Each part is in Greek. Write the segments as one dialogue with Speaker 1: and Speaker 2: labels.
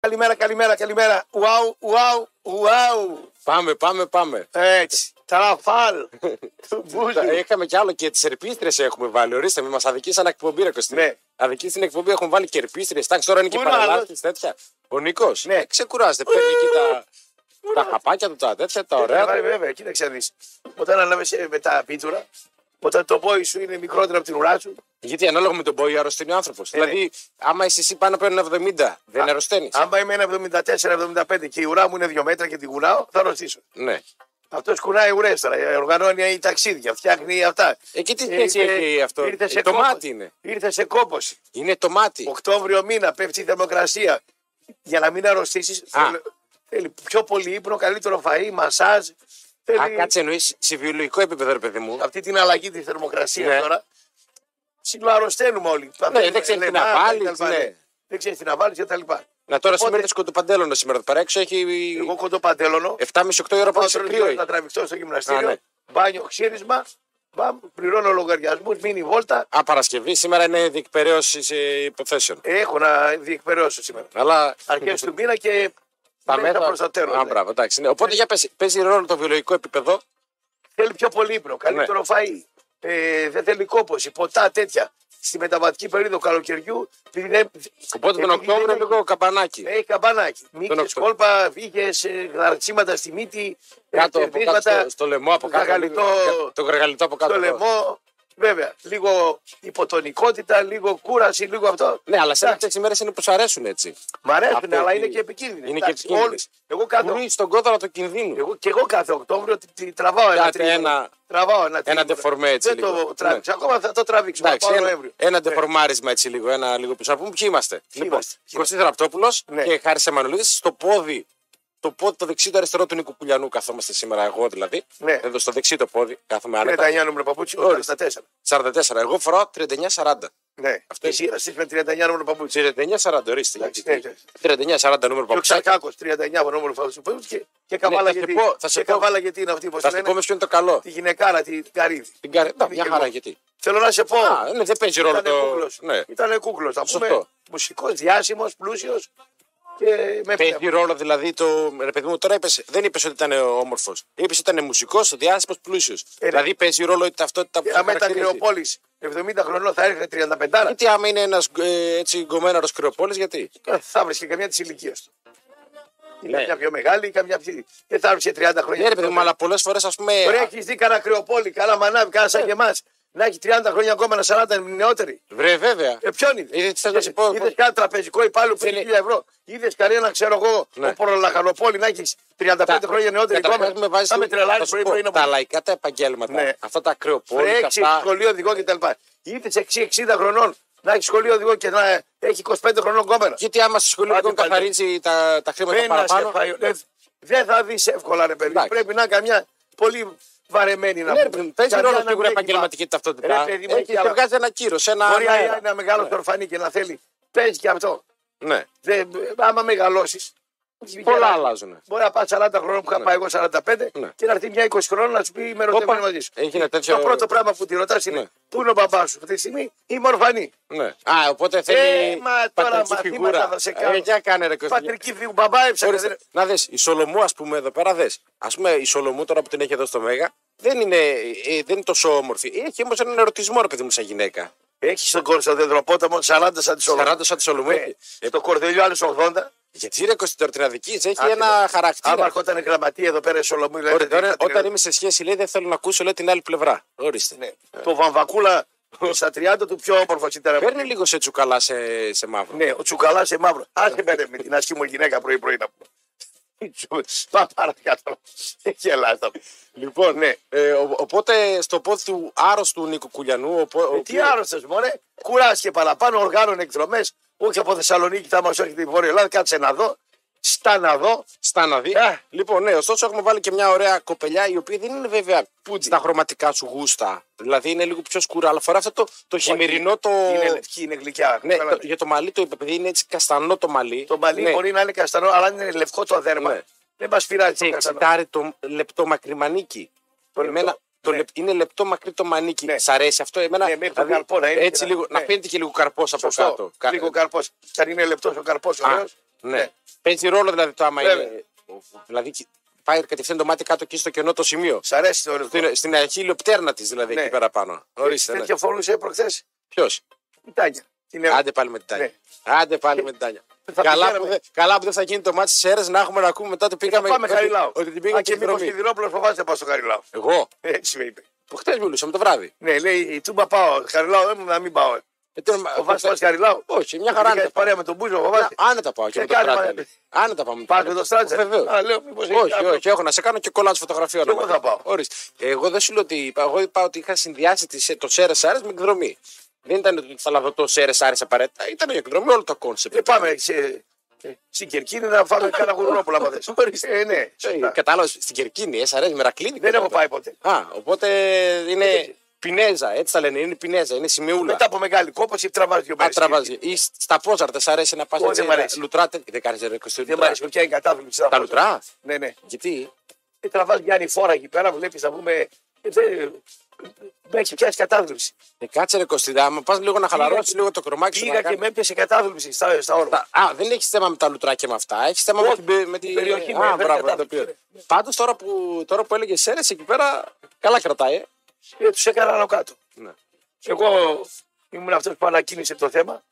Speaker 1: καλημέρα, καλημέρα, καλημέρα. Ουάου, ουάου, ουάου.
Speaker 2: Πάμε, πάμε, πάμε.
Speaker 1: Έτσι. Τραφάλ. του
Speaker 2: Τα-
Speaker 1: Μπούζου.
Speaker 2: Είχαμε κι άλλο και τις ερπίστρε έχουμε βάλει. Ορίστε, μα αδικήσαν εκπομπή, ρε Κωστή.
Speaker 1: Ναι.
Speaker 2: Αδικήσαν εκπομπή, έχουν βάλει και ερπίστρε. Εντάξει, τώρα είναι και
Speaker 1: Πού είναι ο άλλος?
Speaker 2: παραλάφτε τέτοια. Ο Νικό.
Speaker 1: Ναι.
Speaker 2: Ναι, ξεκουράστε. Παίρνει εκεί τα, τα χαπάκια του, τα τέτοια, τα ωραία.
Speaker 1: Βέβαια,
Speaker 2: του.
Speaker 1: Ε, βέβαια, κοίταξε να δεις. Όταν ανάβεσαι με τα πίτουρα, όταν το πόη σου είναι μικρότερο από την ουρά σου,
Speaker 2: Γιατί ανάλογα με τον πόη αρρωσταίνει ο άνθρωπος.
Speaker 1: Ε, ναι.
Speaker 2: δηλαδή, άμα είσαι εσύ πάνω από ένα 70, δεν αρρωσταίνεις.
Speaker 1: άμα είμαι ένα 74-75 και η ουρά μου είναι 2 μέτρα και την κουνάω, θα ρωτήσω.
Speaker 2: Ναι.
Speaker 1: Αυτός κουνάει ουρές τώρα, ε, οργανώνει η ταξίδια, φτιάχνει αυτά. Ε,
Speaker 2: Εκεί Ε, τι σχέση
Speaker 1: Ήρθε-
Speaker 2: έχει αυτό.
Speaker 1: ήρθε σε
Speaker 2: Ε, το
Speaker 1: κόπο-
Speaker 2: μάτι είναι.
Speaker 1: Ήρθε σε κόποση.
Speaker 2: Είναι το μάτι.
Speaker 1: Οκτώβριο μήνα πέφτει η θερμοκρασία. Για να μην αρρωστήσεις,
Speaker 2: Α.
Speaker 1: θέλει, θέλει πιο πολύ ύπνο, καλύτερο φαΐ, μασάζ. Θέλει
Speaker 2: Α, κάτσε εννοείς σε βιολογικό επίπεδο, ρε παιδί μου.
Speaker 1: αυτή την αλλαγή της θερμοκρασίας
Speaker 2: Ναι.
Speaker 1: τώρα. Συλλοαρωσταίνουμε όλοι.
Speaker 2: δεν ξέρεις τι
Speaker 1: Λένε,
Speaker 2: να
Speaker 1: «Α, τα
Speaker 2: βάλεις»,
Speaker 1: κτλ.
Speaker 2: ναι.
Speaker 1: Δεν ξέρει τι να βάλεις και τα λοιπά.
Speaker 2: Να τώρα
Speaker 1: Οπότε-
Speaker 2: σήμερα είναι σκοτοπαντέλωνο σήμερα το παράξω έχει
Speaker 1: Εγώ κοντοπαντέλωνο,
Speaker 2: 7,5-8 ώρα
Speaker 1: πάω
Speaker 2: πάνω σε
Speaker 1: τρώω
Speaker 2: κρύο.
Speaker 1: λίγο να
Speaker 2: έχει.
Speaker 1: τραβηχτώ στο γυμναστήριο,
Speaker 2: Α, ναι.
Speaker 1: μπάνιο, ξύρισμα, μπαμ, πληρώνω λογαριασμούς, μείνει βόλτα.
Speaker 2: Α, Παρασκευή, σήμερα είναι διεκπαιρέωση ε, υποθέσεων.
Speaker 1: Έχω να διεκπαιρεώσω σήμερα.
Speaker 2: Αλλά
Speaker 1: Αρχές του μήνα και
Speaker 2: τα
Speaker 1: δεν
Speaker 2: μέτρα.
Speaker 1: προστατεύονται.
Speaker 2: Α, μπράβο, εντάξει. ναι.
Speaker 1: Ε.
Speaker 2: Οπότε για πες, παίζει ρόλο το βιολογικό επίπεδο.
Speaker 1: Θέλει πιο πολύ ύπνο, καλύτερο
Speaker 2: Ναι.
Speaker 1: φαΐ. Ε, δεν θέλει κόποση, ποτά τέτοια. Στη μεταβατική περίοδο καλοκαιριού. επειδή δεν-
Speaker 2: Οπότε τον
Speaker 1: επειδή δεν
Speaker 2: Οκτώβριο
Speaker 1: έχει-
Speaker 2: λίγο καμπανάκι.
Speaker 1: Έχει Ε, καμπανάκι. Μήκε
Speaker 2: Οκτώβριο.
Speaker 1: κόλπα, βγήκε γαρτσίματα στη μύτη, ε,
Speaker 2: Κάτω από κάτω
Speaker 1: κερδίσματα
Speaker 2: στο, στο λαιμό από
Speaker 1: το
Speaker 2: κάτω.
Speaker 1: γαγαλιτό-
Speaker 2: λίγο, Το γαργαλιτό από κάτω.
Speaker 1: στο
Speaker 2: εδώ.
Speaker 1: λαιμό. Βέβαια, λίγο υποτονικότητα, λίγο κούραση, λίγο αυτό.
Speaker 2: Ναι, αλλά σε
Speaker 1: Εντάξει,
Speaker 2: αυτέ οι μέρες είναι που σου αρέσουν έτσι.
Speaker 1: Μ' αρέσουν,
Speaker 2: Αυτό
Speaker 1: αλλά
Speaker 2: εκεί.
Speaker 1: είναι και επικίνδυνε.
Speaker 2: Είναι και
Speaker 1: Εντάξει,
Speaker 2: επικίνδυνες.
Speaker 1: όλες. Εγώ κάθε,
Speaker 2: Πουλεί στον κόδωνα του κινδύνου.
Speaker 1: εγώ, και εγώ κάθε Οκτώβριο τη- τη- τραβάω ένα
Speaker 2: Κάτε
Speaker 1: τρίγωνο.
Speaker 2: ένα-
Speaker 1: τραβάω ένα τρίγωνο.
Speaker 2: ντεφορμέ έτσι
Speaker 1: Δεν
Speaker 2: λίγο. Ναι.
Speaker 1: το τράβηξα. Ακόμα θα το τραβήξω. θα
Speaker 2: Εντάξει,
Speaker 1: πάω
Speaker 2: ένα,
Speaker 1: Νοέμβριο.
Speaker 2: ένα
Speaker 1: Ναι.
Speaker 2: ντεφορμάρισμα έτσι λίγο, ένα λίγο πίσω. Να πούμε ποιοι είμαστε. Λοιπόν,
Speaker 1: είμαστε, ποιοι
Speaker 2: Κωστή Ραπτόπουλο
Speaker 1: Ναι.
Speaker 2: και Χάρης Εμμανουλίδης στο πόδι. Το πόδι το δεξί το αριστερό του Νίκου Κουλιανού καθόμαστε σήμερα, εγώ δηλαδή.
Speaker 1: Ναι.
Speaker 2: Εδώ στο δεξί το πόδι κάθομαι άνετα.
Speaker 1: 39 νούμερο παπούτσι, όχι,
Speaker 2: Ορίστε.
Speaker 1: 44.
Speaker 2: 44. Εγώ φοράω 39-40.
Speaker 1: Ναι.
Speaker 2: Αυτό
Speaker 1: Εσύ ήρθε με 39 νούμερο παπούτσι.
Speaker 2: 39-40, ορίστε.
Speaker 1: Εντάξει,
Speaker 2: γιατί-
Speaker 1: ναι,
Speaker 2: 39-40 νούμερο
Speaker 1: Και ο
Speaker 2: παπουτσάκι.
Speaker 1: Ξακάκο 39 νούμερο παπούτσι και, και καβάλα
Speaker 2: Ναι, θα σε
Speaker 1: γιατί.
Speaker 2: πω- θα σε
Speaker 1: και
Speaker 2: πω-
Speaker 1: καβάλα γιατί είναι αυτή που
Speaker 2: Θα σου πω
Speaker 1: λένε.
Speaker 2: μες ποιο είναι το καλό.
Speaker 1: Τη γυναικάρα, την καρύδη.
Speaker 2: Την καρε- Να,
Speaker 1: και
Speaker 2: Μια
Speaker 1: εγώ.
Speaker 2: χαρά γιατί.
Speaker 1: Θέλω να σε πω.
Speaker 2: Α, ναι, δεν παίζει ρόλο
Speaker 1: Ήταν
Speaker 2: το.
Speaker 1: κούκλος.
Speaker 2: Ναι.
Speaker 1: Ήταν κούκλος. Θα πούμε
Speaker 2: Σωστό.
Speaker 1: μουσικός, διάσημος, πλούσιος και με
Speaker 2: Παίζει
Speaker 1: πνεύμα.
Speaker 2: ρόλο δηλαδή το. Ρε παιδί μου, τώρα είπες, δεν είπες ότι ήταν όμορφος. Είπες ότι ήταν μουσικός, διάσημος, πλούσιος.
Speaker 1: Ε, ρε. Ε,
Speaker 2: δηλαδή παίζει ρόλο η ταυτότητα που. σε
Speaker 1: Άμα ήταν
Speaker 2: χαρακτηρίζει.
Speaker 1: κρυοπόλη 70 χρονών θα έρχεται 35.
Speaker 2: Γιατί άμα είναι ένας ε, έτσι γκομμένο κρυοπόλη, γιατί.
Speaker 1: Ε, θα βρει και καμιά της ηλικίας του. Ή
Speaker 2: Ναι.
Speaker 1: Καμιά πιο μεγάλη, ή καμιά πιο. Δεν θα βρει 30
Speaker 2: Ναι,
Speaker 1: χρόνια.
Speaker 2: ρε παιδί μου, αλλά πολλές φορές ας πούμε.
Speaker 1: Ε, Ωραία,
Speaker 2: α,
Speaker 1: έχεις δει κανένα κρυοπόλη, κανένα μανάβι, κανένα
Speaker 2: Ε.
Speaker 1: σαν και εμάς. Να έχει 30 χρόνια ακόμα, ένα 40 είναι νεότεροι.
Speaker 2: Βρε, βέβαια.
Speaker 1: Ε, ποιον είναι.
Speaker 2: Ε, τι θες να σου πω,
Speaker 1: Είδες κανένα τραπεζικό υπάλληλο που
Speaker 2: Θέλει-
Speaker 1: έχει 1000 ευρώ. Είδες κανένα, ξέρω εγώ,
Speaker 2: Ναι.
Speaker 1: ο Πορολαχανοπόλη να έχεις 35
Speaker 2: Τα-
Speaker 1: χρόνια νεότερη
Speaker 2: καταρχάς
Speaker 1: κόμμα.
Speaker 2: με βάζεις
Speaker 1: Θα με
Speaker 2: λίγο-
Speaker 1: τρελάνει
Speaker 2: θα σου
Speaker 1: πρωί
Speaker 2: πω,
Speaker 1: πρωί να
Speaker 2: Τα
Speaker 1: μου
Speaker 2: λαϊκά τα επαγγέλματα.
Speaker 1: Ναι.
Speaker 2: Αυτά τα κρυοπόλη.
Speaker 1: τρέξει
Speaker 2: Αυτά...
Speaker 1: σχολείο οδηγό κτλ. Είδε 60 χρονών να έχεις σχολείο οδηγό και να έχει 25 χρονών κόμμα.
Speaker 2: Γιατί άμα στο σχολείο
Speaker 1: Άντε πάλι.
Speaker 2: λοιπόν, καθαρίζει τα, τα χρήματα
Speaker 1: Δεν να σε
Speaker 2: παραπάνω.
Speaker 1: φάει ο- δεν- Δεν θα δεις εύκολα, ρε παιδί.
Speaker 2: Εντάξει.
Speaker 1: Πρέπει να είναι καμιά πολύ βαρεμένη να
Speaker 2: Ναι, ρε
Speaker 1: πούμε.
Speaker 2: παιδί μου, παίζει
Speaker 1: Καμιά
Speaker 2: ρόλο
Speaker 1: να
Speaker 2: σίγουρα
Speaker 1: μην έχει
Speaker 2: η επαγγελματική
Speaker 1: βάρος.
Speaker 2: ταυτότητα.
Speaker 1: Ρε παιδί μου,
Speaker 2: Έχει
Speaker 1: έχει
Speaker 2: και
Speaker 1: άλλα.
Speaker 2: βγάζει ένα κύρο, ένα.
Speaker 1: Μπορεί να είναι
Speaker 2: αέρα.
Speaker 1: ένα μεγάλο ορφανί και να θέλει. Παίζει και αυτό.
Speaker 2: Ναι.
Speaker 1: Δεν, άμα μεγαλώσεις.
Speaker 2: Πολλά αλλάζουν.
Speaker 1: Μπορεί να πα 40 χρόνων που είχα πάει εγώ 45
Speaker 2: Ναι.
Speaker 1: και να έρθει μια 20 χρόνων να σου πει με ρωτάει
Speaker 2: Όπα,
Speaker 1: μαζί σου.
Speaker 2: έχει ένα τέτοιο-
Speaker 1: Ε, Το πρώτο πράγμα που τη ρωτάς είναι
Speaker 2: Ναι.
Speaker 1: πού είναι ο μπαμπάς σου αυτή τη στιγμή ή μορφανή.
Speaker 2: Ναι. Α, οπότε
Speaker 1: Ε,
Speaker 2: θέλει
Speaker 1: μα τώρα
Speaker 2: πατρική
Speaker 1: μαθήματα
Speaker 2: φιγούρα.
Speaker 1: θα σε
Speaker 2: Ε,
Speaker 1: κάνω.
Speaker 2: για κάνε ρε Κωστή.
Speaker 1: Πατρική φιγούρα. Μπαμπά έψαχνε.
Speaker 2: Ορίστε,
Speaker 1: δεν-
Speaker 2: να δες, η Σολομού, ας πούμε, εδώ πέρα δες. Ας πούμε, η Σολομού τώρα που την έχει εδώ στο Μέγα δεν είναι, ε, δεν είναι τόσο όμορφη. Έχει όμως έναν ερωτισμό, ρε παιδί μου, σαν γυναίκα.
Speaker 1: Έχει στον Κορσοδεδροπόταμο 40 σαν τη Σολομού.
Speaker 2: 40 σαν τη Σολομού.
Speaker 1: Ε,
Speaker 2: έχει. Ε,
Speaker 1: στο κορδελιό άλλου 80.
Speaker 2: γιατί ρε Κωστή, τώρα την αδικείς, έχει
Speaker 1: Άκυρο.
Speaker 2: ένα
Speaker 1: Άμα
Speaker 2: χαρακτήρα.
Speaker 1: ερχόταν η γραμματεία εδώ πέρα η Σολομού, λέει,
Speaker 2: Ορίστε,
Speaker 1: δεν
Speaker 2: τώρα,
Speaker 1: θα την
Speaker 2: όταν είμαι σε σχέση, λέει, δεν θέλω να ακούσω λέει, την άλλη πλευρά. Ορίστε.
Speaker 1: Ναι. Το βαμβακούλα στα 30 του πιο όμορφο ήταν. από
Speaker 2: Παίρνει λίγο σε τσουκαλά σε, σε μαύρο.
Speaker 1: Ναι, ο Τσουκαλάς σε μαύρο. Άσε με ρε, με την άσχημη γυναίκα πρωί-πρωί να πούμε. Πάμε παρακάτω. Γελάστα. Λοιπόν, ναι.
Speaker 2: Ε, ο- οπότε στο πόδι του άρρωστου Νίκου Κουλιανού. Ο, πο- ο
Speaker 1: Τι άρρωστος, μωρέ. Κουράστηκε παραπάνω, οργάνων εκδρομές. Όχι από Θεσσαλονίκη, θα μας έρχεται η Βόρεια Ελλάδα. Κάτσε να δω. Στά να δω.
Speaker 2: Στα να δει.
Speaker 1: Α.
Speaker 2: Λοιπόν, ναι, ωστόσο έχουμε βάλει και μια ωραία κοπελιά η οποία δεν είναι βέβαια στα χρωματικά σου γούστα. Δηλαδή είναι λίγο πιο σκούρα, αλλά φορά αυτό το, το χειμερινό το.
Speaker 1: Είναι λευκή, είναι γλυκιά.
Speaker 2: Ναι,
Speaker 1: Καλά,
Speaker 2: το- για το μαλλί το είπα, επειδή είναι έτσι καστανό το μαλλί.
Speaker 1: Το μαλλί
Speaker 2: ναι,
Speaker 1: μπορεί να είναι καστανό, αλλά αν είναι λευκό το δέρμα.
Speaker 2: Ναι.
Speaker 1: Δεν μας πειράζει
Speaker 2: Και
Speaker 1: το καστανό.
Speaker 2: εξητάρει το λεπτό μακριμανίκι.
Speaker 1: Το λεπτό,
Speaker 2: εμένα, το
Speaker 1: ναι.
Speaker 2: λεπ- είναι λεπτό μακρύ το μανίκι.
Speaker 1: Ναι.
Speaker 2: Σ' αρέσει αυτό. Εμένα, Δηλαδή,
Speaker 1: Ναι, μέχρι το καρπό να είναι και
Speaker 2: έτσι
Speaker 1: να-
Speaker 2: λίγο, να
Speaker 1: ναι.
Speaker 2: φαίνεται και λίγο καρπός από
Speaker 1: Σωστό.
Speaker 2: κάτω. Κα-
Speaker 1: Λίγο καρπός. Και αν είναι λεπτός ο Ε, καρπός,
Speaker 2: Α,
Speaker 1: ωραίος.
Speaker 2: Ναι. Παίζει ρόλο δηλαδή το άμα
Speaker 1: Βέβαια.
Speaker 2: είναι. Δηλαδή πάει κατευθείαν το μάτι κάτω εκεί στο κενό το σημείο.
Speaker 1: Σ' αρέσει το ρυθμό.
Speaker 2: Στην, στην αρχή πτέρνα της δηλαδή
Speaker 1: Ναι.
Speaker 2: εκεί πέρα πάνω. Ορίστε. Ναι.
Speaker 1: Τέτοια φορούσε προχθές.
Speaker 2: Ποιος.
Speaker 1: Η Τάνια. Την έβαλε.
Speaker 2: Άντε πάλι με την Τάνια.
Speaker 1: Ε, Ναι. Ε,
Speaker 2: Άντε πάλι με την Τάνια.
Speaker 1: Θα
Speaker 2: καλά, που,
Speaker 1: πηγαίναμε. Ε,
Speaker 2: δεν- καλά που δεν θα γίνει το μάτι τη αίρε να έχουμε να ακούμε μετά ότι πήγαμε.
Speaker 1: Πάμε
Speaker 2: ότι-
Speaker 1: Χαριλάου.
Speaker 2: Ότι την πήγαμε
Speaker 1: Α,
Speaker 2: και
Speaker 1: και μήπω
Speaker 2: δρομή.
Speaker 1: Σιδηρόπουλο φοβάται να πάω στο Χαριλάου.
Speaker 2: Εγώ.
Speaker 1: Έτσι με είπε.
Speaker 2: Που χτες μιλούσαμε το βράδυ.
Speaker 1: Ναι, λέει η Τούμπα πάω. Χαριλάου έμουν να μην πάω.
Speaker 2: Ε, τώρα-
Speaker 1: Φοβάσαι να πας Χαριλάου.
Speaker 2: Όχι, μια χαρά είναι.
Speaker 1: Είχες παρέα με τον Μπούζο, φοβάσαι.
Speaker 2: Άνετα πάω και
Speaker 1: Ε,
Speaker 2: με το
Speaker 1: κάνε
Speaker 2: Στράτσα.
Speaker 1: μαζί.
Speaker 2: Άνετα πάμε.
Speaker 1: Πας με τον Στράτσα.
Speaker 2: Βεβαίως.
Speaker 1: Α, λέω, μήπως έχει
Speaker 2: Όχι,
Speaker 1: κάποιο.
Speaker 2: όχι, έχω να σε κάνω και κολλάς φωτογραφία.
Speaker 1: εγώ
Speaker 2: όνομα.
Speaker 1: θα πάω.
Speaker 2: Ορίστε. Εγώ δεν σου λέω ότι είπα. Εγώ είπα ότι είχα συνδυάσει τις, το Σέρες Άρες με εκδρομή. Δεν ήταν ότι θα λαβω το Σέρες Άρες απαραίτητα. Ήταν η εκδρομή, όλο το κόνσεπτ.
Speaker 1: Ε, πάμε σε, στην Κερκίνη να φάμε κάνα γουρνόπουλα άμα θες. Ε, ναι, σωστά.
Speaker 2: Κατάλαβες στην Κερκίνη, ε, Σαρέ, Μερακλίνη.
Speaker 1: Δεν έχω
Speaker 2: κατάλαβα.
Speaker 1: πάει Ε, ποτέ.
Speaker 2: Α, οπότε είναι Πινέζα, έτσι τα λένε. Είναι Πινέζα, είναι σημειούλα.
Speaker 1: Μετά από μεγάλη κόπωση τραβάζει δύο
Speaker 2: Α,
Speaker 1: μέρες.
Speaker 2: τραβάζει. Ή σ- στα Πόζαρτα, σ' αρέσει να πας
Speaker 1: Όχι, δεν μ' αρέσει.
Speaker 2: λουτράτε. Δεν κάνει ρεκό στη
Speaker 1: Δεν μ'
Speaker 2: λουτρά.
Speaker 1: αρέσει, με πιάνει κατάθλιψη.
Speaker 2: Τα
Speaker 1: τραβάζω.
Speaker 2: λουτρά.
Speaker 1: Ναι, ναι.
Speaker 2: Γιατί.
Speaker 1: Ε, τραβάζει μια ανηφόρα εκεί πέρα, βλέπεις να πούμε. ε, δεν- Με έχεις πιάσει κατάθλιψη.
Speaker 2: Ε, κάτσε ρε Κωστίδα, άμα πας λίγο να χαλαρώσεις
Speaker 1: και-
Speaker 2: λίγο το κρομάκι σου.
Speaker 1: Πήγα
Speaker 2: να
Speaker 1: και
Speaker 2: κάνεις-
Speaker 1: με έπιασε κατάθλιψη στα, στα όρμα.
Speaker 2: Τα- Α, δεν έχεις θέμα με τα λουτράκια με αυτά. Έχεις θέμα με
Speaker 1: Όχι,
Speaker 2: την, πε- με την
Speaker 1: περιοχή ναι, μου,
Speaker 2: Α,
Speaker 1: έφερε
Speaker 2: μπράβο, το
Speaker 1: κατάθλιψη.
Speaker 2: πήρε. Πάντως τώρα που, τώρα που έλεγες Σέρες εκεί πέρα, καλά κρατάει. ε.
Speaker 1: Ε, τους έκανα άνω κάτω.
Speaker 2: Ναι.
Speaker 1: Εγώ ήμουν αυτός που ανακοίνησε το θέμα.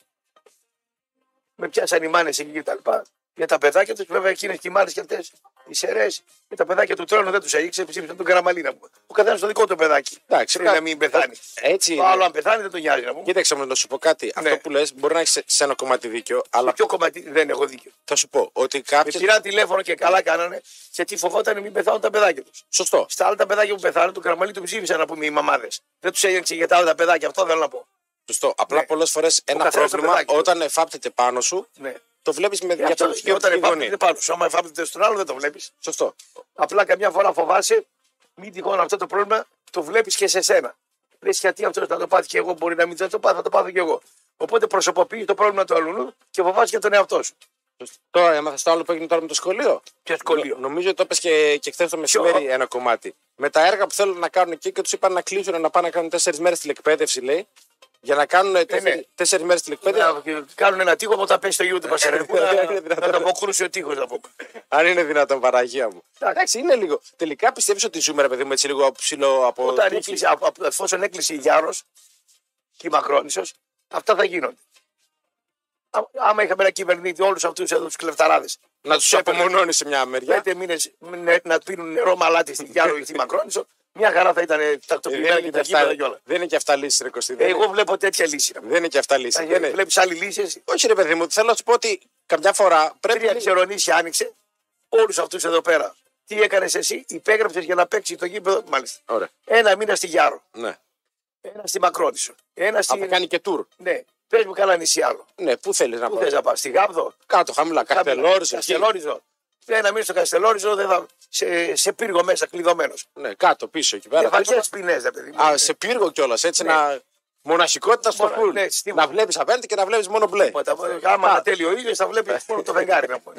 Speaker 1: Με πιάσαν οι μάνες εκεί και τα λοιπά. Για τα παιδάκια τους, βέβαια εκείνες και οι μάνες και αυτές, οι σερέ, για τα παιδάκια του τρώνε δεν τους έριξε, ψήφισαν τον καραμαλίνα μου. Ο καθένα το δικό του παιδάκι.
Speaker 2: Εντάξει,
Speaker 1: Θέλει
Speaker 2: κα- Ε,
Speaker 1: να μην πεθάνει.
Speaker 2: Έτσι.
Speaker 1: Το
Speaker 2: είναι.
Speaker 1: άλλο, αν πεθάνει, δεν τον νοιάζει να μου.
Speaker 2: Κοίταξε με να σου πω κάτι.
Speaker 1: Ναι.
Speaker 2: Αυτό που λες μπορεί να έχεις σε ένα κομμάτι δίκιο, αλλά
Speaker 1: Αλλά ποιο κομμάτι δεν έχω δίκιο.
Speaker 2: θα σου πω ότι
Speaker 1: Με
Speaker 2: κάποιε.
Speaker 1: πήραν τηλέφωνο και καλά κάνανε, γιατί φοβόταν μην πεθάνουν τα παιδάκια τους.
Speaker 2: Σωστό.
Speaker 1: Στα άλλα τα παιδάκια που πεθάνουν, τον καραμαλί του ψήφισαν να πούμε οι μαμάδες. Δεν τους έγινε για τα άλλα τα παιδάκια, αυτό θέλω να πω.
Speaker 2: Σωστό. Απλά
Speaker 1: Ναι.
Speaker 2: πολλές φορές ένα
Speaker 1: καθένας το
Speaker 2: πρόβλημα
Speaker 1: παιδάκι του.
Speaker 2: όταν εφάπτεται πάνω σου
Speaker 1: Ναι.
Speaker 2: το βλέπεις με
Speaker 1: Και αυτό,
Speaker 2: διαφορετική
Speaker 1: και όταν
Speaker 2: οπτική
Speaker 1: επάπτεται
Speaker 2: γωνία.
Speaker 1: πάνω σου, άμα επάπτεται στον άλλο δεν το βλέπεις.
Speaker 2: Σωστό.
Speaker 1: Απλά καμιά φορά φοβάσαι, μην τυχόν αυτό το πρόβλημα το βλέπεις και σε σένα. Λες γιατί αυτός να το πάθει και εγώ, μπορεί να μην θα το πάθει, θα το πάθω και εγώ. Οπότε προσωποποιείς το πρόβλημα του αλλού και φοβάσαι και τον εαυτό σου.
Speaker 2: Σωστό. Τώρα έμαθα το άλλο που έγινε τώρα με το
Speaker 1: Ποιο
Speaker 2: σχολείο. Νο-
Speaker 1: σχολείο.
Speaker 2: Νομίζω ότι το είπε και, και χθες το μεσημέρι ένα κομμάτι. Με τα έργα που θέλουν να κάνουν εκεί και τους είπαν να κλείσουν να πάνε να κάνουν τέσσερις μέρες τηλεκπαίδευση, λέει. Για να κάνουν
Speaker 1: ναι.
Speaker 2: τέσσερι μέρες τηλεκπαίδευση.
Speaker 1: Κάνουν ένα τείχο όταν πέσει το γιο του Πασαρέκου. να-
Speaker 2: Δεν είναι δυνατόν.
Speaker 1: Να το αποκρούσει ο τείχος, να πούμε.
Speaker 2: Αν είναι δυνατόν, παραγία μου.
Speaker 1: Εντάξει.
Speaker 2: Εντάξει, είναι λίγο. Τελικά πιστεύεις ότι ζούμε, ρε παιδί μου, έτσι λίγο ψηλό από.
Speaker 1: Όταν έκλεισε, α- α- εφόσον έκλεισε η Γιάρος και η Μακρόνισο, αυτά θα γίνονται. Α- Άμα είχαμε ένα κυβερνήτη, όλους αυτούς εδώ τους κλεφταράδες,
Speaker 2: να τους απομονώνει σε μια μεριά.
Speaker 1: πέντε μήνες να πίνουν νερό μαλάτι στην Γιάρο ή στη Μακρόνισο, μια χαρά θα ήταν
Speaker 2: Δεν
Speaker 1: τακτοποιημένα
Speaker 2: είναι
Speaker 1: και
Speaker 2: και
Speaker 1: τα
Speaker 2: αυτά-
Speaker 1: γήπεδα κιόλας.
Speaker 2: Δεν είναι και αυτά λύσεις, ρε Κωστή. Δεν είναι-
Speaker 1: Εγώ βλέπω τέτοια λύση. Ε,
Speaker 2: δεν είναι και αυτά λύσεις.
Speaker 1: Βλέπει άλλη λύση.
Speaker 2: Όχι, ρε παιδί μου, θέλω να σου πω ότι καμιά φορά πρέπει.
Speaker 1: Τρία
Speaker 2: λίγο-
Speaker 1: ξερονίσια άνοιξε, όλους αυτούς εδώ πέρα. Τι έκανες εσύ, υπέγραψες για να παίξει το γήπεδο, μάλιστα.
Speaker 2: Ωραία.
Speaker 1: Ένα μήνα στη Γιάρο,
Speaker 2: Ναι.
Speaker 1: ένα στη Μακρόνισο, ένα
Speaker 2: Α, θα
Speaker 1: στη.
Speaker 2: κάνει και tour.
Speaker 1: Ναι, πες μου καλά νησί άλλο.
Speaker 2: Ναι, πού θέλεις να
Speaker 1: Πού
Speaker 2: πάει.
Speaker 1: θες να πας, στη Γάβδο.
Speaker 2: Κάτω, χαμηλά. Καστελόριζο.
Speaker 1: Καστελόριζο. Ένα μήνα στο Καστελόριζο δεν θα. Σε, σε πύργο μέσα κλειδωμένος.
Speaker 2: Ναι, κάτω, πίσω εκεί πέρα.
Speaker 1: Δεν θα πιάσει ποινέ, ρε παιδί. μου.
Speaker 2: Α, σε πύργο κιόλας, έτσι να. Μοναχικότητας στο
Speaker 1: Μονα-
Speaker 2: φουλ.
Speaker 1: ναι, στη-
Speaker 2: να βλέπεις απέναντι και να βλέπεις μόνο μπλε.
Speaker 1: Τίποτα. Άμα να τέλει ο ήλιος, θα βλέπεις μόνο το φεγγάρι να πούμε.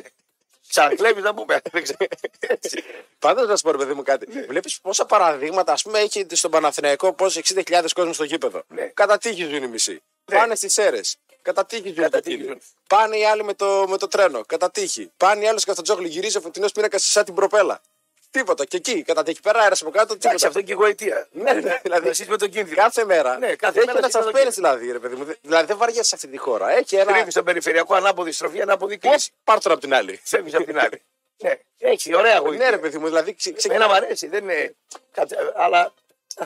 Speaker 1: Ξακλέβει να πούμε. δεν ξέρω. Έτσι.
Speaker 2: Πάντως να σου πω, ρε παιδί μου, κάτι.
Speaker 1: Ναι.
Speaker 2: Βλέπεις πόσα παραδείγματα, ας πούμε, έχει στον Παναθηναϊκό πώς 60.000 κόσμος στο γήπεδο.
Speaker 1: Ναι.
Speaker 2: Κατά τύχη ζουν οι μισοί.
Speaker 1: Ναι.
Speaker 2: Πάνε στις αίρες. Κατά τύχη ζουν
Speaker 1: Κατά
Speaker 2: οι
Speaker 1: τύχη
Speaker 2: εκείνοι.
Speaker 1: ζουν.
Speaker 2: Πάνε οι άλλοι με το, με το τρένο. Κατά τύχη. Πάνε οι άλλοι σκαφτατζόγλοι. Γυρίζει ο φωτεινός πίνακας σαν την προπέλα. Τίποτα. Και εκεί, κατά τύχη πέρα, αέρας από κάτω.
Speaker 1: Εντάξει,
Speaker 2: Τίποτα.
Speaker 1: αυτό είναι και γοητεία.
Speaker 2: Ναι, ναι, δηλαδή.
Speaker 1: Εσείς με τον κίνδυνο.
Speaker 2: Κάθε μέρα.
Speaker 1: Ναι, κάθε
Speaker 2: έχει
Speaker 1: μέρα
Speaker 2: ένα
Speaker 1: και κάθε
Speaker 2: suspense
Speaker 1: μέρα.
Speaker 2: δηλαδή, ρε παιδί μου. Δε- Δηλαδή δεν βαριέσαι σε αυτή τη χώρα. Έχει ένα. Ε,
Speaker 1: Κρύβει τον περιφερειακό ανάποδη στροφή, ανάποδη κλίση.
Speaker 2: Πάρ τον απ' την άλλη.
Speaker 1: Φεύγεις από την άλλη. Ναι, έχει ωραία
Speaker 2: Ναι, ρε
Speaker 1: γοητεία.
Speaker 2: παιδί μου, δηλαδή ξε- ξεκινά-
Speaker 1: Εμένα μου αρέσει, δεν είναι. κατα- Αλλά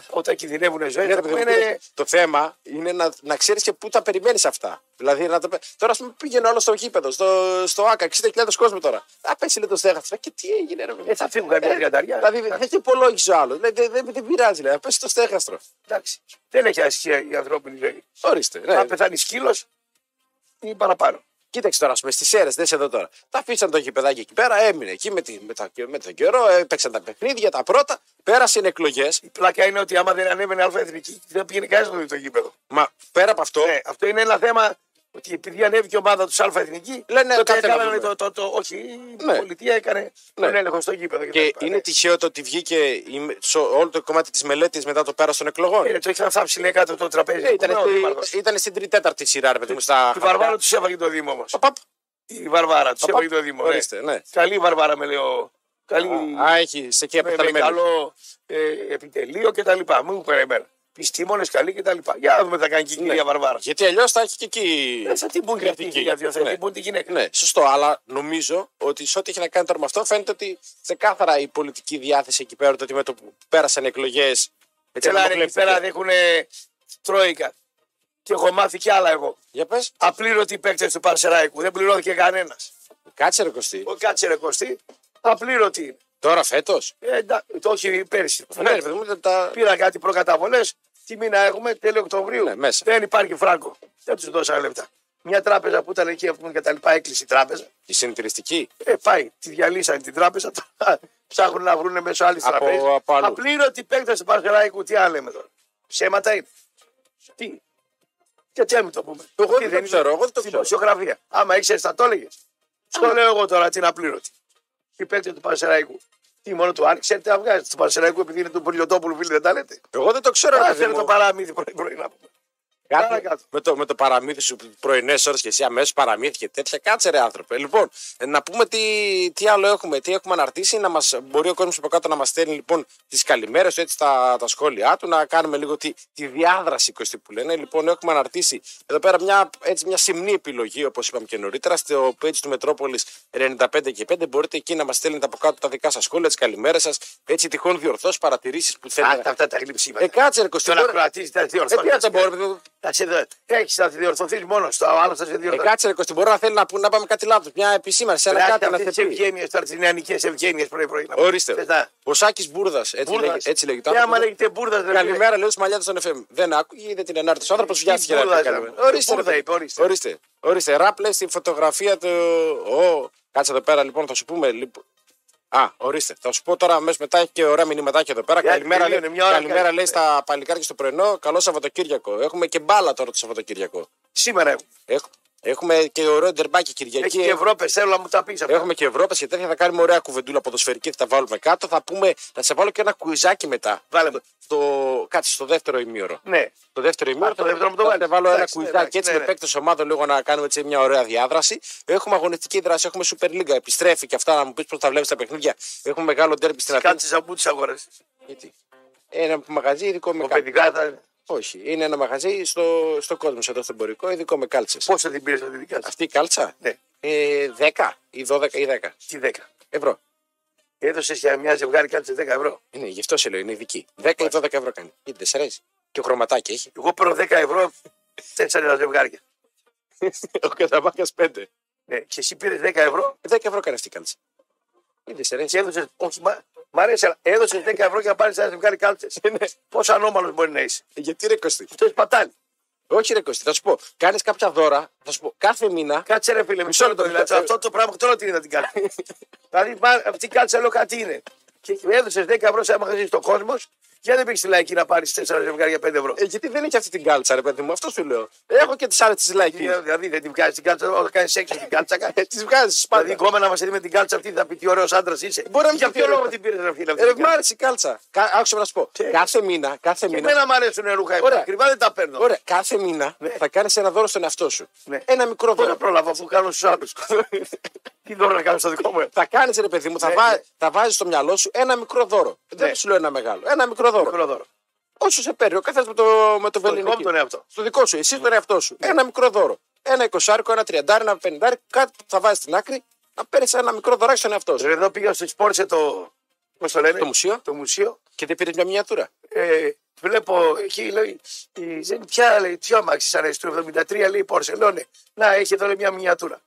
Speaker 1: όταν κινδυνεύουν ζωέ,
Speaker 2: Ναι, ρε παιδί μου,
Speaker 1: είναι.
Speaker 2: κοίταξε, Το θέμα είναι να, να ξέρεις και πού τα περιμένεις αυτά. Δηλαδή, να τα... πε- τώρα, ας πούμε, πήγαινε όλο στο γήπεδο, στο, στο ΑΚΑ, 60.000 κόσμο τώρα. Α, πέσει λίγο το στέγαστρο. Και τι έγινε, ρε παιδί
Speaker 1: Ε,
Speaker 2: μου.
Speaker 1: θα φύγουν καμιά τριανταριά.
Speaker 2: Δηλαδή, δεν το υπολόγιζε ο άλλος. Δεν, δεν, δεν, δεν πειράζει, λέει. Πέσει το στέγαστρο.
Speaker 1: Εντάξει. Δεν έχει ασχία η ανθρώπινη ζωή.
Speaker 2: Ορίστε. Ναι.
Speaker 1: Αν πεθάνεις σκύλος ή παραπάνω.
Speaker 2: Κοίταξε τώρα, ας πούμε, στις αίρες, δες εδώ τώρα. Τα αφήσαν το γηπεδάκι εκεί πέρα, έμεινε εκεί με, τη, με, τα, με τον καιρό, έπαιξαν τα παιχνίδια, τα πρώτα. Πέρασαν εκλογές.
Speaker 1: Η πλάκα είναι ότι άμα δεν ανέβαινε αλφα-εθνική, δεν πήγαινε κανένα να δει το γήπεδο.
Speaker 2: Μα πέρα από αυτό,
Speaker 1: Ναι, αυτό είναι ένα θέμα ότι επειδή ανέβηκε η ομάδα τους αλφα-εθνική,
Speaker 2: Λένε,
Speaker 1: τότε
Speaker 2: «Κάτε να
Speaker 1: έκαναν το,
Speaker 2: δούμε».
Speaker 1: το, το, όχι, η
Speaker 2: Ναι.
Speaker 1: πολιτεία έκανε τον έλεγχο στο γήπεδο.
Speaker 2: Και
Speaker 1: κτλ.
Speaker 2: είναι
Speaker 1: Ναι.
Speaker 2: τυχαίο το ότι βγήκε η με- σο- όλο το κομμάτι της μελέτης μετά το πέρα των εκλογών.
Speaker 1: Ε, το είχαν θάψει λέει κάτω από το τραπέζι.
Speaker 2: Ε, ήταν,
Speaker 1: Ναι, ο
Speaker 2: στη-
Speaker 1: δήμαρχος.
Speaker 2: ήταν στην τρίτη τέταρτη σειρά, ρε παιδί μου. Στα...
Speaker 1: Του Βαρβάρου τους έβαγε το Δήμο όμως.
Speaker 2: Παπ,
Speaker 1: η Βαρβάρα, τους
Speaker 2: Παπα-
Speaker 1: έφαγε το Δήμο. ναι.
Speaker 2: Ορίστε, ναι.
Speaker 1: Καλή η Βαρβάρα με λέω. Καλή.
Speaker 2: Α, έχει σε εκεί
Speaker 1: με, με
Speaker 2: αποκαλυμμένη.
Speaker 1: Ναι, καλό ε, επιτελείο κτλ. Μου είπε εμένα. Επιστήμονες καλοί κτλ. Για να δούμε τι θα κάνει και η
Speaker 2: Ναι.
Speaker 1: κυρία Βαρβάρα.
Speaker 2: Γιατί αλλιώς θα έχει και εκεί.
Speaker 1: Ε, Θα την πούν και αυτή η
Speaker 2: κριτική.
Speaker 1: κυρία, θα
Speaker 2: Ναι.
Speaker 1: την πούν τη γυναίκα.
Speaker 2: Ναι, σωστό, αλλά νομίζω ότι σε ό,τι έχει να κάνει τώρα με αυτό, φαίνεται ότι ξεκάθαρα η πολιτική διάθεση εκεί πέρα, το ότι με το που πέρασαν οι εκλογές.
Speaker 1: Έλα ρε, εκεί πέρα έχουν τρόικα. Και έχω μάθει κι άλλα εγώ.
Speaker 2: Για πες,
Speaker 1: Απλήρωτοι παίκτες του Παρσεράικου. Δεν πληρώθηκε κανένας.
Speaker 2: κάτσε ρε Κωστή.
Speaker 1: Ο κάτσε ρε Κωστή, απλήρωτοι είναι.
Speaker 2: Τώρα φέτος.
Speaker 1: Ε, εντά- το όχι πέρσι.
Speaker 2: Ναι, ρε παιδί μου, δεν τα.
Speaker 1: Πήρα κάτι προκαταβολές. Τι μήνα έχουμε, τέλειο Οκτωβρίου.
Speaker 2: Ναι, μέσα.
Speaker 1: Δεν υπάρχει φράγκο. Δεν τους δώσανε λεπτά. Μια τράπεζα που ήταν εκεί, ας πούμε, και τα λοιπά, έκλεισε η τράπεζα.
Speaker 2: Η συνεταιριστική.
Speaker 1: Ε, πάει, τη διαλύσανε την τράπεζα. τώρα Ψάχνουν να βρουν μέσω άλλης
Speaker 2: Από-
Speaker 1: τραπέζας.
Speaker 2: από αλλού.
Speaker 1: Απλήρωτη παίκτες του Παρσελαϊκού, τι άλλο λέμε τώρα. Ψέματα είναι. Τι. Και τι να μην το πούμε.
Speaker 2: Εγώ
Speaker 1: Τι
Speaker 2: δεν το
Speaker 1: είναι
Speaker 2: ξέρω, εγώ δεν το
Speaker 1: στην
Speaker 2: ξέρω.
Speaker 1: δημοσιογραφία. Άμα ήξερες, θα το έλεγες. Στο λέω εγώ τώρα την απλήρωτη. Η παίκτη του Παρσελαϊκού. Τι μόνο του Άρη, ξέρετε να βγάζει του Παρσελαϊκού επειδή είναι του Πολιοτόπουλου, φίλοι δεν τα λέτε.
Speaker 2: Εγώ δεν το ξέρω, ρε παιδί
Speaker 1: Άσε το
Speaker 2: μου.
Speaker 1: παραμύθι πρωί-πρωί να πούμε.
Speaker 2: Κάτω,
Speaker 1: παρακάτω.
Speaker 2: με, το, με το παραμύθι σου πρωινές ώρες και εσύ αμέσως παραμύθι και τέτοια. Κάτσε ρε άνθρωπε. Λοιπόν, ε, να πούμε τι, τι άλλο έχουμε, τι έχουμε αναρτήσει. Να μας, μπορεί ο κόσμος από κάτω να μας στέλνει λοιπόν τις καλημέρες του, έτσι τα, τα σχόλιά του, να κάνουμε λίγο τη, τη διάδραση κοστή που λένε. Λοιπόν, έχουμε αναρτήσει εδώ πέρα μια, έτσι, μια συμνή επιλογή, όπως είπαμε και νωρίτερα, στο page του Μετρόπολης 95 και 5. Μπορείτε εκεί να μας στέλνετε από κάτω τα δικά σας σχόλια, τις καλημέρες σας, έτσι τυχόν διορθώσει, παρατηρήσεις που θέλετε.
Speaker 1: Αυτά αυτά τα
Speaker 2: Ε,
Speaker 1: γλυψίματα.
Speaker 2: κάτσε ρε Κωστή,
Speaker 1: Τον
Speaker 2: μπορεί-
Speaker 1: ακροατή θα
Speaker 2: Ε, τι να τα
Speaker 1: διορθώσει.
Speaker 2: μπορούμε,
Speaker 1: Θα σε δω. Έχεις να διορθωθείς μόνος του. Ο άλλος θα σε
Speaker 2: Ε,
Speaker 1: διορθώσει.
Speaker 2: κάτσε ρε Κωστή, μπορεί να θέλει να, πού- να πάμε κάτι λάθος. Μια επισήμανση, ένα
Speaker 1: Κάτσε
Speaker 2: κάτι να
Speaker 1: αυτέ τι
Speaker 2: σε πει.
Speaker 1: ευγένειε τώρα, τι νεανικές ευγένειες πρωί-πρωί. να πούμε.
Speaker 2: Ορίστε.
Speaker 1: Θες να-
Speaker 2: Ο Σάκης Μπούρδας. Έτσι,
Speaker 1: Μπούρδας.
Speaker 2: λέγε- έτσι λέγεται.
Speaker 1: Και άμα
Speaker 2: άνθρωπος.
Speaker 1: λέγεται Μπούρδας, δεν λέει.
Speaker 2: Καλημέρα, λέω του μαλλιά στον FM. Δεν άκουγε, είδε την ανάρτηση. Ο άνθρωπος
Speaker 1: Τι
Speaker 2: βιάστηκε να
Speaker 1: Μπούρδας,
Speaker 2: πει.
Speaker 1: ρε.
Speaker 2: καλημέρα.
Speaker 1: Τι
Speaker 2: Ορίστε,
Speaker 1: Μπούρδα
Speaker 2: ρε,
Speaker 1: είπε, ορίστε.
Speaker 2: Ορίστε. Ορίστε. Ραπ λες στη φωτογραφία του. Ω, Κάτσε εδώ πέρα λοιπόν, θα σου πούμε. Λοιπόν. Α, ορίστε. Θα σου πω τώρα αμέσως μετά έχει και ωραία μηνυματάκια εδώ πέρα.
Speaker 1: Για,
Speaker 2: καλημέρα, λέει,
Speaker 1: τελείωνε, μια ώρα
Speaker 2: καλημέρα,
Speaker 1: καλή.
Speaker 2: λέει στα παλικάρια στο πρωινό. Καλό Σαββατοκύριακο. Έχουμε και μπάλα τώρα το Σαββατοκύριακο.
Speaker 1: Σήμερα έχω.
Speaker 2: Έχ- Έχουμε και ωραίο ντερμπάκι Κυριακή.
Speaker 1: Έχει και Ευρώπη, θέλω να μου τα πεις αυτά.
Speaker 2: Έχουμε και Ευρώπη και τέτοια. Θα κάνουμε ωραία κουβεντούλα ποδοσφαιρική. Θα τα βάλουμε κάτω. Θα πούμε, θα σε βάλω και ένα κουιζάκι μετά.
Speaker 1: Βάλε μου.
Speaker 2: Στο, κάτσε στο δεύτερο ημίωρο.
Speaker 1: Ναι.
Speaker 2: Το δεύτερο ημίωρο
Speaker 1: το δεύτερο μου το
Speaker 2: θα
Speaker 1: βάλεις.
Speaker 2: σε βάλω ένα
Speaker 1: Εντάξει,
Speaker 2: κουιζάκι
Speaker 1: εντάξει,
Speaker 2: έτσι
Speaker 1: ναι,
Speaker 2: με
Speaker 1: ναι.
Speaker 2: παίκτες ομάδων λίγο να κάνουμε έτσι μια ωραία διάδραση. Έχουμε αγωνιστική δράση, έχουμε Super League, επιστρέφει και αυτά να μου πεις πώς τα βλέπεις τα παιχνίδια. Έχουμε μεγάλο ντέρμπι στην Αθήνα.
Speaker 1: Κάτσε σαν που τι αγορέ.
Speaker 2: Γιατί? Ένα μαγαζί ειδικό με κάλτσε.
Speaker 1: Παιδικά θα.
Speaker 2: Όχι, είναι ένα μαγαζί στο, στο κόσμο, εδώ στο εμπορικό, ειδικό με κάλτσες.
Speaker 1: Πόσο την πήρες τη δικιά σου.
Speaker 2: Αυτή η κάλτσα
Speaker 1: Ναι,
Speaker 2: ε, 10 ή 12 ή 10
Speaker 1: τη 10.
Speaker 2: ευρώ.
Speaker 1: Έδωσες για μια ζευγάρι κάτσε 10 ευρώ.
Speaker 2: Είναι, γι' αυτό σε λέω, είναι ειδική. 10 ή 12 ευρώ κάνει. Είτε σε αρέσει. Και χρωματάκι έχει.
Speaker 1: Εγώ παίρνω 10 ευρώ, τέσσερα ζευγάρια.
Speaker 2: Ο καταβάκα 5.
Speaker 1: Ναι. Και εσύ πήρες 10 ευρώ
Speaker 2: 10 ευρώ κάνει αυτή η κάλτσα. Είτε σε αρέσει.
Speaker 1: και έδωσες. Όχι, μα- μ' αρέσει, αλλά έδωσε 10 ευρώ για να πάρεις ένα ζευγάρι κάλτσες.
Speaker 2: Ναι.
Speaker 1: Πόσο ανώμαλος μπορεί να είσαι.
Speaker 2: Γιατί ρε Κωστή.
Speaker 1: Αυτός είναι πατάλι.
Speaker 2: Όχι ρε Κωστή, θα σου πω. Κάνεις κάποια δώρα, θα σου πω κάθε μήνα.
Speaker 1: Κάτσε ρε φίλε, μισό λεπτό.
Speaker 2: Μισό λεπτό,
Speaker 1: Δηλαδή,
Speaker 2: μισό λεπτό.
Speaker 1: αυτό το πράγμα τώρα τι είναι να την κάνεις. δηλαδή, μα, αυτή η κάτσα λέω κάτι είναι. Και έδωσε 10 ευρώ σε ένα μαγαζί στον κόσμο, γιατί δεν πήγε στη λαϊκή να πάρεις 4 ζευγάρια 5 ευρώ.
Speaker 2: Ε, γιατί δεν έχει αυτή την κάλτσα, ρε παιδί μου, αυτό σου λέω. Έχω και τις άλλες τη λαϊκή.
Speaker 1: Ε, δηλαδή, δεν την βγάζεις την κάτσα, όταν κάνεις σεξ με την κάτσα. κα-
Speaker 2: Τις βγάζεις
Speaker 1: Δηλαδή, η
Speaker 2: πάντα.
Speaker 1: κόμμα να μας δει με την κάτσα αυτή, θα πει τι ωραίος άντρας είσαι.
Speaker 2: Ε, Μπορεί να μην
Speaker 1: Για
Speaker 2: το
Speaker 1: ποιο
Speaker 2: θέλω.
Speaker 1: λόγο την πήρες, ρε φίλε. αυτή
Speaker 2: Ε, Ρε,
Speaker 1: την
Speaker 2: μ'
Speaker 1: κάλτσα.
Speaker 2: άρεσε η κάλτσα. Κα- Άκουσε με να σου πω.
Speaker 1: Τι?
Speaker 2: Κάθε μήνα, κάθε
Speaker 1: Και
Speaker 2: μήνα.
Speaker 1: εμένα μου αρέσουν ρούχα.
Speaker 2: Ωραία.
Speaker 1: Ακριβά δεν τα παίρνω.
Speaker 2: Ωραία, κάθε μήνα
Speaker 1: Ναι.
Speaker 2: θα κάνεις ένα δώρο στον εαυτό σου.
Speaker 1: Ναι.
Speaker 2: Ένα μικρό
Speaker 1: Πώ να
Speaker 2: δώρο.
Speaker 1: πρόλαβα αφού κάνω στους άλλους. Τι δώρο να κάνω στο δικό μου. ε.
Speaker 2: Θα κάνεις ρε παιδί μου, θα,
Speaker 1: Ναι,
Speaker 2: βά...
Speaker 1: ναι.
Speaker 2: θα βάζεις στο μυαλό σου ένα μικρό δώρο.
Speaker 1: Ναι.
Speaker 2: Δεν σου λέω ένα μεγάλο. Ένα μικρό δώρο.
Speaker 1: Μικρό δώρο.
Speaker 2: Όσο σε παίρνει, ο καθένας με το, με
Speaker 1: Το
Speaker 2: το
Speaker 1: δικό μου
Speaker 2: βεληνικό.
Speaker 1: τον εαυτό. Ναι.
Speaker 2: Στο δικό σου, εσύ τον εαυτό σου. Ένα μικρό δώρο. Ένα εικοσάρικο, ένα τριαντάρι, ένα πενηντάρι, κάτι που θα βάζεις στην άκρη, να παίρνεις ένα μικρό δωράκι στον εαυτό σου.
Speaker 1: Ρε, Εδώ πήγα στο σπόρσε το. Πώς το λένε.
Speaker 2: Το μουσείο.
Speaker 1: Το μουσείο.
Speaker 2: Και δεν πήρες μια μiniatura.
Speaker 1: ε, βλέπω εκεί, λέει, η Ζένη, ποια λέει, τι αμάξι σαν αρέσει, του 73, λέει, η Πόρσε. Λέω, ναι, να, έχει εδώ λέει, μια μινιατούρα.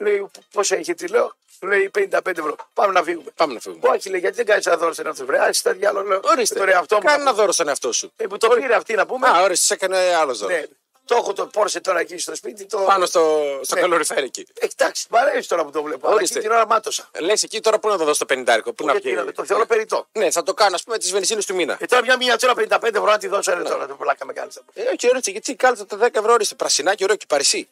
Speaker 1: Λέει, πόσα έχει, τι λέω, λέει, 55 ευρώ. Πάμε να φύγουμε.
Speaker 2: Πάμε να φύγουμε.
Speaker 1: Όχι, λέει, γιατί δεν κάνεις ένα δώρο σε αυτό, βρε, άσε τα διάλογα, λέω,
Speaker 2: Ορίστε.
Speaker 1: Τώρα αυτό μου.
Speaker 2: Κάνε
Speaker 1: να
Speaker 2: ένα
Speaker 1: πούμε.
Speaker 2: δώρο στον εαυτό σου.
Speaker 1: Ε, που το πήρε αυτή να πούμε.
Speaker 2: Α, ορίστε, σε έκανε άλλο δώρο.
Speaker 1: ναι, το έχω το Πόρσε τώρα εκεί στο σπίτι. Το...
Speaker 2: Πάνω στο, στο
Speaker 1: Ναι.
Speaker 2: καλοριφέρικι.
Speaker 1: Ε, Εντάξει, μ' αρέσει τώρα που το βλέπω. Αλλά
Speaker 2: Ορίστε.
Speaker 1: εκείνη την ώρα μάτωσα.
Speaker 2: Λες εκεί τώρα πού να το δώσω το πενηντάρικο, πού να
Speaker 1: Γιατί
Speaker 2: βγει.
Speaker 1: να- Το θεωρώ περιττό.
Speaker 2: Ναι, θα το κάνω ας πούμε τη βενζίνη του μήνα.
Speaker 1: Ε, τώρα μια μινιατούρα 55 ευρώ να τη δώσω,
Speaker 2: Ναι.
Speaker 1: ρε, τώρα, το πλάκα με κάνεις.
Speaker 2: Ε, όχι, ορίστε, γιατί κάλτσα τα 10 ευρώ, ορίστε. Πρασινάκι, ωραίο και παρισί.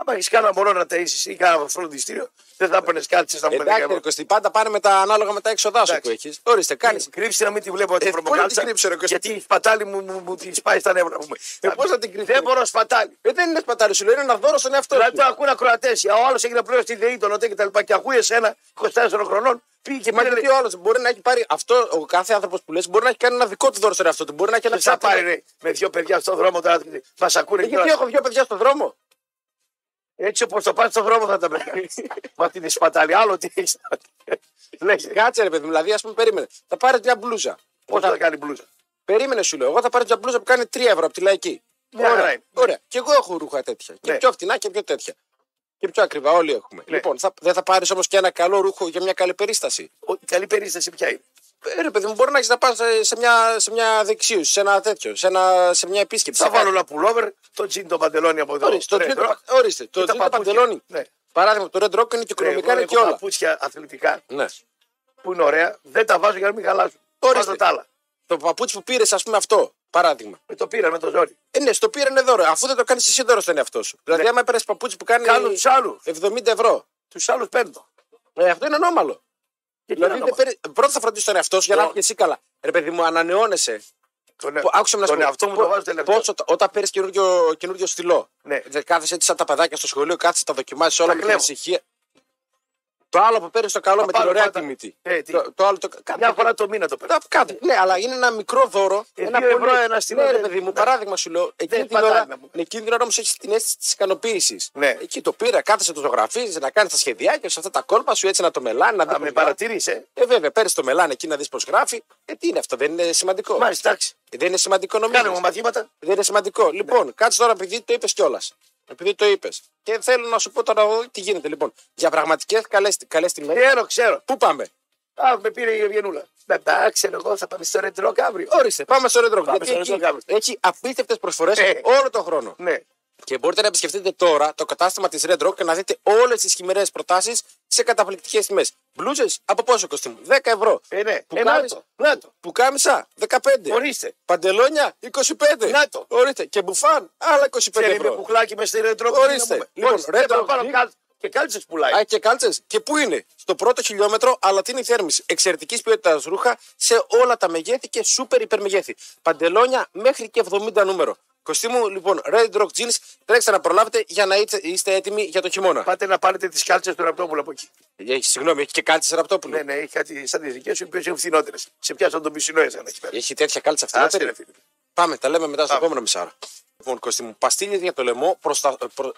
Speaker 1: Άμα έχεις κάνα μωρό να τασει ή κάνα φροντιστήριο, δεν θα έπαιρνες κάτι στα
Speaker 2: Ε, Εντάξει,
Speaker 1: μερικά.
Speaker 2: ρε Κωστή, πάντα πάνε με τα ανάλογα με τα έξοδά σου που
Speaker 1: Εντάξει.
Speaker 2: έχεις. Ορίστε, κάνει.
Speaker 1: Κρύψει Ε, να μην τη βλέπω την
Speaker 2: Ε, πού να την
Speaker 1: προμοκάλτσα.
Speaker 2: κρύψω, ρε, Κώστα.
Speaker 1: Γιατί η σπατάλη μου, μου, μου τη σπάει στα νεύρα μου.
Speaker 2: Ε, πώς να την κρύψω,
Speaker 1: Δεν
Speaker 2: ρε.
Speaker 1: μπορώ σπατάλη.
Speaker 2: Ε, δεν είναι σπατάρι, σου λέω, είναι ένα δώρο στον εαυτό
Speaker 1: Δηλαδή το
Speaker 2: σου.
Speaker 1: ακούνε ακροατές. Ο άλλος έχει να πλέον στη ΔΕΗ, τον ΟΤΕ και τα λοιπά. Και ακούει εσένα 24 χρονών. Πήγε και
Speaker 2: Μα
Speaker 1: πήρε.
Speaker 2: γιατί ο άλλος μπορεί να έχει πάρει αυτό, ο κάθε άνθρωπος που λες, μπορεί να έχει κάνει ένα δικό του δώρο στον εαυτό του. Μπορεί να έχει ένα
Speaker 1: Δεν θα
Speaker 2: ψάρι.
Speaker 1: πάρει ρε, με δύο παιδιά στον δρόμο τώρα. Μα ακούνε
Speaker 2: Ε,
Speaker 1: και
Speaker 2: Γιατί
Speaker 1: όλα.
Speaker 2: έχω δύο παιδιά στον δρόμο.
Speaker 1: Έτσι όπως το πα στον δρόμο θα τα πετάξει. Μα την σπατάλη, άλλο τι έχεις. Λέγε.
Speaker 2: Κάτσε ρε παιδί μου, δηλαδή ας πούμε περίμενε. Θα πάρεις μια μπλούζα.
Speaker 1: Πώς
Speaker 2: Όταν-
Speaker 1: θα κάνει μπλούζα.
Speaker 2: Περίμενε σου λέω. Εγώ θα πάρω μια μπλούζα που κάνει 3 ευρώ από τη λαϊκή.
Speaker 1: Μια χαρά
Speaker 2: ωραία.
Speaker 1: είναι.
Speaker 2: ωραία. Και εγώ έχω ρούχα τέτοια. Και
Speaker 1: Ναι.
Speaker 2: πιο φτηνά και πιο τέτοια. Και πιο ακριβά, όλοι έχουμε.
Speaker 1: Ναι.
Speaker 2: Λοιπόν, θα, δεν θα πάρεις όμως και ένα καλό ρούχο για μια καλή περίσταση.
Speaker 1: Ο- η Καλή περίσταση ποια είναι.
Speaker 2: Ε, ρε παιδί μου, μπορεί να έχεις να πας σε μια, σε μια δεξίωση, σε ένα τέτοιο, σε, ένα, σε μια επίσκεψη.
Speaker 1: Θα
Speaker 2: σε κάτι.
Speaker 1: βάλω ένα πουλόβερ, το τζιν το παντελόνι από εδώ.
Speaker 2: Ορίστε, το
Speaker 1: Ρε,
Speaker 2: τρίτο
Speaker 1: ρε,
Speaker 2: πα- ορίστε, το
Speaker 1: τα
Speaker 2: τρίτο
Speaker 1: παπούτσια.
Speaker 2: παντελόνι.
Speaker 1: Ναι.
Speaker 2: Παράδειγμα, το Red Rock είναι και
Speaker 1: ρε,
Speaker 2: οικονομικά είναι
Speaker 1: εγώ
Speaker 2: και
Speaker 1: έχω
Speaker 2: όλα.
Speaker 1: παπούτσια αθλητικά
Speaker 2: Ναι.
Speaker 1: που είναι ωραία, δεν τα βάζω για να μην χαλάσουν.
Speaker 2: Ορίστε.
Speaker 1: Βάζω τα άλλα.
Speaker 2: Το παπούτσι που πήρες, ας πούμε, αυτό. Παράδειγμα.
Speaker 1: Με το πήρα με το ζόρι.
Speaker 2: Ε, ναι, στο πήρανε δώρο, αφού δεν το κάνεις εσύ δώρο στον εαυτό σου. Δηλαδή,
Speaker 1: Ναι.
Speaker 2: άμα έπαιρνες παπούτσι που κάνει
Speaker 1: Κάνω τους άλλους.
Speaker 2: 70 ευρώ.
Speaker 1: Τους άλλους παίρνω.
Speaker 2: Ε, αυτό είναι ανώμαλο.
Speaker 1: Γιατί
Speaker 2: Δηλαδή,
Speaker 1: να
Speaker 2: δεν
Speaker 1: το-
Speaker 2: παίρνεις- πρώτα θα φροντίσει τον εαυτό σου για να
Speaker 1: Το-
Speaker 2: έρθει και εσύ καλά. Ρε παιδί μου, ανανεώνεσαι.
Speaker 1: τον ε-
Speaker 2: Που- Άκουσε με να σου
Speaker 1: Τον
Speaker 2: πω.
Speaker 1: εαυτό μου
Speaker 2: Πο-
Speaker 1: το βάζω τελευταίο.
Speaker 2: Πόσο, το- όταν παίρνεις καινούριο, καινούριο στυλό.
Speaker 1: Ναι.
Speaker 2: Δεν Κάθεσαι έτσι σαν τα παιδάκια στο σχολείο, κάτσε τα δοκιμάσει όλα
Speaker 1: Τα
Speaker 2: με την
Speaker 1: κλέβω.
Speaker 2: ησυχία. Το άλλο που παίρνεις το καλό
Speaker 1: Τα
Speaker 2: με την
Speaker 1: πάρω
Speaker 2: ωραία
Speaker 1: πάντα.
Speaker 2: τιμή. τι.
Speaker 1: Ε, τι.
Speaker 2: Το, το άλλο το. Κάτι,
Speaker 1: Μια φορά το μήνα το παίρνω.
Speaker 2: τα- κάτι. Ναι, αλλά είναι ένα μικρό δώρο.
Speaker 1: Ε, δύο ευρώ ένα στυλό,
Speaker 2: Ναι, ρε
Speaker 1: δεν-
Speaker 2: παιδί μου,
Speaker 1: ναι.
Speaker 2: παράδειγμα σου λέω. Εκείνη την
Speaker 1: πατάει
Speaker 2: ώρα, ναι,
Speaker 1: να μου.
Speaker 2: εκείνη την ώρα όμως έχεις την αίσθηση της ικανοποίησης.
Speaker 1: Ναι.
Speaker 2: Εκεί το πήρα, κάθεσαι το ζωγραφίζεις, να κάνεις τα σχεδιάκια σου, αυτά τα κόλπα σου έτσι να το μελάνε, να δει
Speaker 1: Θα
Speaker 2: πώς
Speaker 1: με
Speaker 2: γράφει.
Speaker 1: παρατηρήσει, ε.
Speaker 2: Ε, βέβαια, παίρνεις το μελάνε εκεί να δεις πώς γράφει. Ε, τι είναι αυτό, δεν είναι σημαντικό.
Speaker 1: Μάλιστα, εντάξει.
Speaker 2: Ε, Δεν είναι σημαντικό
Speaker 1: Κάνε μου Ναι.
Speaker 2: νομίζω.
Speaker 1: μαθήματα.
Speaker 2: Δεν είναι σημαντικό. Λοιπόν, κάτσε τώρα επειδή το είπες κιόλας. Επειδή το είπες. Και θέλω να σου πω τώρα εδώ τι γίνεται. Λοιπόν, για πραγματικές καλές καλές τιμέ.
Speaker 1: Ε, Ξέρω, ξέρω.
Speaker 2: Πού πάμε.
Speaker 1: Α, με πήρε η Ευγενούλα. Εντάξει, εγώ θα πάμε στο ρετρό αύριο.
Speaker 2: Ορίστε, πάμε στο Ρέντρο
Speaker 1: Πάμε στο Red Rock Gallery.
Speaker 2: Έχει απίστευτες προσφορές
Speaker 1: Ε.
Speaker 2: όλο τον χρόνο.
Speaker 1: Ναι.
Speaker 2: Και μπορείτε να επισκεφτείτε τώρα το κατάστημα της Red Rock και να δείτε όλες τις χειμερές προτάσεις σε καταπληκτικές τιμές. Μπλούζες από πόσο κοστί μου, 10 ευρώ.
Speaker 1: Ε, ναι.
Speaker 2: Που
Speaker 1: Ε, να
Speaker 2: κάνεις-
Speaker 1: το. Να το.
Speaker 2: Πουκάμισα, 15.
Speaker 1: Ορίστε.
Speaker 2: Παντελόνια, 25.
Speaker 1: Να το.
Speaker 2: Ορίστε. Και μπουφάν, άλλα 25
Speaker 1: Ξέρει με
Speaker 2: ευρώ.
Speaker 1: κουκλάκι μες στη ρετρό.
Speaker 2: Ορίστε. Λοιπόν,
Speaker 1: Ε,
Speaker 2: Red Rock Geek.
Speaker 1: Και κάλτσες πουλάει.
Speaker 2: Α, και κάλτσες. Και πού είναι, στο πρώτο χιλιόμετρο, αλλά τι είναι η θέρμηση. Εξαιρετικής ποιότητας ρούχα σε όλα τα μεγέθη και σούπερ υπερμεγέθη. Παντελόνια μέχρι και 70 νούμερο. Κωστή μου, λοιπόν, Red Rock Jeans, τρέξτε να προλάβετε για να είστε, είστε έτοιμοι για το χειμώνα.
Speaker 1: Πάτε να πάρετε τις κάλτσες του Ραπτόπουλου από εκεί.
Speaker 2: Έχει, συγγνώμη, έχει και κάλτσες ραπτόπουλο.
Speaker 1: Ναι, ναι, έχει κάτι σαν τις δικές σου, οι οποίες είναι φθηνότερες. Σε πιάσαν τον πισινό εσένα εκεί πέρα.
Speaker 2: Έχει τέτοια κάλτσα
Speaker 1: Άσε,
Speaker 2: αυτή.
Speaker 1: ρε, φίλε.
Speaker 2: Πάμε, τα λέμε μετά στο
Speaker 1: Πάμε.
Speaker 2: επόμενο μισάρο. Λοιπόν, Κωστή μου, παστίλια για το λαιμό προστα... ε, προ...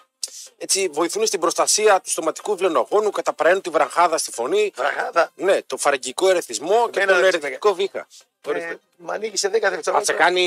Speaker 2: έτσι, βοηθούν στην προστασία του στοματικού βλενογόνου, καταπραίνουν τη βραχάδα στη φωνή,
Speaker 1: Βραχάδα.
Speaker 2: ναι, το φαραγγικό ερεθισμό και
Speaker 1: Εμένα
Speaker 2: τον
Speaker 1: δεν ξέρω.
Speaker 2: ερεθικό βήχα. Ορίστε.
Speaker 1: Ε, Μ' ανοίγει σε 10
Speaker 2: Α, σε
Speaker 1: δευτερόλεπτα.
Speaker 2: κάνει,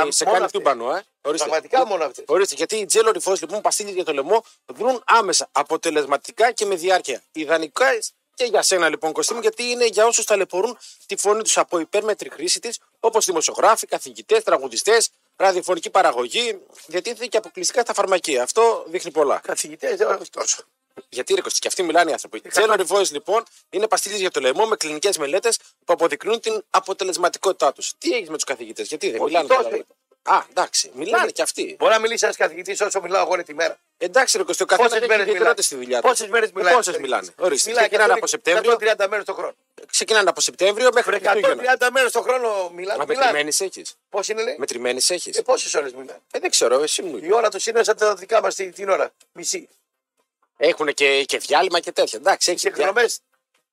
Speaker 1: Α,
Speaker 2: σε
Speaker 1: μόνο
Speaker 2: κάνει
Speaker 1: αυτή.
Speaker 2: τούμπανο, ε. Ορίστε.
Speaker 1: Πραγματικά μόνο αυτές.
Speaker 2: Ορίστε, γιατί οι τζέλο ρηφό λοιπόν παστίλια για το λαιμό δρούν άμεσα, αποτελεσματικά και με διάρκεια. Ιδανικά και για σένα λοιπόν, Κωστή μου, γιατί είναι για όσους ταλαιπωρούν τη φωνή τους από υπέρμετρη χρήση της, όπως δημοσιογράφοι, καθηγητές, τραγουδιστές, ραδιοφωνική παραγωγή. Διατίθεται και αποκλειστικά στα φαρμακεία. Αυτό δείχνει πολλά.
Speaker 1: Καθηγητές, δεν όχι τόσο.
Speaker 2: Γιατί ρε Κωστή, και αυτοί μιλάνε οι άνθρωποι.
Speaker 1: Ε,
Speaker 2: Τζέλο Revoice λοιπόν είναι παστίλες για το λαιμό με κλινικές μελέτες που αποδεικνύουν την αποτελεσματικότητά τους. Τι έχει με τους καθηγητές, γιατί δεν
Speaker 1: Όχι
Speaker 2: μιλάνε.
Speaker 1: τόσο.
Speaker 2: καλά. Α, εντάξει, μιλάνε κι αυτοί.
Speaker 1: Μπορεί να μιλήσει ένας καθηγητής όσο μιλάω εγώ όλη τη μέρα.
Speaker 2: Εντάξει, ρε Κωστή, ο καθένας
Speaker 1: Πόσες
Speaker 2: έχει
Speaker 1: μέρες μιλάνε.
Speaker 2: ιδιαιτερότητε στη δουλειά του.
Speaker 1: Πόσες μέρες μιλάνε.
Speaker 2: Πόσες μιλάνε. Ορίστε.
Speaker 1: Μιλάνε
Speaker 2: Ξεκινάνε
Speaker 1: και
Speaker 2: από
Speaker 1: το-
Speaker 2: Σεπτέμβριο.
Speaker 1: 130 μέρες το χρόνο.
Speaker 2: Ξεκινάνε από Σεπτέμβριο μέχρι
Speaker 1: Βρε,
Speaker 2: Χριστούγεννα.
Speaker 1: 130 μέρες το χρόνο
Speaker 2: Μα
Speaker 1: μιλάνε. μιλάνε.
Speaker 2: μετρημένες έχεις.
Speaker 1: Πώς είναι, λέει.
Speaker 2: Μετρημένες έχεις.
Speaker 1: Ε, Πόσες ώρες μιλάνε.
Speaker 2: Ε, δεν ξέρω, εσύ μου.
Speaker 1: Η ώρα του είναι σαν τα δικά μας την ώρα. Μισή.
Speaker 2: Έχουν και, και διάλειμμα και τέτοια. Εντάξει, έχεις.
Speaker 1: Σε εκδρομέ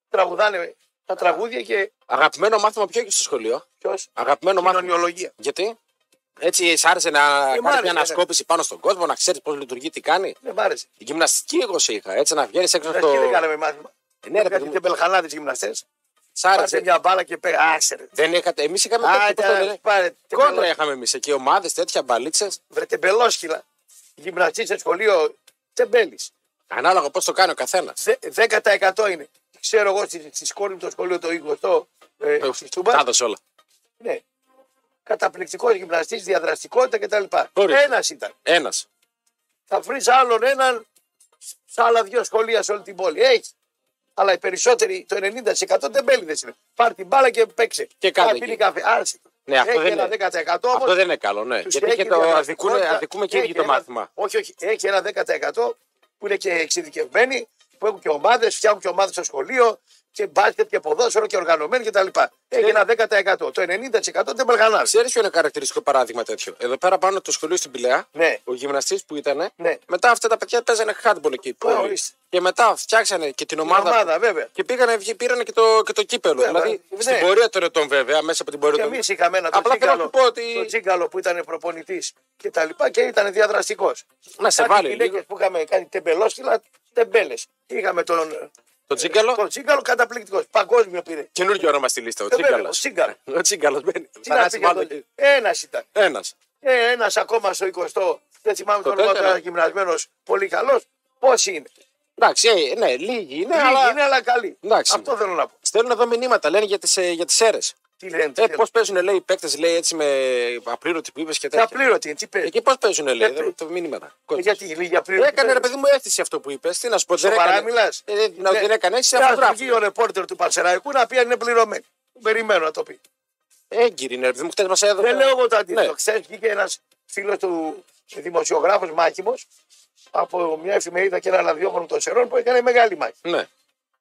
Speaker 1: τραγουδάνε τα τραγούδια και.
Speaker 2: Αγαπημένο μάθημα ποιο έχεις στο σχολείο.
Speaker 1: Ποιος.
Speaker 2: Αγαπημένο μάθημα.
Speaker 1: Κοινωνιολογία.
Speaker 2: Γιατί. Έτσι, σ' άρεσε να
Speaker 1: μ'
Speaker 2: κάνει
Speaker 1: άρεσε,
Speaker 2: μια
Speaker 1: ναι.
Speaker 2: ανασκόπηση πάνω στον κόσμο, να ξέρεις πώς λειτουργεί, τι κάνει.
Speaker 1: Δεν μ' άρεσε.
Speaker 2: Την γυμναστική εγώ σε είχα. Έτσι, να βγαίνεις έξω
Speaker 1: Στην
Speaker 2: από
Speaker 1: αρχή Ε, δεν
Speaker 2: το.
Speaker 1: κάναμε μάθημα.
Speaker 2: Ναι, ρε παιδί μου.
Speaker 1: Κάτι τεμπελχανάδε γυμναστές.
Speaker 2: Σ' άρεσε.
Speaker 1: Πάρτε μια μπάλα και πέρα. Άσε ρε.
Speaker 2: Δεν είχατε. Εμείς είχαμε. τέτοιο, πώς το λένε.
Speaker 1: Άντε, πάρε.
Speaker 2: Κόντρα είχαμε εμείς εκεί. Ομάδες, τέτοια μπαλίτσες.
Speaker 1: Βρε τεμπελόσκυλα. Γυμναστή σε σχολείο τεμπέλης.
Speaker 2: Ανάλογα πώς το κάνει ο καθένας.
Speaker 1: 10% είναι. Ξέρω εγώ στη, στη σκόρη μου το σχολείο το 20ο. Ε, στη Στούμπα.
Speaker 2: Τα δώσε όλα.
Speaker 1: Ναι. Καταπληκτικό γυμναστής, διαδραστικότητα κτλ.
Speaker 2: Ορίστε.
Speaker 1: Ένας ήταν.
Speaker 2: Ένας.
Speaker 1: θα βρεις άλλον έναν σε άλλα δύο σχολεία σε όλη την πόλη. Έχεις. Αλλά οι περισσότεροι, το 90% δεν μπέλιδες είναι. Πάρ την μπάλα και παίξε.
Speaker 2: Και κάντε
Speaker 1: Πάρ' πίνει
Speaker 2: εκεί.
Speaker 1: καφέ. Άρσε. το.
Speaker 2: Ναι, αυτό
Speaker 1: έχει
Speaker 2: δεν
Speaker 1: ένα
Speaker 2: είναι.
Speaker 1: 10%
Speaker 2: Αυτό
Speaker 1: όμως.
Speaker 2: δεν είναι καλό, ναι. Γιατί και το αδικούμε, αδικούμε και οι ίδιοι το μάθημα.
Speaker 1: Όχι, όχι. Έχει ένα 10% που είναι και εξειδικευμένοι, που έχουν και ομάδες, φτιάχνουν και ομάδες στο σχολείο και μπάσκετ και ποδόσφαιρο και οργανωμένοι κτλ.
Speaker 2: Ναι.
Speaker 1: Έχει ένα 10%. Το 90% δεν μελγανάζει.
Speaker 2: Ξέρεις ποιο είναι καρακτηριστικό παράδειγμα τέτοιο. Εδώ πέρα πάνω το σχολείο στην Πηλαία,
Speaker 1: Ναι.
Speaker 2: ο γυμναστής που ήταν,
Speaker 1: Ναι.
Speaker 2: μετά αυτά τα παιδιά παίζανε handball εκεί. πολύ.
Speaker 1: ορίστε.
Speaker 2: Και μετά φτιάξανε και την ομάδα.
Speaker 1: ομάδα, βέβαια.
Speaker 2: Και πήγανε, βγή- πήρανε και το, και το κύπελο.
Speaker 1: Βέβαια,
Speaker 2: δηλαδή
Speaker 1: ναι.
Speaker 2: στην πορεία των ετών, βέβαια, μέσα από την πορεία
Speaker 1: Και
Speaker 2: των
Speaker 1: εμείς είχαμε ένα τον
Speaker 2: Απλά θέλω να
Speaker 1: τζίγκαλο,
Speaker 2: σου πω ότι-
Speaker 1: τον τζίγκαλο που ήταν προπονητής και τα λοιπά και ήταν διαδραστικός.
Speaker 2: Να σε βάλει λίγο.
Speaker 1: γυναίκε που είχαμε κάνει τεμπελόσκυλα, τεμπέλες. Είχαμε τον,
Speaker 2: Το τσίγκαλο.
Speaker 1: τον τζίγκαλο καταπληκτικός. Παγκόσμιο πήρε.
Speaker 2: Καινούργιο όνομα στη λίστα. Ο
Speaker 1: Ε, βέβαια,
Speaker 2: τσίγκαλος.
Speaker 1: ο Τσίγκαλος.
Speaker 2: Ο τσίγκαλος μπαίνει.
Speaker 1: Τι να πει για Ένας ήταν.
Speaker 2: Ένας.
Speaker 1: Ε, Ένας ακόμα στο 20ο. Δεν θυμάμαι
Speaker 2: Το
Speaker 1: τον όνομα του,
Speaker 2: τέταρτο.
Speaker 1: ένα γυμνασμένος πολύ καλός. Πόσοι είναι.
Speaker 2: Εντάξει, ε, ναι, λίγοι είναι,
Speaker 1: Λίγοι
Speaker 2: αλλά.
Speaker 1: είναι, αλλά καλοί.
Speaker 2: Εντάξει.
Speaker 1: Αυτό θέλω να πω.
Speaker 2: Στέλνουν εδώ μηνύματα, λένε για τις για τις αίρε.
Speaker 1: Τι λένε. τι
Speaker 2: Ε,
Speaker 1: λένε.
Speaker 2: πώς παίζουν, λέει, οι παίκτες, λέει, έτσι με απλήρωτη που είπες και
Speaker 1: Τα
Speaker 2: τέτοια.
Speaker 1: πλήρωτη, τι παίζει.
Speaker 2: Εκεί πώς παίζουν, λέει,
Speaker 1: Γιατί?
Speaker 2: εδώ, το μήνυμα.
Speaker 1: Ε, Γιατί η Λίγια πλήρωτη.
Speaker 2: Ε, Έκανε ρε
Speaker 1: παίζεις.
Speaker 2: παιδί μου αίσθηση αυτό που είπες. Τι να σου πω, δεν
Speaker 1: Σοβαρά
Speaker 2: έκανε.
Speaker 1: μιλάς. Ναι.
Speaker 2: Ε, δεν- να- Δεν έκανε, έτσι
Speaker 1: Θα του βγει ο
Speaker 2: αφού
Speaker 1: ρεπόρτερ του Παρσεραϊκού να πει αν είναι πληρωμένη. Περιμένω να το πει.
Speaker 2: Έγκυρη είναι, ρε παιδί μου, χτες μας έδωσε.
Speaker 1: Δεν λέω εγώ το αντίθετο.
Speaker 2: Ναι.
Speaker 1: Χθες βγήκε ένας φίλος του δημοσιογράφος Μάκημο από μια εφημερίδα και ένα ραδιόφωνο των Σερών που έκανε μεγάλη μάχη.
Speaker 2: Ναι,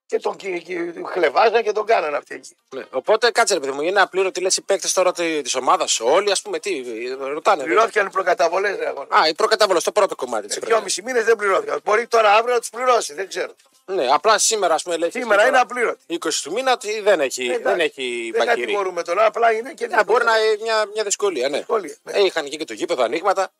Speaker 1: Και τον κυ- κυ- χλεβάζαν και τον κάνανε αυτή εκεί.
Speaker 2: ναι. Οπότε κάτσε, ρε παιδί μου, είναι απλήρωτοι λες οι παίκτες τώρα τη ομάδας. Όλοι, ας πούμε, τι ρωτάνε. βέβαια.
Speaker 1: Πληρώθηκαν οι προκαταβολές, ρε αγώνα.
Speaker 2: Α, η προκαταβολή στο πρώτο κομμάτι της
Speaker 1: Δυόμισι μήνες δεν πληρώθηκαν. Μπορεί τώρα αύριο να τους πληρώσει, δεν ξέρω.
Speaker 2: Ναι, απλά σήμερα, ας πούμε, λέει.
Speaker 1: Σήμερα είναι απλήρωτη.
Speaker 2: 20 του μήνα ότι δεν έχει, Ε, δεν
Speaker 1: Εντάξει,
Speaker 2: έχει
Speaker 1: δεν
Speaker 2: μπακύρι.
Speaker 1: κατηγορούμε τώρα, απλά είναι και
Speaker 2: Ναι, μπορεί να είναι μια, μια δυσκολία, ναι.
Speaker 1: Δυσκολία, ναι.
Speaker 2: Ε, είχαν εκεί και το γήπεδο ανοίγματα.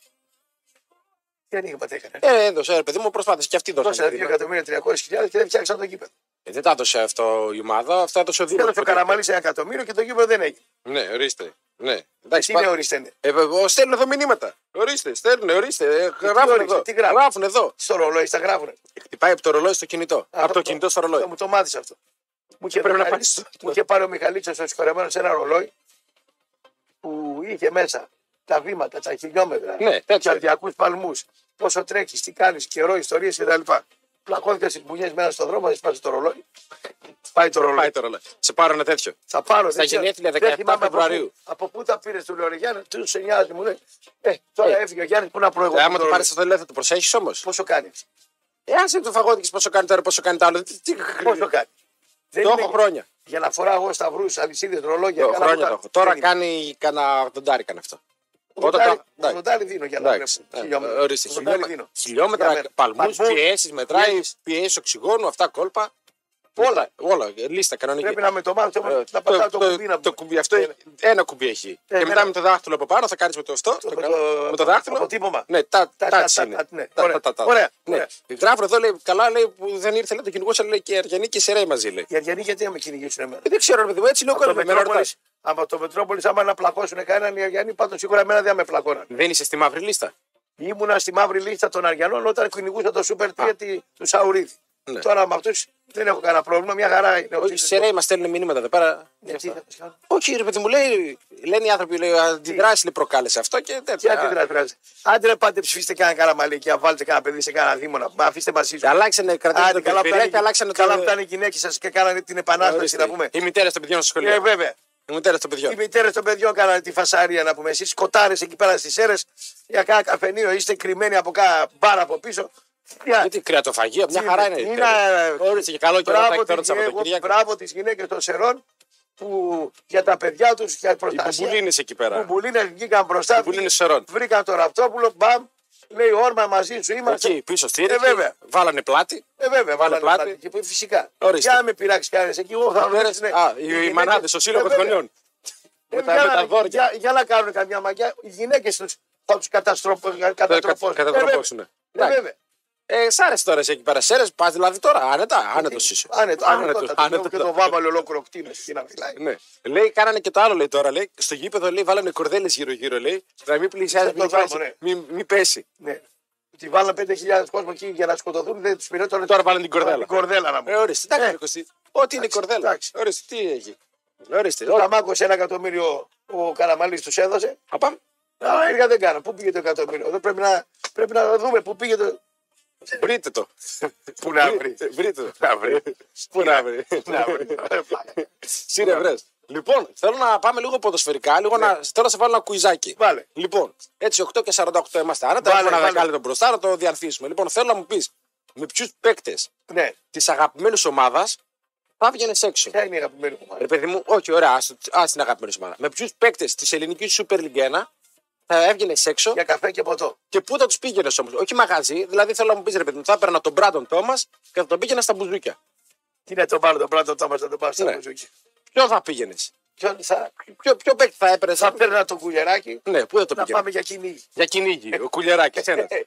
Speaker 1: Τι ανοίγματα έκανε.
Speaker 2: Ε, έδωσε, ρε παιδί μου, προσπάθησε και αυτή
Speaker 1: Δώσανε
Speaker 2: δώσανε.
Speaker 1: 2.300.000 και δεν φτιάξαν το γήπεδο.
Speaker 2: Ε, δεν τα έδωσε αυτό η ομάδα, αυτά έδωσε ο Δήμος.
Speaker 1: Έδωσε ο Καραμαλής ένα εκατομμύριο και το γήπεδο δεν έγινε.
Speaker 2: Ναι, ορίστε. Ναι.
Speaker 1: Τι
Speaker 2: Εντάξει,
Speaker 1: είναι
Speaker 2: πά...
Speaker 1: ορίστε είναι.
Speaker 2: ε, ε, στέλνουν εδώ μηνύματα. Ορίστε, στέλνουν, ορίστε. Ε, γράφουν
Speaker 1: ορίστε,
Speaker 2: εδώ.
Speaker 1: τι γράφουν.
Speaker 2: Γράφουν εδώ.
Speaker 1: Στο ρολόι τα γράφουν.
Speaker 2: Χτυπάει από το ρολόι στο κινητό. από το κινητό στο ρολόι.
Speaker 1: Μου το μάθεις αυτό. Μου είχε,
Speaker 2: πρέπει να
Speaker 1: πάρει-
Speaker 2: πάρεις το-
Speaker 1: μου είχε πάρει ο Μιχαλίτσο ο συγχωρεμένος ένα ρολόι που είχε μέσα τα βήματα, τα χιλιόμετρα,
Speaker 2: Ναι, τέτοιο.
Speaker 1: καρδιακού παλμούς, πόσο τρέχεις, τι κάνεις, καιρό, ιστορίες κτλ. Πλακώθηκα στι μπουνιές μέσα στον δρόμο, έσπασε το ρολόι. Πάει το ρολόι.
Speaker 2: Πάει το ρολόι. Σε πάρω ένα τέτοιο.
Speaker 1: Θα πάρω.
Speaker 2: Στα
Speaker 1: δεν ξέρω.
Speaker 2: γενέθλια
Speaker 1: Δεν
Speaker 2: 17
Speaker 1: θυμάμαι από πού-
Speaker 2: Φεβρουαρίου.
Speaker 1: Από πού τα πήρες, του λέω «Ρε Γιάννη, τι σε νοιάζει, μου λέει. Ε, τώρα
Speaker 2: Ε.
Speaker 1: έφυγε ο Γιάννης που να προηγούμενο.
Speaker 2: Ε, άμα το πάρεις αυτό, δεν θα το προσέχεις όμως.
Speaker 1: Πόσο κάνεις.
Speaker 2: Ε, άσε το φαγώδικες πόσο κάνει τώρα, πόσο κάνει το άλλο. Τι- τι-
Speaker 1: Πόσο κάνει. Δεν
Speaker 2: Το
Speaker 1: είναι-
Speaker 2: έχω χρόνια.
Speaker 1: Για να φοράω εγώ σταυρούς, αλυσίδες, ρολόγια.
Speaker 2: Το
Speaker 1: καλά
Speaker 2: χρόνια
Speaker 1: κουτά.
Speaker 2: το έχω. Τώρα
Speaker 1: Δεν είναι.
Speaker 2: κάνει κανένα δοντάρι κάνει αυτό. Όταν
Speaker 1: Οδοντάρι-
Speaker 2: τα- εντάξει.
Speaker 1: οδοντάρι δίνω για να
Speaker 2: Εντάξει.
Speaker 1: βλέπω.
Speaker 2: Ε,
Speaker 1: ναι, Χιλιόμετρα.
Speaker 2: Ορίστε.
Speaker 1: Οδοντάρι
Speaker 2: χιλιόμετρα-
Speaker 1: δίνω. Για
Speaker 2: Χιλιόμετρα,
Speaker 1: μένα.
Speaker 2: παλμούς,
Speaker 1: Παλμούς,
Speaker 2: πιέσεις, μετράει,
Speaker 1: πιέσεις.
Speaker 2: πιέσεις οξυγόνου, αυτά κόλπα.
Speaker 1: Όλα.
Speaker 2: Όλα. ε, Λίστα κανονική.
Speaker 1: Πρέπει να με το μάθω.
Speaker 2: Ε,
Speaker 1: Να πατάω το κουμπί να
Speaker 2: το κουμπί αυτό
Speaker 1: Ε,
Speaker 2: ένα κουμπί έχει.
Speaker 1: Ε,
Speaker 2: και μετά
Speaker 1: ένα.
Speaker 2: με το δάχτυλο από πάνω θα κάνεις με το αυτό. το
Speaker 1: με
Speaker 2: κάνω-
Speaker 1: το-
Speaker 2: με το δάχτυλο.
Speaker 1: αποτύπωμα.
Speaker 2: Ναι, τα
Speaker 1: Τα-
Speaker 2: τάτσι
Speaker 1: τα-
Speaker 2: είναι.
Speaker 1: τα- ναι,
Speaker 2: Τα-
Speaker 1: ωραία,
Speaker 2: τα- τα- τα.
Speaker 1: ωραία,
Speaker 2: Ναι.
Speaker 1: ωραία.
Speaker 2: Γράφω εδώ λέει καλά λέει που δεν ήρθε λέει, το κυνηγός λέει και η Αριανή και η Σερέη μαζί λέει.
Speaker 1: Οι Αριανοί γιατί να με κυνηγήσουν εμένα.
Speaker 2: Ε, Δεν ξέρω, ρε παιδί μου, έτσι λέω
Speaker 1: Το
Speaker 2: κόσμο. με
Speaker 1: Μετρόπολη,
Speaker 2: ρωτάς.
Speaker 1: άμα το Μετρόπολης, άμα να πλακώσουν κανέναν οι Αριανοί, πάντως σίγουρα εμένα δεν με πλακώναν.
Speaker 2: Δεν είσαι στη μαύρη λίστα.
Speaker 1: Ήμουνα στη μαύρη λίστα των Αριανών όταν κυνηγούσα το Super 3 τη- του Σαουρίδη.
Speaker 2: Ναι.
Speaker 1: Τώρα με αυτούς δεν έχω κανένα πρόβλημα, μια χαρά είναι.
Speaker 2: Όχι, σε ρέι μας στέλνουν μηνύματα εδώ πέρα.
Speaker 1: Ε, τι
Speaker 2: Γι'
Speaker 1: θα
Speaker 2: αυτά.
Speaker 1: τους κάνω.
Speaker 2: Όχι, ρε παιδί μου, λέει, λένε οι άνθρωποι, λέει, αντιδράσεις, λέει, προκάλεσε αυτό και
Speaker 1: Τι
Speaker 2: τέτοια.
Speaker 1: αντιδρά, τράζει. Άντε ρε πάτε ψηφίστε κανένα καραμαλίκι, να βάλτε κανένα παιδί σε κανένα δήμονα. Μα Αφήστε μας ίσω.
Speaker 2: Αλλάξανε, κρατήσανε
Speaker 1: Άντε,
Speaker 2: το
Speaker 1: καλά που
Speaker 2: περιφερειακό
Speaker 1: ήταν
Speaker 2: και
Speaker 1: οι-
Speaker 2: αλλάξανε το.
Speaker 1: καλά που ήταν οι γυναίκες σας και κάνανε την επανάσταση
Speaker 2: Ορίστε.
Speaker 1: να πούμε.
Speaker 2: Η μητέρα των παιδιών στο
Speaker 1: Ε,
Speaker 2: σχολείο.
Speaker 1: βέβαια.
Speaker 2: Η μητέρα των
Speaker 1: Οι
Speaker 2: παιδιών.
Speaker 1: μητέρε των παιδιών κάνανε τη φασαρία να πούμε. Εσείς κοτάρε εκεί πέρα στις αίρε για κάνα καφενείο, είστε κρυμμένοι από κάνα μπάρα από πίσω. Τι α-
Speaker 2: Γιατί κρεατοφαγία, μια
Speaker 1: τι
Speaker 2: χαρά
Speaker 1: είναι,
Speaker 2: είναι.
Speaker 1: είναι, ε,
Speaker 2: Όρισε και καλό καιρό θα έχει
Speaker 1: Μπράβο
Speaker 2: τώρα το
Speaker 1: τις γυναίκες-
Speaker 2: Σαββατοκύριακο.
Speaker 1: Μπράβο τι γυναίκες των Σερών που για τα παιδιά τους, για
Speaker 2: Οι
Speaker 1: προστασία.
Speaker 2: μπουμπουλίνες εκεί
Speaker 1: Οι
Speaker 2: πέρα.
Speaker 1: μπουμπουλίνες βγήκαν μπροστά.
Speaker 2: μπουμπουλίνες Σερών.
Speaker 1: Βρήκαν το ραπτόπουλο, μπαμ. Λέει όρμα μαζί σου είμαστε.
Speaker 2: Εκεί πίσω στη
Speaker 1: Ε, βέβαια.
Speaker 2: Βάλανε πλάτη.
Speaker 1: Ε, βέβαια, βάλανε
Speaker 2: πλάτη.
Speaker 1: πλάτη. και είπε, φυσικά.
Speaker 2: Ορίστε.
Speaker 1: Για να με πειράξει κανένας εκεί, εγώ θα
Speaker 2: Πέρασε-
Speaker 1: ρωτήσω, ναι. Οι
Speaker 2: Α, οι- οι
Speaker 1: γυναίκες-
Speaker 2: μανάδες, ο σύλλογο
Speaker 1: Ε, βέβαια.
Speaker 2: γονιών.
Speaker 1: Ε,
Speaker 2: Με τα-
Speaker 1: για
Speaker 2: με
Speaker 1: να-
Speaker 2: τα δόρια.
Speaker 1: Για, για να κάνουν καμιά μαγιά, οι γυναίκες τους θα τους καταστροφώσουν.
Speaker 2: κα- κατατροπώσουνε.
Speaker 1: Ε,
Speaker 2: Εντάξει.
Speaker 1: βέβαια.
Speaker 2: Ε, σ' άρεσε τώρα εσύ εκεί πέρα. Σέρε, πας δηλαδή τώρα, άνετα, άνετος είσαι.
Speaker 1: Ε, Άνετο, άνετο.
Speaker 2: άνετος.
Speaker 1: Και το βάβαλε ολόκληρο κτίνο εκεί να μιλάει.
Speaker 2: Ναι. Λέει, κάνανε και το άλλο, λέει τώρα. Λέει, στο γήπεδο λέει, βάλανε κορδέλες γύρω-γύρω, λέει. Να μην πλησιάζει,
Speaker 1: Στον
Speaker 2: μην,
Speaker 1: δρόμο,
Speaker 2: πέσει,
Speaker 1: ναι.
Speaker 2: μην, μην πέσει.
Speaker 1: Ναι. Τη βάλαν 5.000 κόσμο εκεί για να σκοτωθούν, δεν τους πειράζει τώρα.
Speaker 2: Τώρα βάλανε την
Speaker 1: βάλανε την
Speaker 2: κορδέλα.
Speaker 1: κορδέλα να μου.
Speaker 2: Ε, ορίστε, εντάξει,
Speaker 1: Ε,
Speaker 2: ρε Κωστή. Ό,τι είναι η
Speaker 1: εντάξει,
Speaker 2: κορδέλα.
Speaker 1: εντάξει.
Speaker 2: Ορίστε, τι έχει. Ορίστε.
Speaker 1: Τα
Speaker 2: όλα.
Speaker 1: μάκωσε ένα εκατομμύριο ο Καραμαλής τους έδωσε.
Speaker 2: Α, πάμε.
Speaker 1: Αλλά έργα δεν κάνω. Πού πήγε το εκατομμύριο. Εδώ πρέπει να, πρέπει να δούμε πού πήγε το.
Speaker 2: Βρείτε το.
Speaker 1: Πού Ε. να
Speaker 2: Βρείτε-
Speaker 1: βρει.
Speaker 2: Βρείτε το. Να βρει. Πού να βρει. Σύρε, βρες. Λοιπόν, θέλω να πάμε λίγο ποδοσφαιρικά. Λίγο να... Θέλω να σε βάλω ένα κουιζάκι.
Speaker 1: Βάλε.
Speaker 2: Λοιπόν, έτσι 8 και 48 είμαστε. Άρα τα
Speaker 1: Βάλε,
Speaker 2: έχουμε ένα
Speaker 1: βάλε.
Speaker 2: δεκάλεπτο μπροστά, να το διαρθίσουμε. Λοιπόν, θέλω να μου πεις με ποιους παίκτες
Speaker 1: Ναι,
Speaker 2: της αγαπημένης ομάδας θα βγαίνεις έξω.
Speaker 1: ποια είναι η αγαπημένη μου ομάδα.
Speaker 2: Ρε παιδί μου, όχι, ωραία, ας την αγαπημένη σου ομάδα. Με ποιους παίκτες της ελληνικής Super League 1 θα έβγαινε έξω
Speaker 1: Για καφέ και ποτό.
Speaker 2: και πού θα τους πήγαινες όμως. Όχι μαγαζί, δηλαδή θέλω να μου πεις ρε παιδί μου, θα έπαιρνα τον Μπράντον Τόμας και θα τον πήγαινα στα μπουζούκια.
Speaker 1: Τι να τον πάρω τον πρώτο τόμα να τον πάω στα
Speaker 2: Ναι.
Speaker 1: μπουζούκι.
Speaker 2: Ποιο θα πήγαινες,
Speaker 1: Ποιον θα,
Speaker 2: ποιο, ποιο παίκτη θα έπαιρνε.
Speaker 1: θα παίρνα το κουλεράκι
Speaker 2: Ναι, πού θα το
Speaker 1: να
Speaker 2: πήγαινε.
Speaker 1: πάμε για κυνήγι.
Speaker 2: Για κυνήγι, ο κουλεράκι.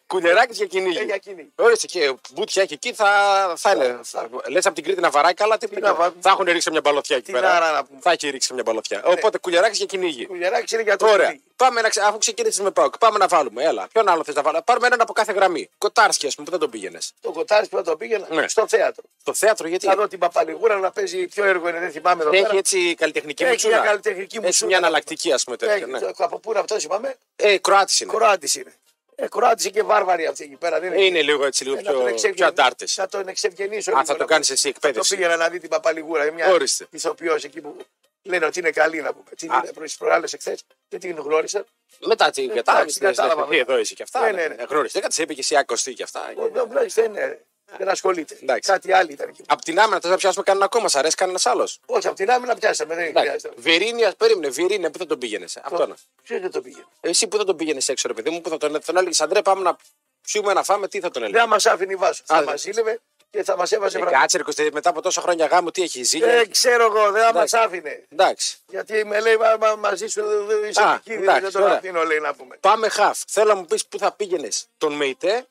Speaker 2: Κουλεράκι για
Speaker 1: Ε,
Speaker 2: κυνήγι.
Speaker 1: για κυνήγι.
Speaker 2: Ορίστε και μπουτιά και εκεί θα, θα είναι. Θα... Λες από την Κρήτη να βαράει καλά, τι
Speaker 1: να
Speaker 2: πήγα.
Speaker 1: βα-
Speaker 2: Θα έχουν ρίξει μια μπαλωθιά εκεί
Speaker 1: Τι
Speaker 2: πέρα.
Speaker 1: να, να πούμε.
Speaker 2: Θα έχει ρίξει μια μπαλωθιά. Οπότε κουλεράκι για κυνήγι.
Speaker 1: Κουλεράκι είναι για το
Speaker 2: Ωραία.
Speaker 1: κυνήγι.
Speaker 2: Πάμε να ξε... Αφού ξεκίνησες με πάω, πάμε να βάλουμε. Έλα. Ποιον άλλο θες να βάλουμε. Πάρουμε έναν από κάθε γραμμή. Κοτάρσκι, ας πούμε, που δεν τον πήγαινες.
Speaker 1: Το κοτάρι που θα το πήγαινα
Speaker 2: Ναι.
Speaker 1: στο θέατρο.
Speaker 2: Το θέατρο γιατί.
Speaker 1: Θα δω την Παπαλιγούρα να παίζει ποιο έργο είναι, δεν θυμάμαι εδώ
Speaker 2: Έχει
Speaker 1: πέρα.
Speaker 2: έτσι καλλιτεχνική
Speaker 1: Έχει
Speaker 2: μουτσούνα.
Speaker 1: μια καλλιτεχνική
Speaker 2: Έχει
Speaker 1: μουτσούνα.
Speaker 2: μια εναλλακτική, ας πούμε.
Speaker 1: Έχει,
Speaker 2: Τέτοια, ναι.
Speaker 1: το- Από πού είναι αυτός, είπαμε.
Speaker 2: Ε, Κροάτης είναι.
Speaker 1: Κροάτης είναι. Ε, Κροάτης και βάρβαροι αυτοί εκεί πέρα. Δεν
Speaker 2: Είναι λίγο έτσι, λίγο
Speaker 1: Ε, να τον
Speaker 2: πιο,
Speaker 1: εξευγενι-
Speaker 2: πιο αντάρτε.
Speaker 1: Θα τον εξευγενήσω.
Speaker 2: Α, θα το κάνεις εσύ
Speaker 1: Το
Speaker 2: εκπαίδευση.
Speaker 1: πήγαινα να δει την Παπαλιγούρα. είναι Μια
Speaker 2: Ορίστε.
Speaker 1: ηθοποιός εκεί που λένε ότι είναι καλή να πούμε. Την
Speaker 2: Α.
Speaker 1: είδα προ προάλλες εχθές και την γνώρισα.
Speaker 2: Μετά την κατάλαβε.
Speaker 1: την κατάλαβα
Speaker 2: Τι εδώ είσαι και αυτά.
Speaker 1: Ναι, ναι, ναι.
Speaker 2: Γνωριστήκατε, σε είπε και εσύ ακουστή και αυτά.
Speaker 1: Ο Ντόμπλαξ δεν, ε, δεν ασχολείται.
Speaker 2: Εντάξει.
Speaker 1: Κάτι άλλο ήταν εκεί.
Speaker 2: Απ' την άμυνα, θες να πιάσουμε κανένα ακόμα, σ' αρέσει κανένας άλλος.
Speaker 1: Όχι, από την άμυνα πιάσαμε. Δεν χρειάζεται.
Speaker 2: Βιρίνια, περίμενε, Βιρίνια, πού θα τον πήγαινες. Αυτό να.
Speaker 1: Ποιος δεν το πήγε.
Speaker 2: Εσύ που θα τον πήγαινες έξω, ρε παιδί μου, που θα τον, θα τον έλεγες Αντρέ, πάμε να πιούμε να φάμε, τι θα τον έλεγες.
Speaker 1: Δεν μας άφηνε η βάσο. Θα
Speaker 2: δεν-
Speaker 1: μας ζήλευε και θα μας έβαζε
Speaker 2: Ε,
Speaker 1: βραβείο.
Speaker 2: κάτσε, ρε Κωστή, μετά από τόσα χρόνια γάμου, τι έχεις ζήλια.
Speaker 1: Δεν ξέρω εγώ, δεν
Speaker 2: Εντάξει.
Speaker 1: μα άφηνε.
Speaker 2: Εντάξει.
Speaker 1: Γιατί με λέει μα, μα, μαζί σου δεν δεν είσαι
Speaker 2: Α,
Speaker 1: επικίνδυνο,
Speaker 2: εντάξει,
Speaker 1: δεν τον
Speaker 2: ωραία.
Speaker 1: αφήνω, λέει να πούμε.
Speaker 2: Πάμε χαφ. Θέλω να μου πεις πού θα πήγαινες. Τον Μεϊτέ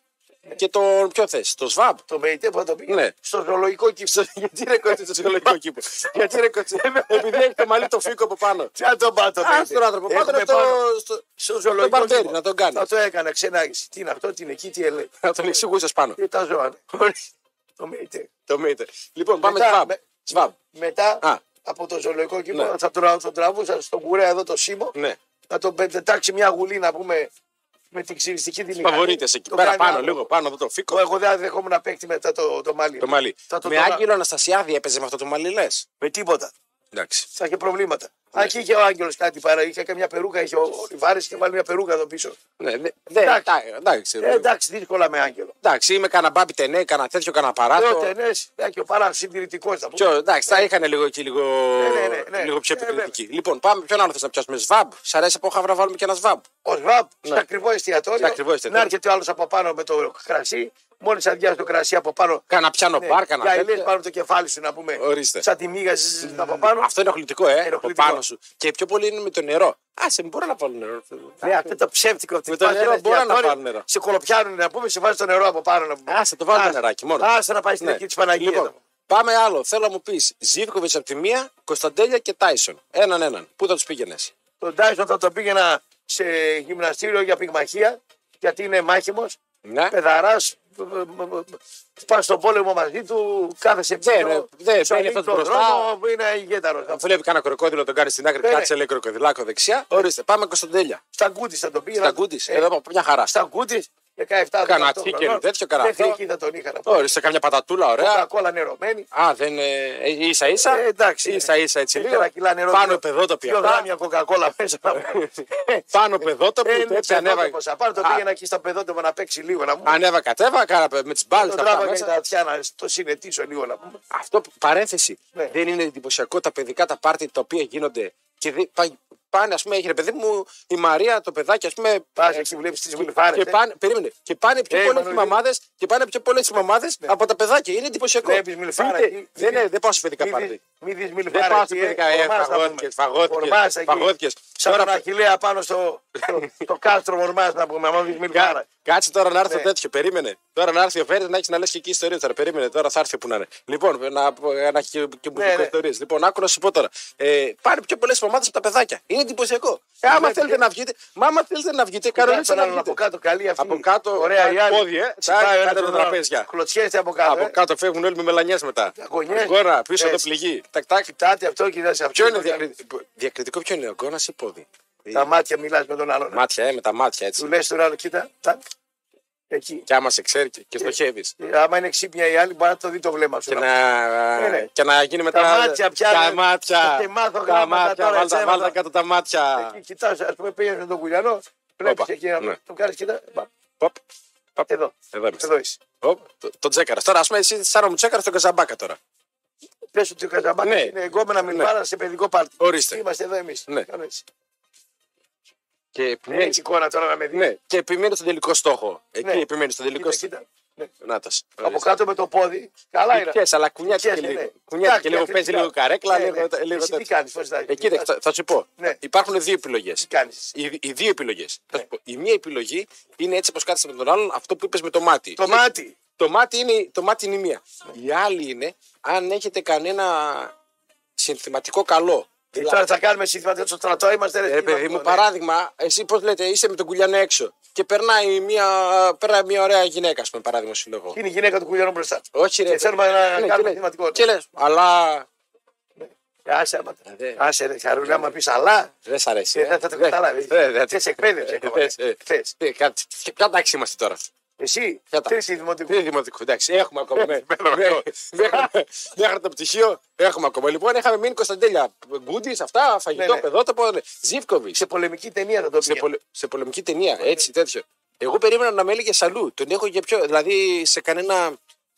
Speaker 2: και τον. Ποιο θες, τον Σβάμπ.
Speaker 1: Το ΜΕΙΤΕ που θα το πήγε
Speaker 2: Ναι.
Speaker 1: στο ζωολογικό κύψο.
Speaker 2: Γιατί ρε κότσι στο ψυχολογικό κήπο. Γιατί ρε κότσι. Επειδή έχει το μαλλί το φίκο από πάνω.
Speaker 1: Τι να τον πάω το
Speaker 2: Ας
Speaker 1: ΜΕΙΤΕ.
Speaker 2: τον άνθρωπο. Πάτε
Speaker 1: Έχουμε
Speaker 2: να το.
Speaker 1: πάνω
Speaker 2: στο-
Speaker 1: Στο ζωολογικό
Speaker 2: Μπαρτέρι,
Speaker 1: κύκλο.
Speaker 2: να τον κάνεις.
Speaker 1: Θα το έκανα ξανά. Τι είναι αυτό, τι είναι εκεί, τι έλεγε.
Speaker 2: Να τον εξηγούσε πάνω.
Speaker 1: Τι τα ζώα. ναι. Το ΜΕΙΤΕ.
Speaker 2: Το Μεϊτέ. Λοιπόν, πάμε
Speaker 1: Μετά,
Speaker 2: Σβάμπ.
Speaker 1: με-
Speaker 2: Σβάμπ.
Speaker 1: Μετά
Speaker 2: Α.
Speaker 1: από το ζωολογικό κύκλο
Speaker 2: Ναι.
Speaker 1: θα τον, τον τραβούσα στον κουρέα εδώ το σήμο.
Speaker 2: Ναι.
Speaker 1: Να τον πετάξει μια γουλή να πούμε με την ξυριστική την
Speaker 2: Παβορίτε εκεί πέρα πάνω λίγο, πάνω εδώ το φίκο.
Speaker 1: Εγώ δεν δεχόμουν να παίκτη μετά το, το μάλι.
Speaker 2: Το μαλλί.
Speaker 1: Θα το
Speaker 2: Με
Speaker 1: τώρα-
Speaker 2: Άγγελο Αναστασιάδη έπαιζε με αυτό το μαλλί, λες.
Speaker 1: Με τίποτα.
Speaker 2: Εντάξει.
Speaker 1: θα είχε προβλήματα.
Speaker 2: Ναι.
Speaker 1: Αν και είχε ο Άγγελος κάτι παρά, είχε καμιά περούκα, είχε ο Λιβάρη και βάλει μια περούκα εδώ πίσω.
Speaker 2: Ναι, ναι,
Speaker 1: Εντάξει.
Speaker 2: εντάξει. Εντάξει,
Speaker 1: Ε, εντάξει, δύσκολα με Άγγελο.
Speaker 2: εντάξει, είμαι κανένα μπάμπι τενέ, κανένα τέτοιο, κανένα
Speaker 1: Λέω
Speaker 2: παράτο.
Speaker 1: Ναι, τενέ, και ο παρά συντηρητικός θα πούμε.
Speaker 2: Πιο, εντάξει, τα είχαν λίγο εκεί, λίγο,
Speaker 1: ναι, ναι, ναι.
Speaker 2: λίγο πιο
Speaker 1: Ε, βέβαια.
Speaker 2: επικριτική. λοιπόν, πάμε, ποιον άλλο θες να πιάσουμε, ΣΒΑΜ. Σ' αρέσει από χαβρά βάλουμε και ένα ΣΒΑΜ.
Speaker 1: Ο Σβάμπ στο
Speaker 2: Ναι.
Speaker 1: ακριβό εστιατόριο.
Speaker 2: Στο ακριβό εστιατόριο.
Speaker 1: Να έρχεται ο άλλος από πάνω με το κρασί. Μόλις αδειάζει το κρασί από πάνω. ε,
Speaker 2: Κάνα πιάνο μπαρ,
Speaker 1: Ναι. για
Speaker 2: κάνα
Speaker 1: ελές
Speaker 2: τέτοιο.
Speaker 1: πάνω το κεφάλι σου να πούμε.
Speaker 2: Ορίστε.
Speaker 1: Σαν τη μίγα ζ- ζ- από πάνω.
Speaker 2: Αυτό είναι οχλητικό, ε, το
Speaker 1: Ενοχλητικό.
Speaker 2: πάνω σου. Και πιο πολύ είναι με το νερό. Α, σε μπορώ να βάλω νερό.
Speaker 1: Ναι, αυτό το ψεύτικο. ότι
Speaker 2: Με το
Speaker 1: πας σε ένα
Speaker 2: νερό μπορώ να
Speaker 1: εστιατόριο,
Speaker 2: πάρω νερό.
Speaker 1: Σε κολοπιάνουν να πούμε, σε βάζεις το νερό από πάνω να πούμε.
Speaker 2: Α, σε το βάλω το
Speaker 1: Άσε.
Speaker 2: νεράκι μόνο.
Speaker 1: Άσε να πάει στην
Speaker 2: Ναι.
Speaker 1: εκεί της Παναγίας.
Speaker 2: Λοιπόν, πάμε άλλο. Θέλω να μου πεις Ζήβκοβιτ από τη μία, Κωνσταντέλια και Τάισον. Έναν έναν. Πού θα τους πήγαινες.
Speaker 1: Τον Τάισον θα τον πήγαινα σε γυμναστήριο για πυγμαχία, γιατί είναι μάχημος,
Speaker 2: Ναι.
Speaker 1: πεδαράς. Πας στον πόλεμο μαζί του, κάθεσαι
Speaker 2: Δεν, Ναι, ρε, δεν,
Speaker 1: σου
Speaker 2: μπαίνει
Speaker 1: ανοίγει
Speaker 2: αυτός
Speaker 1: τον
Speaker 2: μπροστά.
Speaker 1: δρόμο, είναι ηγέταρος.
Speaker 2: Αν βλέπει κανένα κροκόδιλο, τον κάνει στην άκρη,
Speaker 1: Ναι, ναι.
Speaker 2: κάτσε λέει κροκοδιλάκο δεξιά. Ορίστε, πάμε Κωνσταντέλια.
Speaker 1: Στα γκούτι θα τον πήγαινα.
Speaker 2: Στα γκούντι.
Speaker 1: Ε,
Speaker 2: Εδώ από μια χαρά.
Speaker 1: Στα γκούτι, 17
Speaker 2: Κανα
Speaker 1: 18
Speaker 2: τσίκερ,
Speaker 1: χρονών.
Speaker 2: τέτοιο, κανα
Speaker 1: Μέχρι
Speaker 2: αυτό.
Speaker 1: εκεί θα τον είχα να πω.
Speaker 2: Ορίστε, καμιά πατατούλα, ωραία.
Speaker 1: Τα κόλλα νερωμένη.
Speaker 2: Α, δεν. Ε, ίσα ίσα.
Speaker 1: Ε, εντάξει.
Speaker 2: Ίσα ίσα έτσι λίγο.
Speaker 1: Τέσσερα κιλά νερό.
Speaker 2: Πάνω
Speaker 1: δύο-
Speaker 2: παιδότοπη
Speaker 1: Δύο
Speaker 2: αυτά.
Speaker 1: γράμμια κοκακόλα μέσα. να πούμε.
Speaker 2: Πάνω
Speaker 1: Ε,
Speaker 2: παιδότοπη.
Speaker 1: είναι
Speaker 2: Έτσι ναι, ανέβα.
Speaker 1: παιδότοπος, απάνω, το
Speaker 2: Α,
Speaker 1: πήγαινα εκεί στα παιδότοπα να παίξει λίγο να μου.
Speaker 2: Ανέβα κατέβα, κάνα πε- με τις μπάλες
Speaker 1: Το
Speaker 2: αυτά
Speaker 1: τράβαγα η
Speaker 2: μέσα.
Speaker 1: Τατιάνα, το συνετήσω λίγο να πούμε.
Speaker 2: Αυτό που- παρένθεση.
Speaker 1: Ναι.
Speaker 2: Δεν είναι εντυπωσιακό τα παιδικά τα πάρτι τα οποία γίνονται. Και δε- πα- πάνε, ας πούμε, έχει ρε παιδί μου η Μαρία το παιδάκι, ας πούμε.
Speaker 1: Πα
Speaker 2: ε,
Speaker 1: εκεί βλέπει τι
Speaker 2: και
Speaker 1: γλυφάρε.
Speaker 2: πάνε, περίμενε, και πάνε πιο
Speaker 1: Ε,
Speaker 2: πολλέ
Speaker 1: Μανώλη.
Speaker 2: οι μαμάδε και πάνε πιο πολλέ οι μαμάδες από τα παιδάκια. Είναι εντυπωσιακό.
Speaker 1: Βλέπεις μιλφάρα
Speaker 2: Δείτε,
Speaker 1: εκεί.
Speaker 2: δεν, είναι- δεν πάω σε παιδικά πάρτι.
Speaker 1: Μη δεις μιλφάρε.
Speaker 2: Δεν πάω σε παιδικά. Ε, φαγώθηκε, φαγώθηκε. Φαγώθηκε.
Speaker 1: Σαν τον Αχιλέα πάνω στο, στο, στο κάστρο μορμά να πούμε. Άμα δει μιλφάρε.
Speaker 2: Κάτσε τώρα να έρθει
Speaker 1: Ναι.
Speaker 2: το τέτοιος, περίμενε. Τώρα να έρθει ο Φέρι να έχεις να λες και εκεί ιστορίες. Τώρα περίμενε, τώρα θα έρθει που να είναι. Λοιπόν, να, να έχει και, και
Speaker 1: Ναι, ναι.
Speaker 2: ιστορίες. Λοιπόν, άκου να σου πω τώρα. Ε, πάρε πιο πολλές ομάδε από τα παιδάκια. Είναι εντυπωσιακό. Ε, άμα
Speaker 1: Ναι,
Speaker 2: θέλετε
Speaker 1: ναι.
Speaker 2: να βγείτε, μα άμα θέλετε να βγείτε, κανονίστε να βγείτε.
Speaker 1: από κάτω. Καλή αυτή.
Speaker 2: Από κάτω,
Speaker 1: Ωραία η άλλη.
Speaker 2: πόδι, ε.
Speaker 1: Τσιπάει
Speaker 2: Τσακ,
Speaker 1: ο ένας
Speaker 2: κάτω τα
Speaker 1: τον άλλον.
Speaker 2: τραπέζια.
Speaker 1: Κλωτσιέστε από κάτω.
Speaker 2: Από
Speaker 1: ε.
Speaker 2: κάτω φεύγουν όλοι με μελανιές μετά.
Speaker 1: Γωνιές.
Speaker 2: Αγκώνα, πίσω
Speaker 1: Έτσι.
Speaker 2: το πληγί. Τακ, τακ.
Speaker 1: Κοιτάτε αυτό, κοιτάτε αυτό.
Speaker 2: Ποιο είναι διακριτικό, διακριτικό ποιο είναι, ο αγκώνα ή πόδι.
Speaker 1: Τα μάτια μιλάς με τον άλλον.
Speaker 2: Μάτια, ε, με τα μάτια
Speaker 1: Του
Speaker 2: έτσι.
Speaker 1: λε τον άλλο, κοίτα. τάκ, Εκεί.
Speaker 2: Και άμα σε ξέρει και, και στοχεύεις.
Speaker 1: Ε, Άμα είναι ξύπνια η άλλη, μπορεί να το δει το βλέμμα σου.
Speaker 2: Και
Speaker 1: να Ναι,
Speaker 2: να,
Speaker 1: ναι.
Speaker 2: και να γίνει μετά.
Speaker 1: Τα μάτια πια,
Speaker 2: Τα
Speaker 1: ναι.
Speaker 2: μάτια.
Speaker 1: Θα σε μάθω
Speaker 2: Τα
Speaker 1: γράμματα
Speaker 2: μάτια,
Speaker 1: τώρα,
Speaker 2: βάλτε-
Speaker 1: εσένα,
Speaker 2: βάλτε
Speaker 1: τα-
Speaker 2: κάτω τα μάτια.
Speaker 1: Κοιτάς, ας πούμε, πήγαινες τον κουλιανό, βλέπεις
Speaker 2: Όπα,
Speaker 1: εκεί να
Speaker 2: ναι.
Speaker 1: τον κάνεις, κοιτά. μπα,
Speaker 2: Ποπ. Παπ.
Speaker 1: Εδώ.
Speaker 2: Εδώ είμαστε.
Speaker 1: Εδώ είσαι.
Speaker 2: Οπ, το, το τσέκαρα. Τώρα, ας πούμε, εσύ σαν μου τσέκαρα στον Καζαμπάκα τώρα.
Speaker 1: Πες ότι ο Καζαμπάκη
Speaker 2: Ναι.
Speaker 1: είναι εγκόμενα μην
Speaker 2: Ναι.
Speaker 1: πάρα σε παιδικό πάρτι.
Speaker 2: Ορίστε.
Speaker 1: Είμαστε εδώ εμείς.
Speaker 2: Ναι. Και,
Speaker 1: Ναι. Έχει εικόνα τώρα να με δεις.
Speaker 2: ναι, και επιμένει στον τελικό στόχο. Εκεί
Speaker 1: Ναι.
Speaker 2: επιμένει στον τελικό
Speaker 1: Κοίτα,
Speaker 2: στόχο.
Speaker 1: κοίτα. Ναι.
Speaker 2: Να τα.
Speaker 1: Από κάτω με το πόδι. Καλά είναι.
Speaker 2: Κουνιές, αλλά κουνιάται και
Speaker 1: Κουνιές, ναι,
Speaker 2: λίγο.
Speaker 1: ναι.
Speaker 2: Κουνιάται και
Speaker 1: Εντάξει,
Speaker 2: λίγο, παίζει λίγο
Speaker 1: αθλητικά.
Speaker 2: καρέκλα,
Speaker 1: Ναι,
Speaker 2: λίγο,
Speaker 1: ναι.
Speaker 2: λίγο
Speaker 1: Εσύ τι
Speaker 2: τέτοιο.
Speaker 1: κάνει, φωνάζει.
Speaker 2: Ε, κοίταξε, θα, θα σου πω.
Speaker 1: Ναι.
Speaker 2: Υπάρχουν δύο επιλογές.
Speaker 1: Τι κάνεις.
Speaker 2: Οι, οι δύο επιλογές.
Speaker 1: Ναι.
Speaker 2: Η μία επιλογή είναι έτσι όπως κάθεσαι με τον άλλον, αυτό που είπες με το μάτι. Ε,
Speaker 1: Το μάτι.
Speaker 2: Το μάτι είναι, το μάτι είναι η μία. Η άλλη είναι αν έχετε κανένα συνθηματικό καλό.
Speaker 1: Ε,
Speaker 2: Δηλαδή,
Speaker 1: Τώρα θα κάνουμε συνθηματικά στο στρατό, είμαστε ρε,
Speaker 2: Ε, ρε
Speaker 1: τι
Speaker 2: παιδί
Speaker 1: να
Speaker 2: μου,
Speaker 1: πω, ναι.
Speaker 2: παράδειγμα, εσύ πώς λέτε, είσαι με τον κουλιανό έξω και περνάει μια, περνάει μια ωραία γυναίκα, ας πούμε, παράδειγμα σου λέω εγώ.
Speaker 1: Είναι η γυναίκα του κουλιανού μπροστά.
Speaker 2: Όχι, ρε.
Speaker 1: Και θέλουμε να
Speaker 2: Ναι, και
Speaker 1: κάνουμε
Speaker 2: λες-
Speaker 1: συνθηματικό.
Speaker 2: Και λες, αλλά
Speaker 1: Άσε, άμα-
Speaker 2: Ε, δε.
Speaker 1: άσε ρε, χαρούλη, άμα πεις αλλά,
Speaker 2: Δεν σ' αρέσει.
Speaker 1: ε, θα, θα το καταλάβεις.
Speaker 2: ε,
Speaker 1: Θες εκπαίδευση ακόμα, ναι. Θες.
Speaker 2: Ποια τάξη είμαστε τώρα.
Speaker 1: Εσύ,
Speaker 2: Κατά. Ε.
Speaker 1: τρίτη δημοτικού.
Speaker 2: Τι δημοτικό. Εντάξει, έχουμε ακόμα. ναι. Μέχρι- μέχρι- Μέχρι ναι, το πτυχίο έχουμε ακόμα. Λοιπόν, είχαμε μείνει Κωνσταντέλια. Γκούντις, αυτά,
Speaker 1: Ναι,
Speaker 2: φαγητό,
Speaker 1: ναι.
Speaker 2: πεδότοπο. ναι. Ζήφκοβιτ.
Speaker 1: Σε πολεμική ταινία θα το
Speaker 2: Σε,
Speaker 1: πει.
Speaker 2: πολε- σε πολεμική ταινία, έτσι τέτοιο. Εγώ περίμενα να με έλεγε αλλού. Τον έχω για πιο. Δηλαδή σε κανένα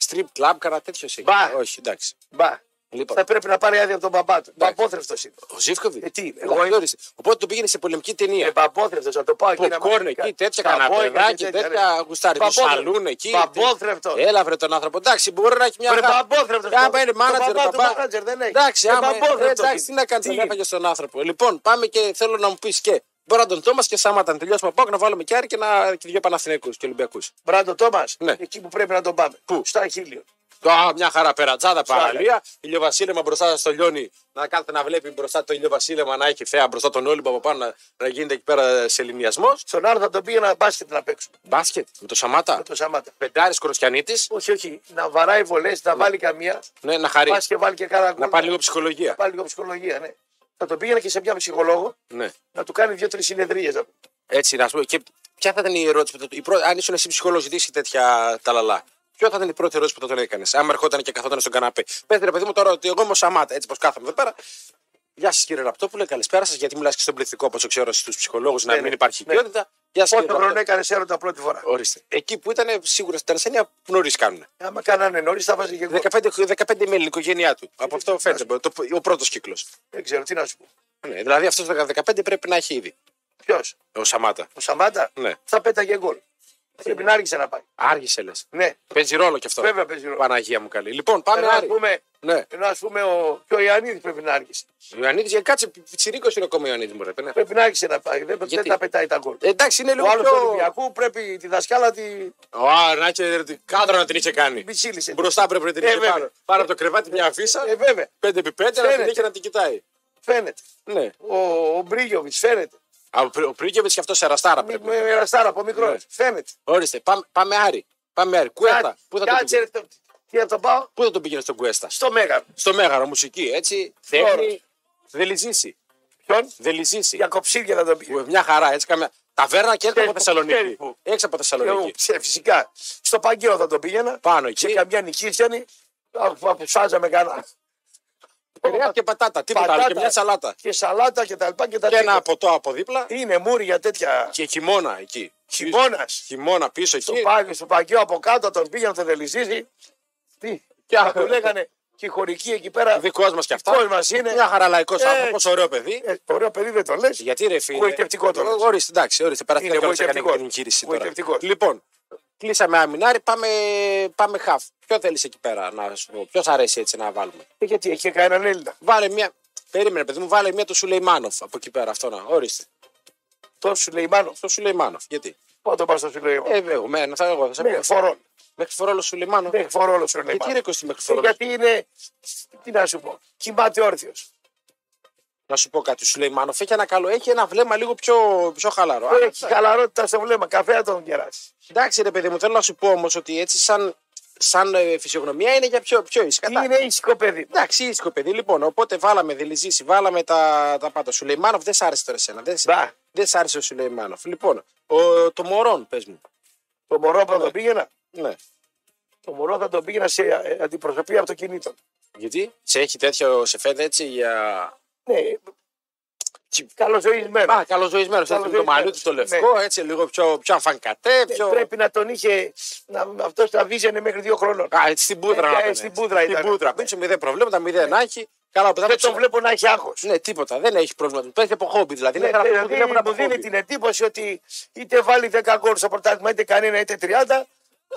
Speaker 2: strip club, κανένα τέτοιο. σε-
Speaker 1: Μπα.
Speaker 2: Όχι, εντάξει.
Speaker 1: Μπα.
Speaker 2: Λοιπόν.
Speaker 1: Θα πρέπει να πάρει άδεια από τον μπαμπά του.
Speaker 2: Εντάξει.
Speaker 1: Παπόθρευτο είναι.
Speaker 2: Ο Ζήφκοβιτ.
Speaker 1: Ε, τι, εγώ
Speaker 2: εγώ Οπότε τον πήγαινε σε πολεμική ταινία.
Speaker 1: Ε, παπόθρευτο, θα το πάω εκεί. να μας
Speaker 2: Ποπκόρν
Speaker 1: πει
Speaker 2: εκεί,
Speaker 1: κάτι.
Speaker 2: τέτοια
Speaker 1: Τα βόηκα
Speaker 2: καναπεδάκι,
Speaker 1: και τέτοια, ναι.
Speaker 2: τέτοια
Speaker 1: ρε.
Speaker 2: γουστάρι.
Speaker 1: Παπόθρευτο.
Speaker 2: Σαλούν εκεί.
Speaker 1: Παπόθρευτο.
Speaker 2: Έλα βρε Ε, τον άνθρωπο. Εντάξει, μπορεί να έχει μια.
Speaker 1: Βρε,
Speaker 2: χαρά.
Speaker 1: παπόθρευτος,
Speaker 2: Άμα είναι
Speaker 1: τον
Speaker 2: μάνατζερ,
Speaker 1: παπά του
Speaker 2: παπά.
Speaker 1: μάνατζερ δεν έχει.
Speaker 2: Εντάξει,
Speaker 1: Βρε,
Speaker 2: άμα
Speaker 1: παπόθρευτος
Speaker 2: είναι. Ε, Εντάξει,
Speaker 1: είναι.
Speaker 2: τι να κάνεις,
Speaker 1: Τι.
Speaker 2: τον έφαγε στον άνθρωπο. Λοιπόν, πάμε και θέλω να μου πεις και. Μπορεί να τον Τόμας και Σάματα να τελειώσουμε από να βάλουμε και Άρη και, να... και δύο Παναθηναϊκούς και Ολυμπιακούς.
Speaker 1: Μπράντο Τόμας,
Speaker 2: Ναι.
Speaker 1: εκεί που πρέπει να τον πάμε.
Speaker 2: Πού?
Speaker 1: Στο Αχίλιο.
Speaker 2: Α, μια χαρά περατζάδα
Speaker 1: Σάρα.
Speaker 2: παραλία. Ηλιοβασίλεμα μπροστά στο λιόνι. Να κάθεται να βλέπει μπροστά το ηλιοβασίλεμα να έχει θέα μπροστά τον Όλυμπα από πάνω να, να γίνεται εκεί πέρα σεληνιασμό.
Speaker 1: Στον άλλο θα τον πήγε ένα μπάσκετ να παίξουμε.
Speaker 2: Μπάσκετ με το Σαμάτα.
Speaker 1: Με το Σαμάτα.
Speaker 2: Πεντάρης Κοροστιανίτη.
Speaker 1: Όχι, όχι. Να βαράει βολές, να βάλει καμία.
Speaker 2: Ναι, να χαρεί.
Speaker 1: Πας και βάλει και κάνα
Speaker 2: Να
Speaker 1: γκολ,
Speaker 2: πάρει λίγο ψυχολογία.
Speaker 1: πάρει λίγο ψυχολογία, ναι. Θα τον πήγαινα και σε μια ψυχολόγο
Speaker 2: Ναι.
Speaker 1: να του κάνει δύο-τρει συνεδρίες.
Speaker 2: Έτσι, να σου πω. Και ποια θα ήταν η ερώτηση που θα του. η πρώτη- Αν ήσουν εσύ ψυχολόγος, ζητήσεις τέτοια τα λαλά. Ποια θα ήταν η πρώτη ερώτηση που θα τον έκανες. Άμα ερχόταν και καθόταν στον καναπέ. Πες ρε παιδί μου τώρα ότι εγώ είμαι ο Σαμάτα, έτσι πως κάθομαι εδώ πέρα. Γεια σας κύριε Ραπτόπουλε, καλησπέρα σας. Γιατί μιλάς και στον πληθυντικό, όπως ξέρω στους ψυχολόγους, να
Speaker 1: Ναι,
Speaker 2: μην
Speaker 1: ναι.
Speaker 2: υπάρχει
Speaker 1: Ναι.
Speaker 2: ποιότητα. Γεια σας
Speaker 1: Πόσο
Speaker 2: κύριε
Speaker 1: χρόνο
Speaker 2: Ραπτόπουλε.
Speaker 1: έκανες έρωτα πρώτη φορά.
Speaker 2: Ορίστε. Εκεί που ήταν σίγουρα στην Τανσανία νωρί κάνουν.
Speaker 1: Άμα κάνανε νωρίς, θα βάζει και εγώ.
Speaker 2: 15, 15 με οικογένειά του. Από αυτό
Speaker 1: Ναι.
Speaker 2: φαίνεται το, ο πρώτος κύκλος.
Speaker 1: Δεν ξέρω τι να σου πω.
Speaker 2: Ναι, δηλαδή αυτός το 15 πρέπει να έχει ήδη.
Speaker 1: Ποιος,
Speaker 2: Ο Σαμάτα.
Speaker 1: ο Σαμάτα,
Speaker 2: Ναι.
Speaker 1: θα πέταγε γκολ. Πρέπει να άρχισε να πάει.
Speaker 2: Άργησε λες.
Speaker 1: Ναι,
Speaker 2: Παίζει ρόλο και αυτό.
Speaker 1: Βέβαια παίζει ρόλο.
Speaker 2: Παναγία μου καλή. Λοιπόν, πάμε
Speaker 1: ενώ α
Speaker 2: Άρη.
Speaker 1: πούμε,
Speaker 2: Ναι.
Speaker 1: ενώ ας πούμε ο, και ο Ιωαννίδης πρέπει να άρχισε.
Speaker 2: Ο Ιωαννίδη, για κάτσε, τσιρίκο είναι ακόμα ο Ιωαννίδης μου, ρε παιδί.
Speaker 1: Πρέπει να άρχισε να πάει. Δεν, δεν τα πετάει τα γκολ.
Speaker 2: Εντάξει, Ε, είναι λίγο
Speaker 1: Ο άλλο του
Speaker 2: πιο.
Speaker 1: Ολυμπιακού πρέπει τη δασκάλα τη
Speaker 2: Α, να είχε κάδρα να την είχε κάνει.
Speaker 1: πιτσίλησε.
Speaker 2: Μπροστά πρέπει να την είχε
Speaker 1: Ε, βέβαια.
Speaker 2: πάνω. Πάνω από το κρεβάτι μια αφίσα.
Speaker 1: Ε, βέβαια,
Speaker 2: 5x5 να την
Speaker 1: Φαίνεται.
Speaker 2: είχε να την κοιτάει.
Speaker 1: φαίνεται.
Speaker 2: Ναι.
Speaker 1: Ο, ο Μπρίγιοβιτ φαίνεται.
Speaker 2: Α, Ο, Πρι- ο Πρίκεβιτ και αυτός σε αραστάρα
Speaker 1: Μη-
Speaker 2: πρέπει.
Speaker 1: Με εραστάρα από μικρό.
Speaker 2: Ναι.
Speaker 1: Φαίνεται.
Speaker 2: Ορίστε, πάμε, πάμε Άρη. Πάμε Άρη. Κουέστα. Πού θα, τον
Speaker 1: Κάτσε,
Speaker 2: πήγαινε.
Speaker 1: ρε, το- τι θα τον πάω,
Speaker 2: Πού θα τον πήγαινε στον Κουέστα.
Speaker 1: στο Μέγα.
Speaker 2: Στο μέγαρο, μουσική, έτσι.
Speaker 1: Όρος.
Speaker 2: Τέχνη. Δεν λυζήσει.
Speaker 1: Ποιον,
Speaker 2: Δεν λυζήσει.
Speaker 1: για κοψίδια θα τον πει.
Speaker 2: Που Μια χαρά, έτσι καμιά. Ταβέρνα και έρθει
Speaker 1: Ξέρεις
Speaker 2: από
Speaker 1: που,
Speaker 2: Θεσσαλονίκη.
Speaker 1: ξέρεις που.
Speaker 2: Έξω από Θεσσαλονίκη.
Speaker 1: Ε, Φυσικά. Στο Παγκαίο θα τον πήγαινα.
Speaker 2: Πάνω
Speaker 1: Σε
Speaker 2: εκεί.
Speaker 1: καμιά νικήσιανη. Αποφάζαμε κανένα.
Speaker 2: Κρέα και πατάτα. Τίποτα άλλο.
Speaker 1: Πατάτα.
Speaker 2: Και μια σαλάτα.
Speaker 1: Και σαλάτα και τα λοιπά και τα
Speaker 2: Και ένα
Speaker 1: τίποτα.
Speaker 2: ποτό από δίπλα.
Speaker 1: Είναι μούρι για τέτοια.
Speaker 2: Και χειμώνα εκεί.
Speaker 1: Χειμώνας.
Speaker 2: Χειμώνα πίσω
Speaker 1: Στο,
Speaker 2: εκεί.
Speaker 1: πάγιο, στο Παγκαίο από κάτω τον πήγαινε τον Δελυζίζη. Τι.
Speaker 2: Και
Speaker 1: Θα του λέγανε και οι χωρικοί εκεί πέρα.
Speaker 2: Δικός μας και αυτά.
Speaker 1: Δικός μας είναι.
Speaker 2: Μια χαρά λαϊκό
Speaker 1: Ε,
Speaker 2: άνθρωπος, ωραίο παιδί.
Speaker 1: Ε, ωραίο παιδί δεν το λες.
Speaker 2: Γιατί ρε φίλε.
Speaker 1: Γοητευτικό το λες.
Speaker 2: Ορίστε, εντάξει, ορίστε. Περάθηκε
Speaker 1: Είναι
Speaker 2: και όλος έκανε
Speaker 1: γοητευτικό.
Speaker 2: την εγχείρηση τώρα.
Speaker 1: Γοητευτικό.
Speaker 2: Λοιπόν, κλείσαμε αμινάρι, πάμε, πάμε χαφ. Ποιο θέλεις εκεί πέρα να σου πω, ποιος αρέσει έτσι να βάλουμε.
Speaker 1: Ε, Γιατί έχει κανέναν Έλληνα.
Speaker 2: Βάλε μια. Περίμενε, παιδί μου, βάλε μια του Σουλεϊμάνοφ από εκεί πέρα. Αυτό να. Ορίστε.
Speaker 1: Το Σουλεϊμάνο.
Speaker 2: Το Σουλεϊμάνοφ. Γιατί.
Speaker 1: Πού θα το πας στο Σουλεϊμάνο.
Speaker 2: Ε, εγώ, μένα, θα, εγώ, θα σε πω.
Speaker 1: Μέχρι φορών. Ναι,
Speaker 2: Μέχρι φορόλο Σουλεϊμάνοφ.
Speaker 1: Μέχρι φορών ο
Speaker 2: Γιατί
Speaker 1: Σουλεϊμάνο.
Speaker 2: ρε Κωστή μέχρι
Speaker 1: Ε,
Speaker 2: φορόλο.
Speaker 1: Γιατί είναι. Τι να σου πω. Κοιμάται όρθιος.
Speaker 2: Να σου πω κάτι. Σουλεϊμάνοφ έχει ένα καλό. Έχει ένα βλέμμα λίγο πιο, πιο χαλαρό. Α,
Speaker 1: Έχει χαλαρότητα στο βλέμμα. Καφέ να τον κεράσει.
Speaker 2: Εντάξει, ρε παιδί μου, θέλω να σου πω όμως ότι έτσι σαν, σαν ε, φυσιογνωμία είναι για πιο, πιο ήσυχα.
Speaker 1: Είναι ήσυχο παιδί.
Speaker 2: Εντάξει, ήσυχο παιδί. Λοιπόν, οπότε βάλαμε Δελιζήση, βάλαμε τα, τα πάντα. Σουλεϊμάνοφ δεν σ' άρεσε τώρα εσένα. Δεν, σ-
Speaker 1: Μπα.
Speaker 2: δεν σ' άρεσε ο Σουλεϊμάνοφ. Λοιπόν, ο, το Μωρόν, πες μου.
Speaker 1: Το μωρό που θα τον πήγαινα.
Speaker 2: Ναι.
Speaker 1: Το μωρό θα τον πήγαινα σε ε, αντιπροσωπεία αυτοκινήτων.
Speaker 2: Γιατί σε έχει τέτοιο, σε φαίνεται έτσι για.
Speaker 1: Ναι, καλοζωισμένος.
Speaker 2: Μα καλοζωισμένος. Έτσι με το μαλλί του το λευκό, έτσι λίγο πιο, πιο αμφανκατέ.
Speaker 1: Ναι. Ε,
Speaker 2: Πιο...
Speaker 1: Πρέπει να τον είχε. Να, αυτός τα βίζανε μέχρι δύο χρόνων.
Speaker 2: Α, έτσι στην πούδρα
Speaker 1: Ε,
Speaker 2: να
Speaker 1: ε,
Speaker 2: πάνε.
Speaker 1: στην πούδρα ήταν.
Speaker 2: πούδρα. Πίσω μηδέν προβλήματα, μηδέν να έχει. Καλά, που θα
Speaker 1: Δεν
Speaker 2: το
Speaker 1: τον βλέπω να έχει άγχος.
Speaker 2: Ναι, τίποτα. Δεν έχει πρόβλημα. Του το έχει από χόμπι. Δηλαδή είναι γραφή που δουλεύουν
Speaker 1: Δηλαδή
Speaker 2: από
Speaker 1: μου δίνει
Speaker 2: χόμπι.
Speaker 1: την εντύπωση ότι είτε βάλει 10 γκολ στο πρωτάθλημα, είτε κανένα, είτε 30.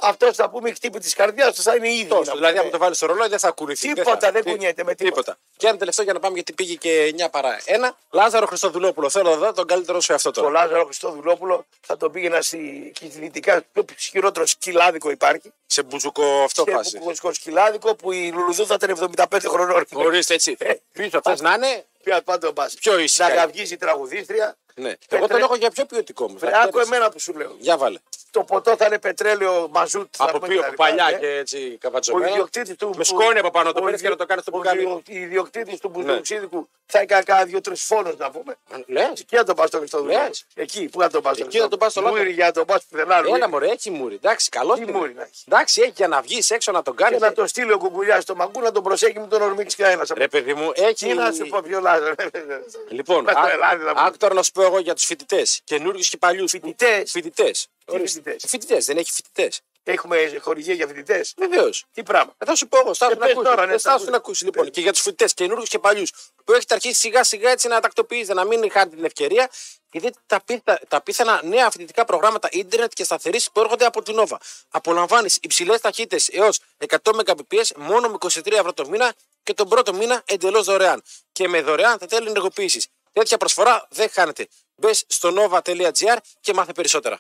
Speaker 1: Αυτός θα πούμε χτύπη της καρδιάς του θα είναι ήδη.
Speaker 2: Τόσο, Δηλαδή, αν το βάλει στο ρολόι δεν θα κουνηθεί.
Speaker 1: ναι. Τίποτα,
Speaker 2: θα-
Speaker 1: δεν
Speaker 2: τί-
Speaker 1: κουνιέται με τίποτα.
Speaker 2: Και ένα τελευταίο για να πάμε γιατί πήγε και 9 παρά 1. Λάζαρο Χριστοδουλόπουλος. Θέλω να δω τον καλύτερο σου αυτό
Speaker 1: Το
Speaker 2: τώρα.
Speaker 1: Λάζαρο Χριστόδουλόπουλο θα τον πήγαινα στη, στη δυτικά, το χειρότερο σκυλάδικο υπάρχει.
Speaker 2: Σε μπουζουκο αυτό
Speaker 1: Σε
Speaker 2: φάση.
Speaker 1: κουκουσκό σκυλάδικο που η Λουλουδού θα ήταν 75 χρονών.
Speaker 2: Ορίστε έτσι.
Speaker 1: Ε,
Speaker 2: Πίσω θε να είναι
Speaker 1: Ποια πάντων πας.
Speaker 2: πιο
Speaker 1: Να
Speaker 2: ήσυχα.
Speaker 1: καυγίζει η τραγουδίστρια.
Speaker 2: Ναι. Εγώ
Speaker 1: Πετρέ-
Speaker 2: τον έχω για πιο ποιοτικό μου.
Speaker 1: Βρε, Ε, Άκου εμένα που σου λέω.
Speaker 2: Για βάλε.
Speaker 1: Το ποτό θα είναι πετρέλαιο μαζούτ. θα
Speaker 2: Από
Speaker 1: πούμε,
Speaker 2: πιο
Speaker 1: κτλ.
Speaker 2: από παλιά
Speaker 1: Ναι.
Speaker 2: και έτσι
Speaker 1: Ο
Speaker 2: καπατσωμένο.
Speaker 1: ιδιοκτήτης του.
Speaker 2: Με σκόνη από πάνω, το
Speaker 1: ο
Speaker 2: παίρνεις και να το κάνεις το
Speaker 1: ο
Speaker 2: μπουκάλι. Ναι.
Speaker 1: ιδιο- Ο ιδιοκτήτης του Μπουζουξίδικου θα έκανε κάνα δύο-τρει φόνους να πούμε.
Speaker 2: Λες.
Speaker 1: Εκεί θα τον πας στο Χριστόδουλο.
Speaker 2: Λες.
Speaker 1: Εκεί, πού θα τον πας.
Speaker 2: Ναι. Εκεί θα τον πας στο Λάμπρο.
Speaker 1: Μούρι για να τον πας πουθενά. Λούρι.
Speaker 2: Έλα μωρέ, έχει μούρι. Εντάξει, καλό
Speaker 1: Τι μούρι να έχεις.
Speaker 2: Εντάξει, έχει για να βγεις έξω να τον κάνεις.
Speaker 1: Και να το στείλει ο κουκουλιά στο μαγκού να τον προσέχει με τον ορμήξει κανένας.
Speaker 2: Ρε παιδί μου, έχει.
Speaker 1: Τι να σου πω, πιο λάζο.
Speaker 2: Λοιπόν,
Speaker 1: Πες το Ελλάδα, να πούμε.
Speaker 2: άκου τώρα να σου πω εγώ για τους φοιτητές. Καινούριους και παλιούς.
Speaker 1: Φοιτητές.
Speaker 2: Φοιτητές.
Speaker 1: Τι φοιτητές?
Speaker 2: Φοιτητές, δεν έχει φοιτητές.
Speaker 1: Έχουμε χορηγία για φοιτητές.
Speaker 2: Βεβαίως.
Speaker 1: Τι πράγμα.
Speaker 2: Θα σου πω εγώ, στάσου
Speaker 1: Ε,
Speaker 2: να
Speaker 1: πες
Speaker 2: ακούσει.
Speaker 1: τώρα, ναι,
Speaker 2: Ε, στάσου
Speaker 1: θα
Speaker 2: να ακούσει. Λοιπόν, και για τους φοιτητές, καινούριους και παλιούς, που έχετε αρχίσει σιγά σιγά έτσι να τακτοποιήσετε, να μην χάνετε την ευκαιρία. Και δείτε τα, πίθα, τα πίθανα νέα φοιτητικά προγράμματα ίντερνετ και σταθερή που έρχονται από την Nova. Απολαμβάνεις υψηλές ταχύτητες έως 100 Mbps μόνο με 23 ευρώ το μήνα και τον πρώτο μήνα εντελώς δωρεάν. Και με δωρεάν τα τέλη ενεργοποίηση. Τέτοια προσφορά δεν χάνετε. Μπες στο nova.gr και μάθε περισσότερα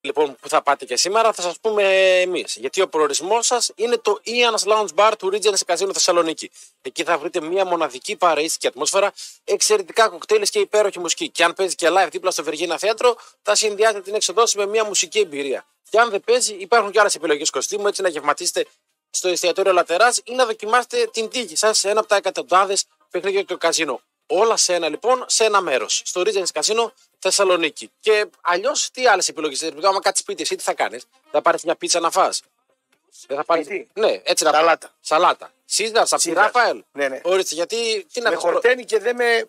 Speaker 2: λοιπόν που θα πάτε και σήμερα θα σας πούμε εμείς. Γιατί ο προορισμός σας είναι το Ian's Lounge Bar του Regency Casino Θεσσαλονίκη. Εκεί θα βρείτε μια μοναδική παραίστικη ατμόσφαιρα, εξαιρετικά κοκτέιλες και υπέροχη μουσική. Και αν παίζει και live δίπλα στο Βεργίνα Θέατρο, θα συνδυάζετε την έξοδό σας με μια μουσική εμπειρία. Και αν δεν παίζει, υπάρχουν και άλλες επιλογές κοστίμου, έτσι να γευματίσετε στο εστιατόριο Λατερά ή να δοκιμάσετε την τύχη σας σε ένα από τα εκατοντάδες παιχνίδια του καζίνο. Όλα σε ένα λοιπόν, σε ένα μέρος. Στο Regency Casino Θεσσαλονίκη. Και αλλιώς τι άλλες επιλογές. Άμα κάτσεις σπίτι, εσύ τι θα κάνεις. Θα πάρεις μια πίτσα να φας. Δεν θα πάρεις...
Speaker 1: Σπίτι.
Speaker 2: Ναι, έτσι να
Speaker 1: Σαλάτα.
Speaker 2: Σαλάτα. Σίζαρ, σαφή
Speaker 1: Σίζαρ.
Speaker 2: Ραφαέλ.
Speaker 1: Ναι, ναι.
Speaker 2: Ορίστε, γιατί τι να
Speaker 1: Με
Speaker 2: πεις, προ-
Speaker 1: χορταίνει και δεν με.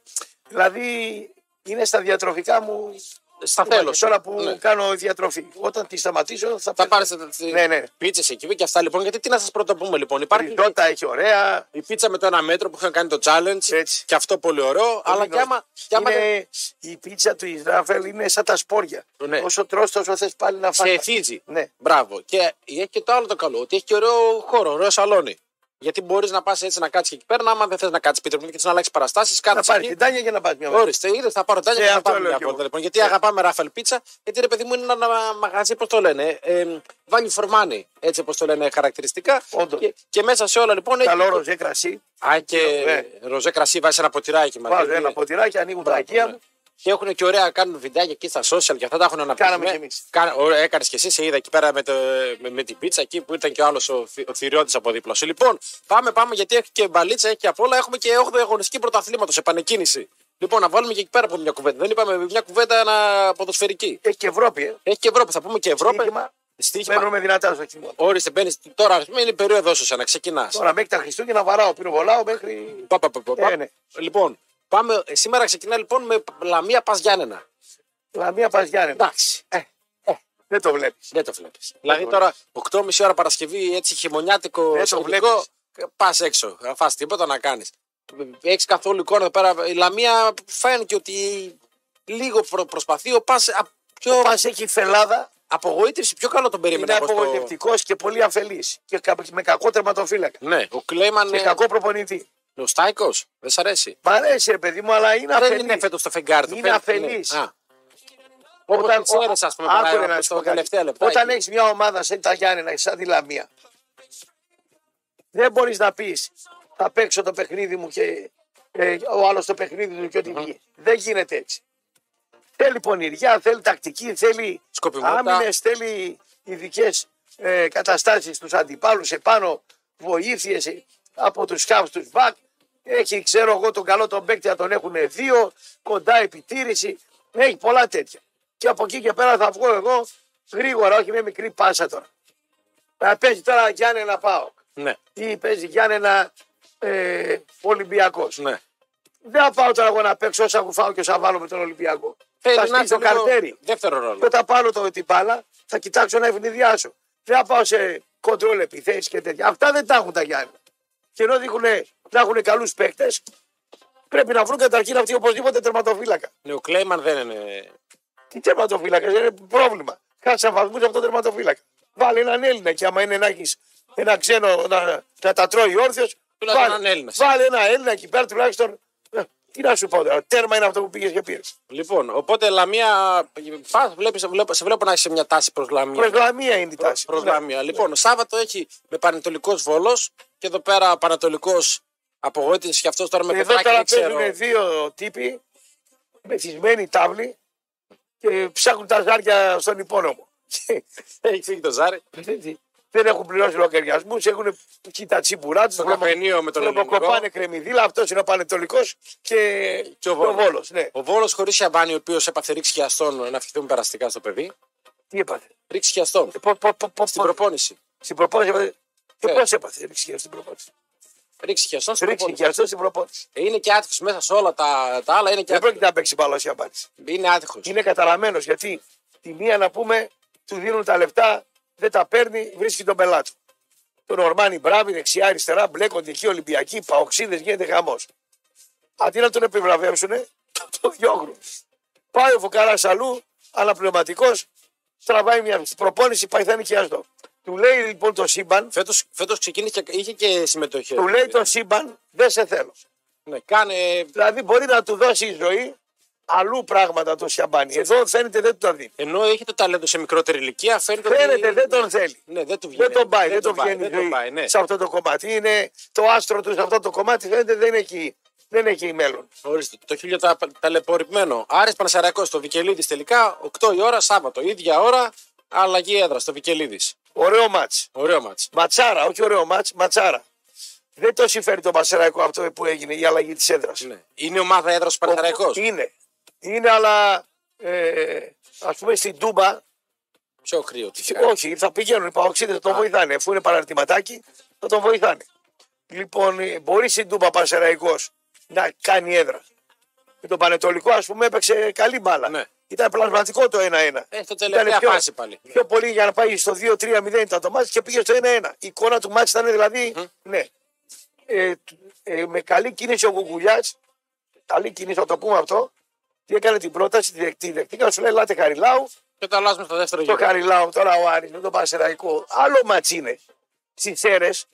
Speaker 1: Δηλαδή είναι στα διατροφικά μου.
Speaker 2: Στα θέλω. σου.
Speaker 1: Τώρα που
Speaker 2: Ναι.
Speaker 1: κάνω διατροφή. Όταν τη σταματήσω θα,
Speaker 2: Θα
Speaker 1: πάρω.
Speaker 2: πάρει
Speaker 1: Ναι, ναι.
Speaker 2: πίτσες εκεί και αυτά λοιπόν. Γιατί τι να σας πρωτοπούμε λοιπόν. Υπάρχει
Speaker 1: Ριζότα έχει ωραία.
Speaker 2: η πίτσα με το ένα μέτρο που είχαν κάνει το challenge.
Speaker 1: Έτσι.
Speaker 2: Και αυτό πολύ ωραίο. Αλλά
Speaker 1: Είναι
Speaker 2: και άμα. και άμα δεν-
Speaker 1: είναι, Η πίτσα του Ισράφελ είναι σαν τα σπόρια.
Speaker 2: Ναι.
Speaker 1: Όσο τρως τόσο θες πάλι να
Speaker 2: Σε
Speaker 1: φας.
Speaker 2: εθίζει.
Speaker 1: Ναι.
Speaker 2: Μπράβο. Και έχει και το άλλο το καλό, ότι έχει και ωραίο χώρο, ωραίο σαλόνι. Γιατί μπορείς να πας έτσι να κάτσεις εκεί πέρα, άμα δεν θες να κάτσεις πίσω και θες να αλλάξεις παραστάσεις,
Speaker 1: Να
Speaker 2: κάτσε
Speaker 1: πάρει
Speaker 2: εκεί.
Speaker 1: την τάνια και να πας μια μέρα.
Speaker 2: Ορίστε, είδες, θα πάρω τάνια
Speaker 1: Ε,
Speaker 2: και θα
Speaker 1: αυτό
Speaker 2: πάρω
Speaker 1: λέω
Speaker 2: μια
Speaker 1: κι εγώ.
Speaker 2: πόρτα. Λοιπόν, γιατί
Speaker 1: Ε.
Speaker 2: αγαπάμε Ράφαλ Πίτσα, γιατί ρε παιδί μου είναι ένα μαγαζί, πώς το λένε, ε, value for money, έτσι όπω το λένε χαρακτηριστικά.
Speaker 1: Όντως.
Speaker 2: Και, και, μέσα σε όλα λοιπόν έχει.
Speaker 1: Καλό ροζέ κρασί.
Speaker 2: Α, και
Speaker 1: Ε.
Speaker 2: ροζέ κρασί, βάζεις ένα ποτηράκι μαζί.
Speaker 1: Βάζω ένα ποτηράκι, ανοίγουν τα αγκία
Speaker 2: ναι.
Speaker 1: μου.
Speaker 2: Και έχουν και ωραία, κάνουν βιντεάκια εκεί στα social και αυτά τα έχουν αναπτύξει.
Speaker 1: Κάναμε κι εμείς.
Speaker 2: Έκανε και εσύ, σε είδα εκεί πέρα με, το, με, με την πίτσα εκεί που ήταν και ο άλλος ο, θη- ο θηριώτης από δίπλα σου. Λοιπόν, πάμε, πάμε γιατί έχει και μπαλίτσα, έχει και απ' όλα. Έχουμε και 8η αγωνιστική πρωταθλήματος, επανεκκίνηση. Λοιπόν, να βάλουμε και εκεί πέρα από μια κουβέντα. Δεν είπαμε μια κουβέντα να, ποδοσφαιρική.
Speaker 1: Έχει και Ευρώπη. Ε.
Speaker 2: Έχει και Ευρώπη, θα πούμε και Ευρώπη.
Speaker 1: Στοίχημα.
Speaker 2: Στοίχημα.
Speaker 1: Παίρνουμε δυνατά στο χειμώνα.
Speaker 2: Ορίστε, μπαίνεις τώρα, είναι η περίοδος σου να ξεκινάς.
Speaker 1: Τώρα μέχρι τα Χριστούγεννα βαράω, πυροβολάω μέχρι.
Speaker 2: Πα, πα, πα, πα, πα.
Speaker 1: Ε, ναι.
Speaker 2: Λοιπόν, πάμε, σήμερα ξεκινά λοιπόν με Λαμία Παζιάννενα.
Speaker 1: Λαμία Παζιάννενα.
Speaker 2: Εντάξει.
Speaker 1: Ε, ε, δεν το βλέπεις.
Speaker 2: Δεν το βλέπεις. Δηλαδή
Speaker 1: το
Speaker 2: τώρα 8.30 ώρα Παρασκευή, έτσι χειμωνιάτικο
Speaker 1: Δεν το
Speaker 2: σκηνικό, πας έξω. Να φας τίποτα να κάνεις. Έχεις καθόλου εικόνα εδώ πέρα. Η Λαμία φαίνεται ότι λίγο προ- προσπαθεί. Ο Πας α- πιο
Speaker 1: Μα έχει φελάδα.
Speaker 2: απογοήτευση, πιο καλό τον περίμενα.
Speaker 1: Είναι
Speaker 2: από το-
Speaker 1: απογοητευτικός και πολύ αφελής. Και κα- με κακό τερματοφύλακα.
Speaker 2: Ναι, ο Κλέιμαν.
Speaker 1: Και
Speaker 2: ε,
Speaker 1: κακό προπονητή.
Speaker 2: Ο Στάικος, δεν σ' αρέσει.
Speaker 1: Μ' αρέσει, ρε παιδί μου, αλλά είναι
Speaker 2: Δεν είναι
Speaker 1: αφελή.
Speaker 2: φέτος το φεγγάρι του.
Speaker 1: Είναι
Speaker 2: φαίνεται,
Speaker 1: αφελής.
Speaker 2: Α.
Speaker 1: Όταν-
Speaker 2: Όπως Όταν ξέρει, ας πούμε,
Speaker 1: Άκουρε
Speaker 2: παράδειγμα,
Speaker 1: να σου
Speaker 2: στο
Speaker 1: πω κάτι.
Speaker 2: τελευταίο λεπτάκι.
Speaker 1: Όταν έχεις μια ομάδα σαν τα Γιάννενα, σαν τη Λαμία, δεν μπορείς να πεις θα παίξω το παιχνίδι μου και ε, ο άλλος το παιχνίδι του και ό,τι βγει. Δεν γίνεται έτσι. Θέλει πονηριά, θέλει τακτική, θέλει
Speaker 2: Σκοπιμότητα.
Speaker 1: άμυνες, θέλει ειδικές ε, καταστάσεις στους αντιπάλους επάνω, βοήθειες από τους χαφ του μπακ. Έχει, ξέρω εγώ, τον καλό τον παίκτη να τον έχουν δύο, κοντά επιτήρηση. Έχει πολλά τέτοια. Και από εκεί και πέρα θα βγω εγώ γρήγορα, όχι με μικρή πάσα τώρα. Να παίζει τώρα Γιάννη να πάω
Speaker 2: Ναι,
Speaker 1: ή παίζει Γιάννενα ε, Ολυμπιακός.
Speaker 2: ναι.
Speaker 1: Δεν θα πάω τώρα εγώ να παίξω όσα κουφάω και όσα βάλω με τον Ολυμπιακό. θα
Speaker 2: Θέλει να
Speaker 1: στήσω
Speaker 2: έχει λίγο
Speaker 1: καρτέρι.
Speaker 2: Δεύτερο ρόλο.
Speaker 1: Και όταν πάρω το, την μπάλα, θα κοιτάξω να ευνηδιάσω. Δεν θα πάω σε κοντρόλ επιθέσεις και τέτοια. Αυτά δεν τα έχουν τα Γιάννη. Και ενώ δείχνουν να έχουν καλούς παίκτες, πρέπει να βρουν καταρχήν αυτοί οπωσδήποτε τερματοφύλακα.
Speaker 2: Ναι, ο Κλέιμαν δεν είναι.
Speaker 1: Τι τερματοφύλακας, είναι πρόβλημα. Χάσαν βαθμού από τον τερματοφύλακα. Βάλει έναν Έλληνα και άμα είναι να έχεις ένα ξένο να, να τα τρώει όρθιος.
Speaker 2: Τουλάχιστον έναν Έλληνα.
Speaker 1: Βάλει ένα Έλληνα εκεί πέρα τουλάχιστον. Ε, Τι να σου πω τώρα, τέρμα είναι αυτό που πήγες και πήρες.
Speaker 2: Λοιπόν, οπότε Λαμία. Πα, βλέπεις, βλέπω, σε βλέπω να έχεις μια τάση προς Λαμία.
Speaker 1: Προσλαμία είναι η
Speaker 2: Προ-
Speaker 1: τάση.
Speaker 2: προς Λαμία. Λοιπόν, Σάββατο έχει με Πανατολικό Βόλος και εδώ πέρα Πανατολικό απογοήτευσης και αυτός τώρα με
Speaker 1: Ε, Εδώ
Speaker 2: πετράκι
Speaker 1: τώρα
Speaker 2: δεν ξέρω.
Speaker 1: παίζουν δύο τύποι μεθυσμένοι τάβλοι και ψάχνουν τα ζάρια στον υπόνομο.
Speaker 2: Έχει φύγει το ζάρι.
Speaker 1: Δεν έχουν πληρώσει λογαριασμούς, έχουν πιει τα τσιμπουρά τους.
Speaker 2: Στο καφενείο με τον Ελληνικό.
Speaker 1: Κλοπάνε κρεμμυδίλα, αυτός είναι ο Πανετολικός και,
Speaker 2: Και ο
Speaker 1: ο
Speaker 2: Βόλος.
Speaker 1: Βόλος. Ναι.
Speaker 2: Ο Βόλος χωρίς Σιαμπάνη, ο οποίος έπαθε ρίξη χιαστών, να φυχθούμε περαστικά στο παιδί.
Speaker 1: Τι έπαθε. Ε,
Speaker 2: Ρίξη χιαστών.
Speaker 1: Πο- πο- πο- πο-
Speaker 2: Στην
Speaker 1: πο-
Speaker 2: προπόνηση.
Speaker 1: Στην προπόνηση. έπαθε. Και
Speaker 2: Ε.
Speaker 1: πώς έπαθε ρίξη στην προπόνηση.
Speaker 2: Ρίξη χιαστών στην
Speaker 1: Ρίξη
Speaker 2: προπόνηση.
Speaker 1: και αυτό στην προπόνηση.
Speaker 2: Ε, Είναι και άτυχος μέσα σε όλα τα, τα άλλα. Είναι, και
Speaker 1: Δεν
Speaker 2: άτυχος.
Speaker 1: πρόκειται να παίξει μπάλα όσοι απάντηση.
Speaker 2: είναι άτυχος.
Speaker 1: είναι καταλαμμένο γιατί τη μία να πούμε του δίνουν τα λεφτά, δεν τα παίρνει, βρίσκει τον πελάτη. Τον Ορμάνι Μπράβη, δεξιά, αριστερά, μπλέκονται εκεί Ολυμπιακοί, παοξίδες, γίνεται χαμός. Αντί να τον επιβραβεύσουν, το διώχνουν. Πάει ο Φουκαράς αλλού, αναπληρωματικό, τραβάει μια προπόνηση, πάει θα είναι χιάστο. Του λέει λοιπόν το σύμπαν,
Speaker 2: Φέτος, φέτος ξεκίνησε και είχε και συμμετοχή.
Speaker 1: του λέει το σύμπαν, δεν σε θέλω.
Speaker 2: Ναι, κάνε...
Speaker 1: Δηλαδή μπορεί να του δώσει η ζωή αλλού πράγματα το σιαμπάνι. Εδώ φαίνεται δεν του τα δίνει.
Speaker 2: Ενώ έχει το ταλέντο σε μικρότερη ηλικία, φαίνεται ότι-
Speaker 1: Φαίνεται δεν τον θέλει.
Speaker 2: Ναι, δεν του βγαίνει.
Speaker 1: Δεν τον πάει, δεν τον
Speaker 2: πάει,
Speaker 1: βγαίνει η
Speaker 2: δεν τον
Speaker 1: ζωή
Speaker 2: πάει, ναι.
Speaker 1: σε αυτό το κομμάτι. Είναι το άστρο του σε αυτό το κομμάτι. Φαίνεται δεν έχει, δεν έχει μέλλον.
Speaker 2: Ορίστε, το χίλιο τα, ταλαιπωρημένο. Άρης Πανσαρακό στο Βικελίδης τελικά, 8 η ώρα Σάββατο. ίδια ώρα, αλλαγή έδρας στο Βικελίδης.
Speaker 1: Ωραίο μάτς.
Speaker 2: Ωραίο μάτς.
Speaker 1: Ματσάρα, όχι ωραίο μάτς, ματσάρα. Δεν το συμφέρει το Μασεραϊκό αυτό που έγινε, η αλλαγή της έδρας.
Speaker 2: Ναι. Είναι ομάδα έδρας Πανσαρακό.
Speaker 1: Είναι. Είναι, αλλά ε, ας πούμε στην Τούμπα,
Speaker 2: Πιο κρύο. τι κάνει.
Speaker 1: όχι, θα πηγαίνουν οι παοξίδες, θα τον βοηθάνε. Αφού είναι παραρτηματάκι, θα τον βοηθάνε. Λοιπόν, ε, μπορείς στην Τούμπα Πασεραϊκός να κάνει έδρα. Με τον Πανετολικό, ας πούμε, έπαιξε καλή μπάλα.
Speaker 2: Ναι.
Speaker 1: Ήταν πλασματικό το 1-1.
Speaker 2: Ε, στο
Speaker 1: Ήταν
Speaker 2: τελευταία φάση πάλι.
Speaker 1: Πιο πολύ για να πάει στο 2-3-0 ήταν το μάτς και πήγε στο 1-1. Η εικόνα του μάτς ήταν δηλαδή, ναι. Ε, τ- ε, με καλή κίνηση ο Γουγκουλιάς, καλή κίνηση, θα το πούμε αυτό, τι έκανε την πρόταση, τη δεκ- τη δεχτήκα, σου λέει Λάτε Χαριλάου,
Speaker 2: Και το αλλάζουμε στο δεύτερο
Speaker 1: το
Speaker 2: γύρο.
Speaker 1: Χαριλάου τώρα ο Άρης με τον Πασεραϊκό. Άλλο μάτς είναι. Στις Σέρες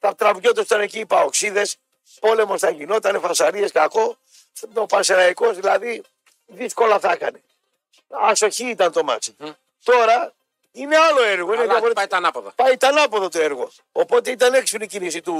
Speaker 1: θα τραβιόντουσαν εκεί οι Παοξίδες. Πόλεμος θα γινόταν, φασαρίες κακό. Ο Πασεραϊκός δηλαδή δύσκολα θα έκανε. Ασοχή ήταν το μάτς. Τώρα είναι άλλο έργο. Είναι
Speaker 2: Αλλά
Speaker 1: διαφορετικό.
Speaker 2: πάει τα ανάποδα.
Speaker 1: Πάει τα ανάποδο το έργο. Οπότε ήταν έξυπνη η κίνηση του,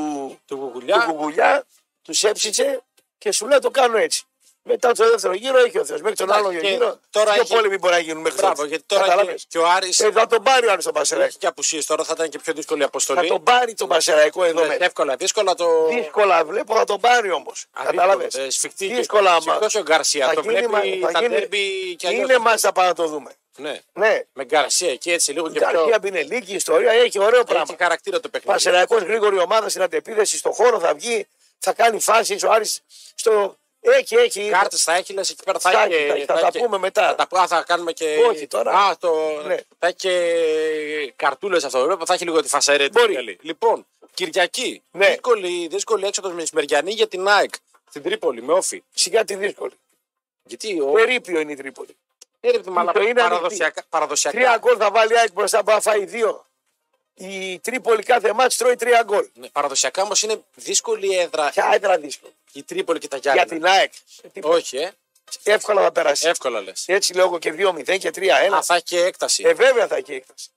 Speaker 1: του
Speaker 2: Του Γουγουλιά.
Speaker 1: Κουκουλιά, τους έψησε και σου λέει το κάνω έτσι. Μετά το δεύτερο γύρο έχει ο Θεός. Μέχρι τον
Speaker 2: Εντάξει,
Speaker 1: άλλο
Speaker 2: και
Speaker 1: γύρο.
Speaker 2: τώρα
Speaker 1: Δύο
Speaker 2: έχει-
Speaker 1: πόλεμοι μπορεί να γίνουν μέχρι
Speaker 2: Μπράβο,
Speaker 1: τότε.
Speaker 2: γιατί τώρα και,
Speaker 1: Καταλάβες.
Speaker 2: και ο Άρης
Speaker 1: Ε, θα τον πάρει ο Άρης τον Πασεραϊκό.
Speaker 2: έχει και απουσίες τώρα, θα ήταν και πιο δύσκολη η
Speaker 1: Θα
Speaker 2: αποστολή.
Speaker 1: τον πάρει τον Πασεραϊκό εδώ
Speaker 2: Ναι,
Speaker 1: μέσα.
Speaker 2: εύκολα, δύσκολα το.
Speaker 1: Δύσκολα βλέπω, θα τον πάρει όμως. Κατάλαβε.
Speaker 2: Αδύσκολο, ε, σφιχτή και-
Speaker 1: Δύσκολα άμα.
Speaker 2: σφιχτός ο Γκαρσία,
Speaker 1: Θα
Speaker 2: το
Speaker 1: γίνει
Speaker 2: βλέπει
Speaker 1: μα- θα
Speaker 2: τα
Speaker 1: γίνει-
Speaker 2: ντέρμπι και αλλιώς.
Speaker 1: Είναι μάτσα πάνω να το δούμε.
Speaker 2: Ναι.
Speaker 1: Ναι.
Speaker 2: Με Γκαρσία εκεί έτσι λίγο και
Speaker 1: Τα
Speaker 2: πιο.
Speaker 1: αρχαία πινελίκη ιστορία έχει ωραίο
Speaker 2: Έχει
Speaker 1: πράγμα.
Speaker 2: χαρακτήρα το παιχνίδι.
Speaker 1: Πασεραϊκός γρήγορη ομάδα στην αντεπίδεση, στον χώρο θα βγει, θα κάνει φάσει. Ο Άρης στο. Έχει, έχει.
Speaker 2: Κάρτες θα έχει, λες εκεί πέρα θα
Speaker 1: Θα
Speaker 2: έχει.
Speaker 1: έχει, θα
Speaker 2: και-
Speaker 1: έχει, θα τα
Speaker 2: έχει και-
Speaker 1: πούμε μετά.
Speaker 2: Θα τα πούμε, α, θα κάνουμε και.
Speaker 1: Όχι, τώρα.
Speaker 2: Α, το...
Speaker 1: Ναι.
Speaker 2: Θα έχει και καρτούλες αυτό. Βέβαια, θα έχει λίγο τη φασαρία.
Speaker 1: Μπορεί.
Speaker 2: Λοιπόν, Κυριακή.
Speaker 1: Ναι.
Speaker 2: Δύσκολη, δύσκολη έξοδος μεσημεριανή για την ΑΕΚ. Στην Τρίπολη, με όφη.
Speaker 1: Σιγά τη δύσκολη.
Speaker 2: Γιατί ο.
Speaker 1: Περίπιο είναι η Τρίπολη.
Speaker 2: Έρευνα, αλλά
Speaker 1: Ναι. είναι ανοιχτή.
Speaker 2: παραδοσιακά. παραδοσιακά.
Speaker 1: Τρία γκολ θα βάλει Άκη μπροστά, μπορεί να φάει δύο. Η Τρίπολη κάθε μάτς τρώει τρία γκολ.
Speaker 2: Ναι, παραδοσιακά όμως είναι δύσκολη έδρα
Speaker 1: Ποια έδρα δύσκολη.
Speaker 2: η Τρίπολη και τα
Speaker 1: Για
Speaker 2: Γιάννη.
Speaker 1: την ΑΕΚ.
Speaker 2: Όχι, ε.
Speaker 1: Εύκολα θα περάσει.
Speaker 2: Εύκολα λες.
Speaker 1: Έτσι λέω εγώ και 2-0 και 3-1.
Speaker 2: Α, θα έχει και έκταση.
Speaker 1: Ε, βέβαια θα έχει έκταση.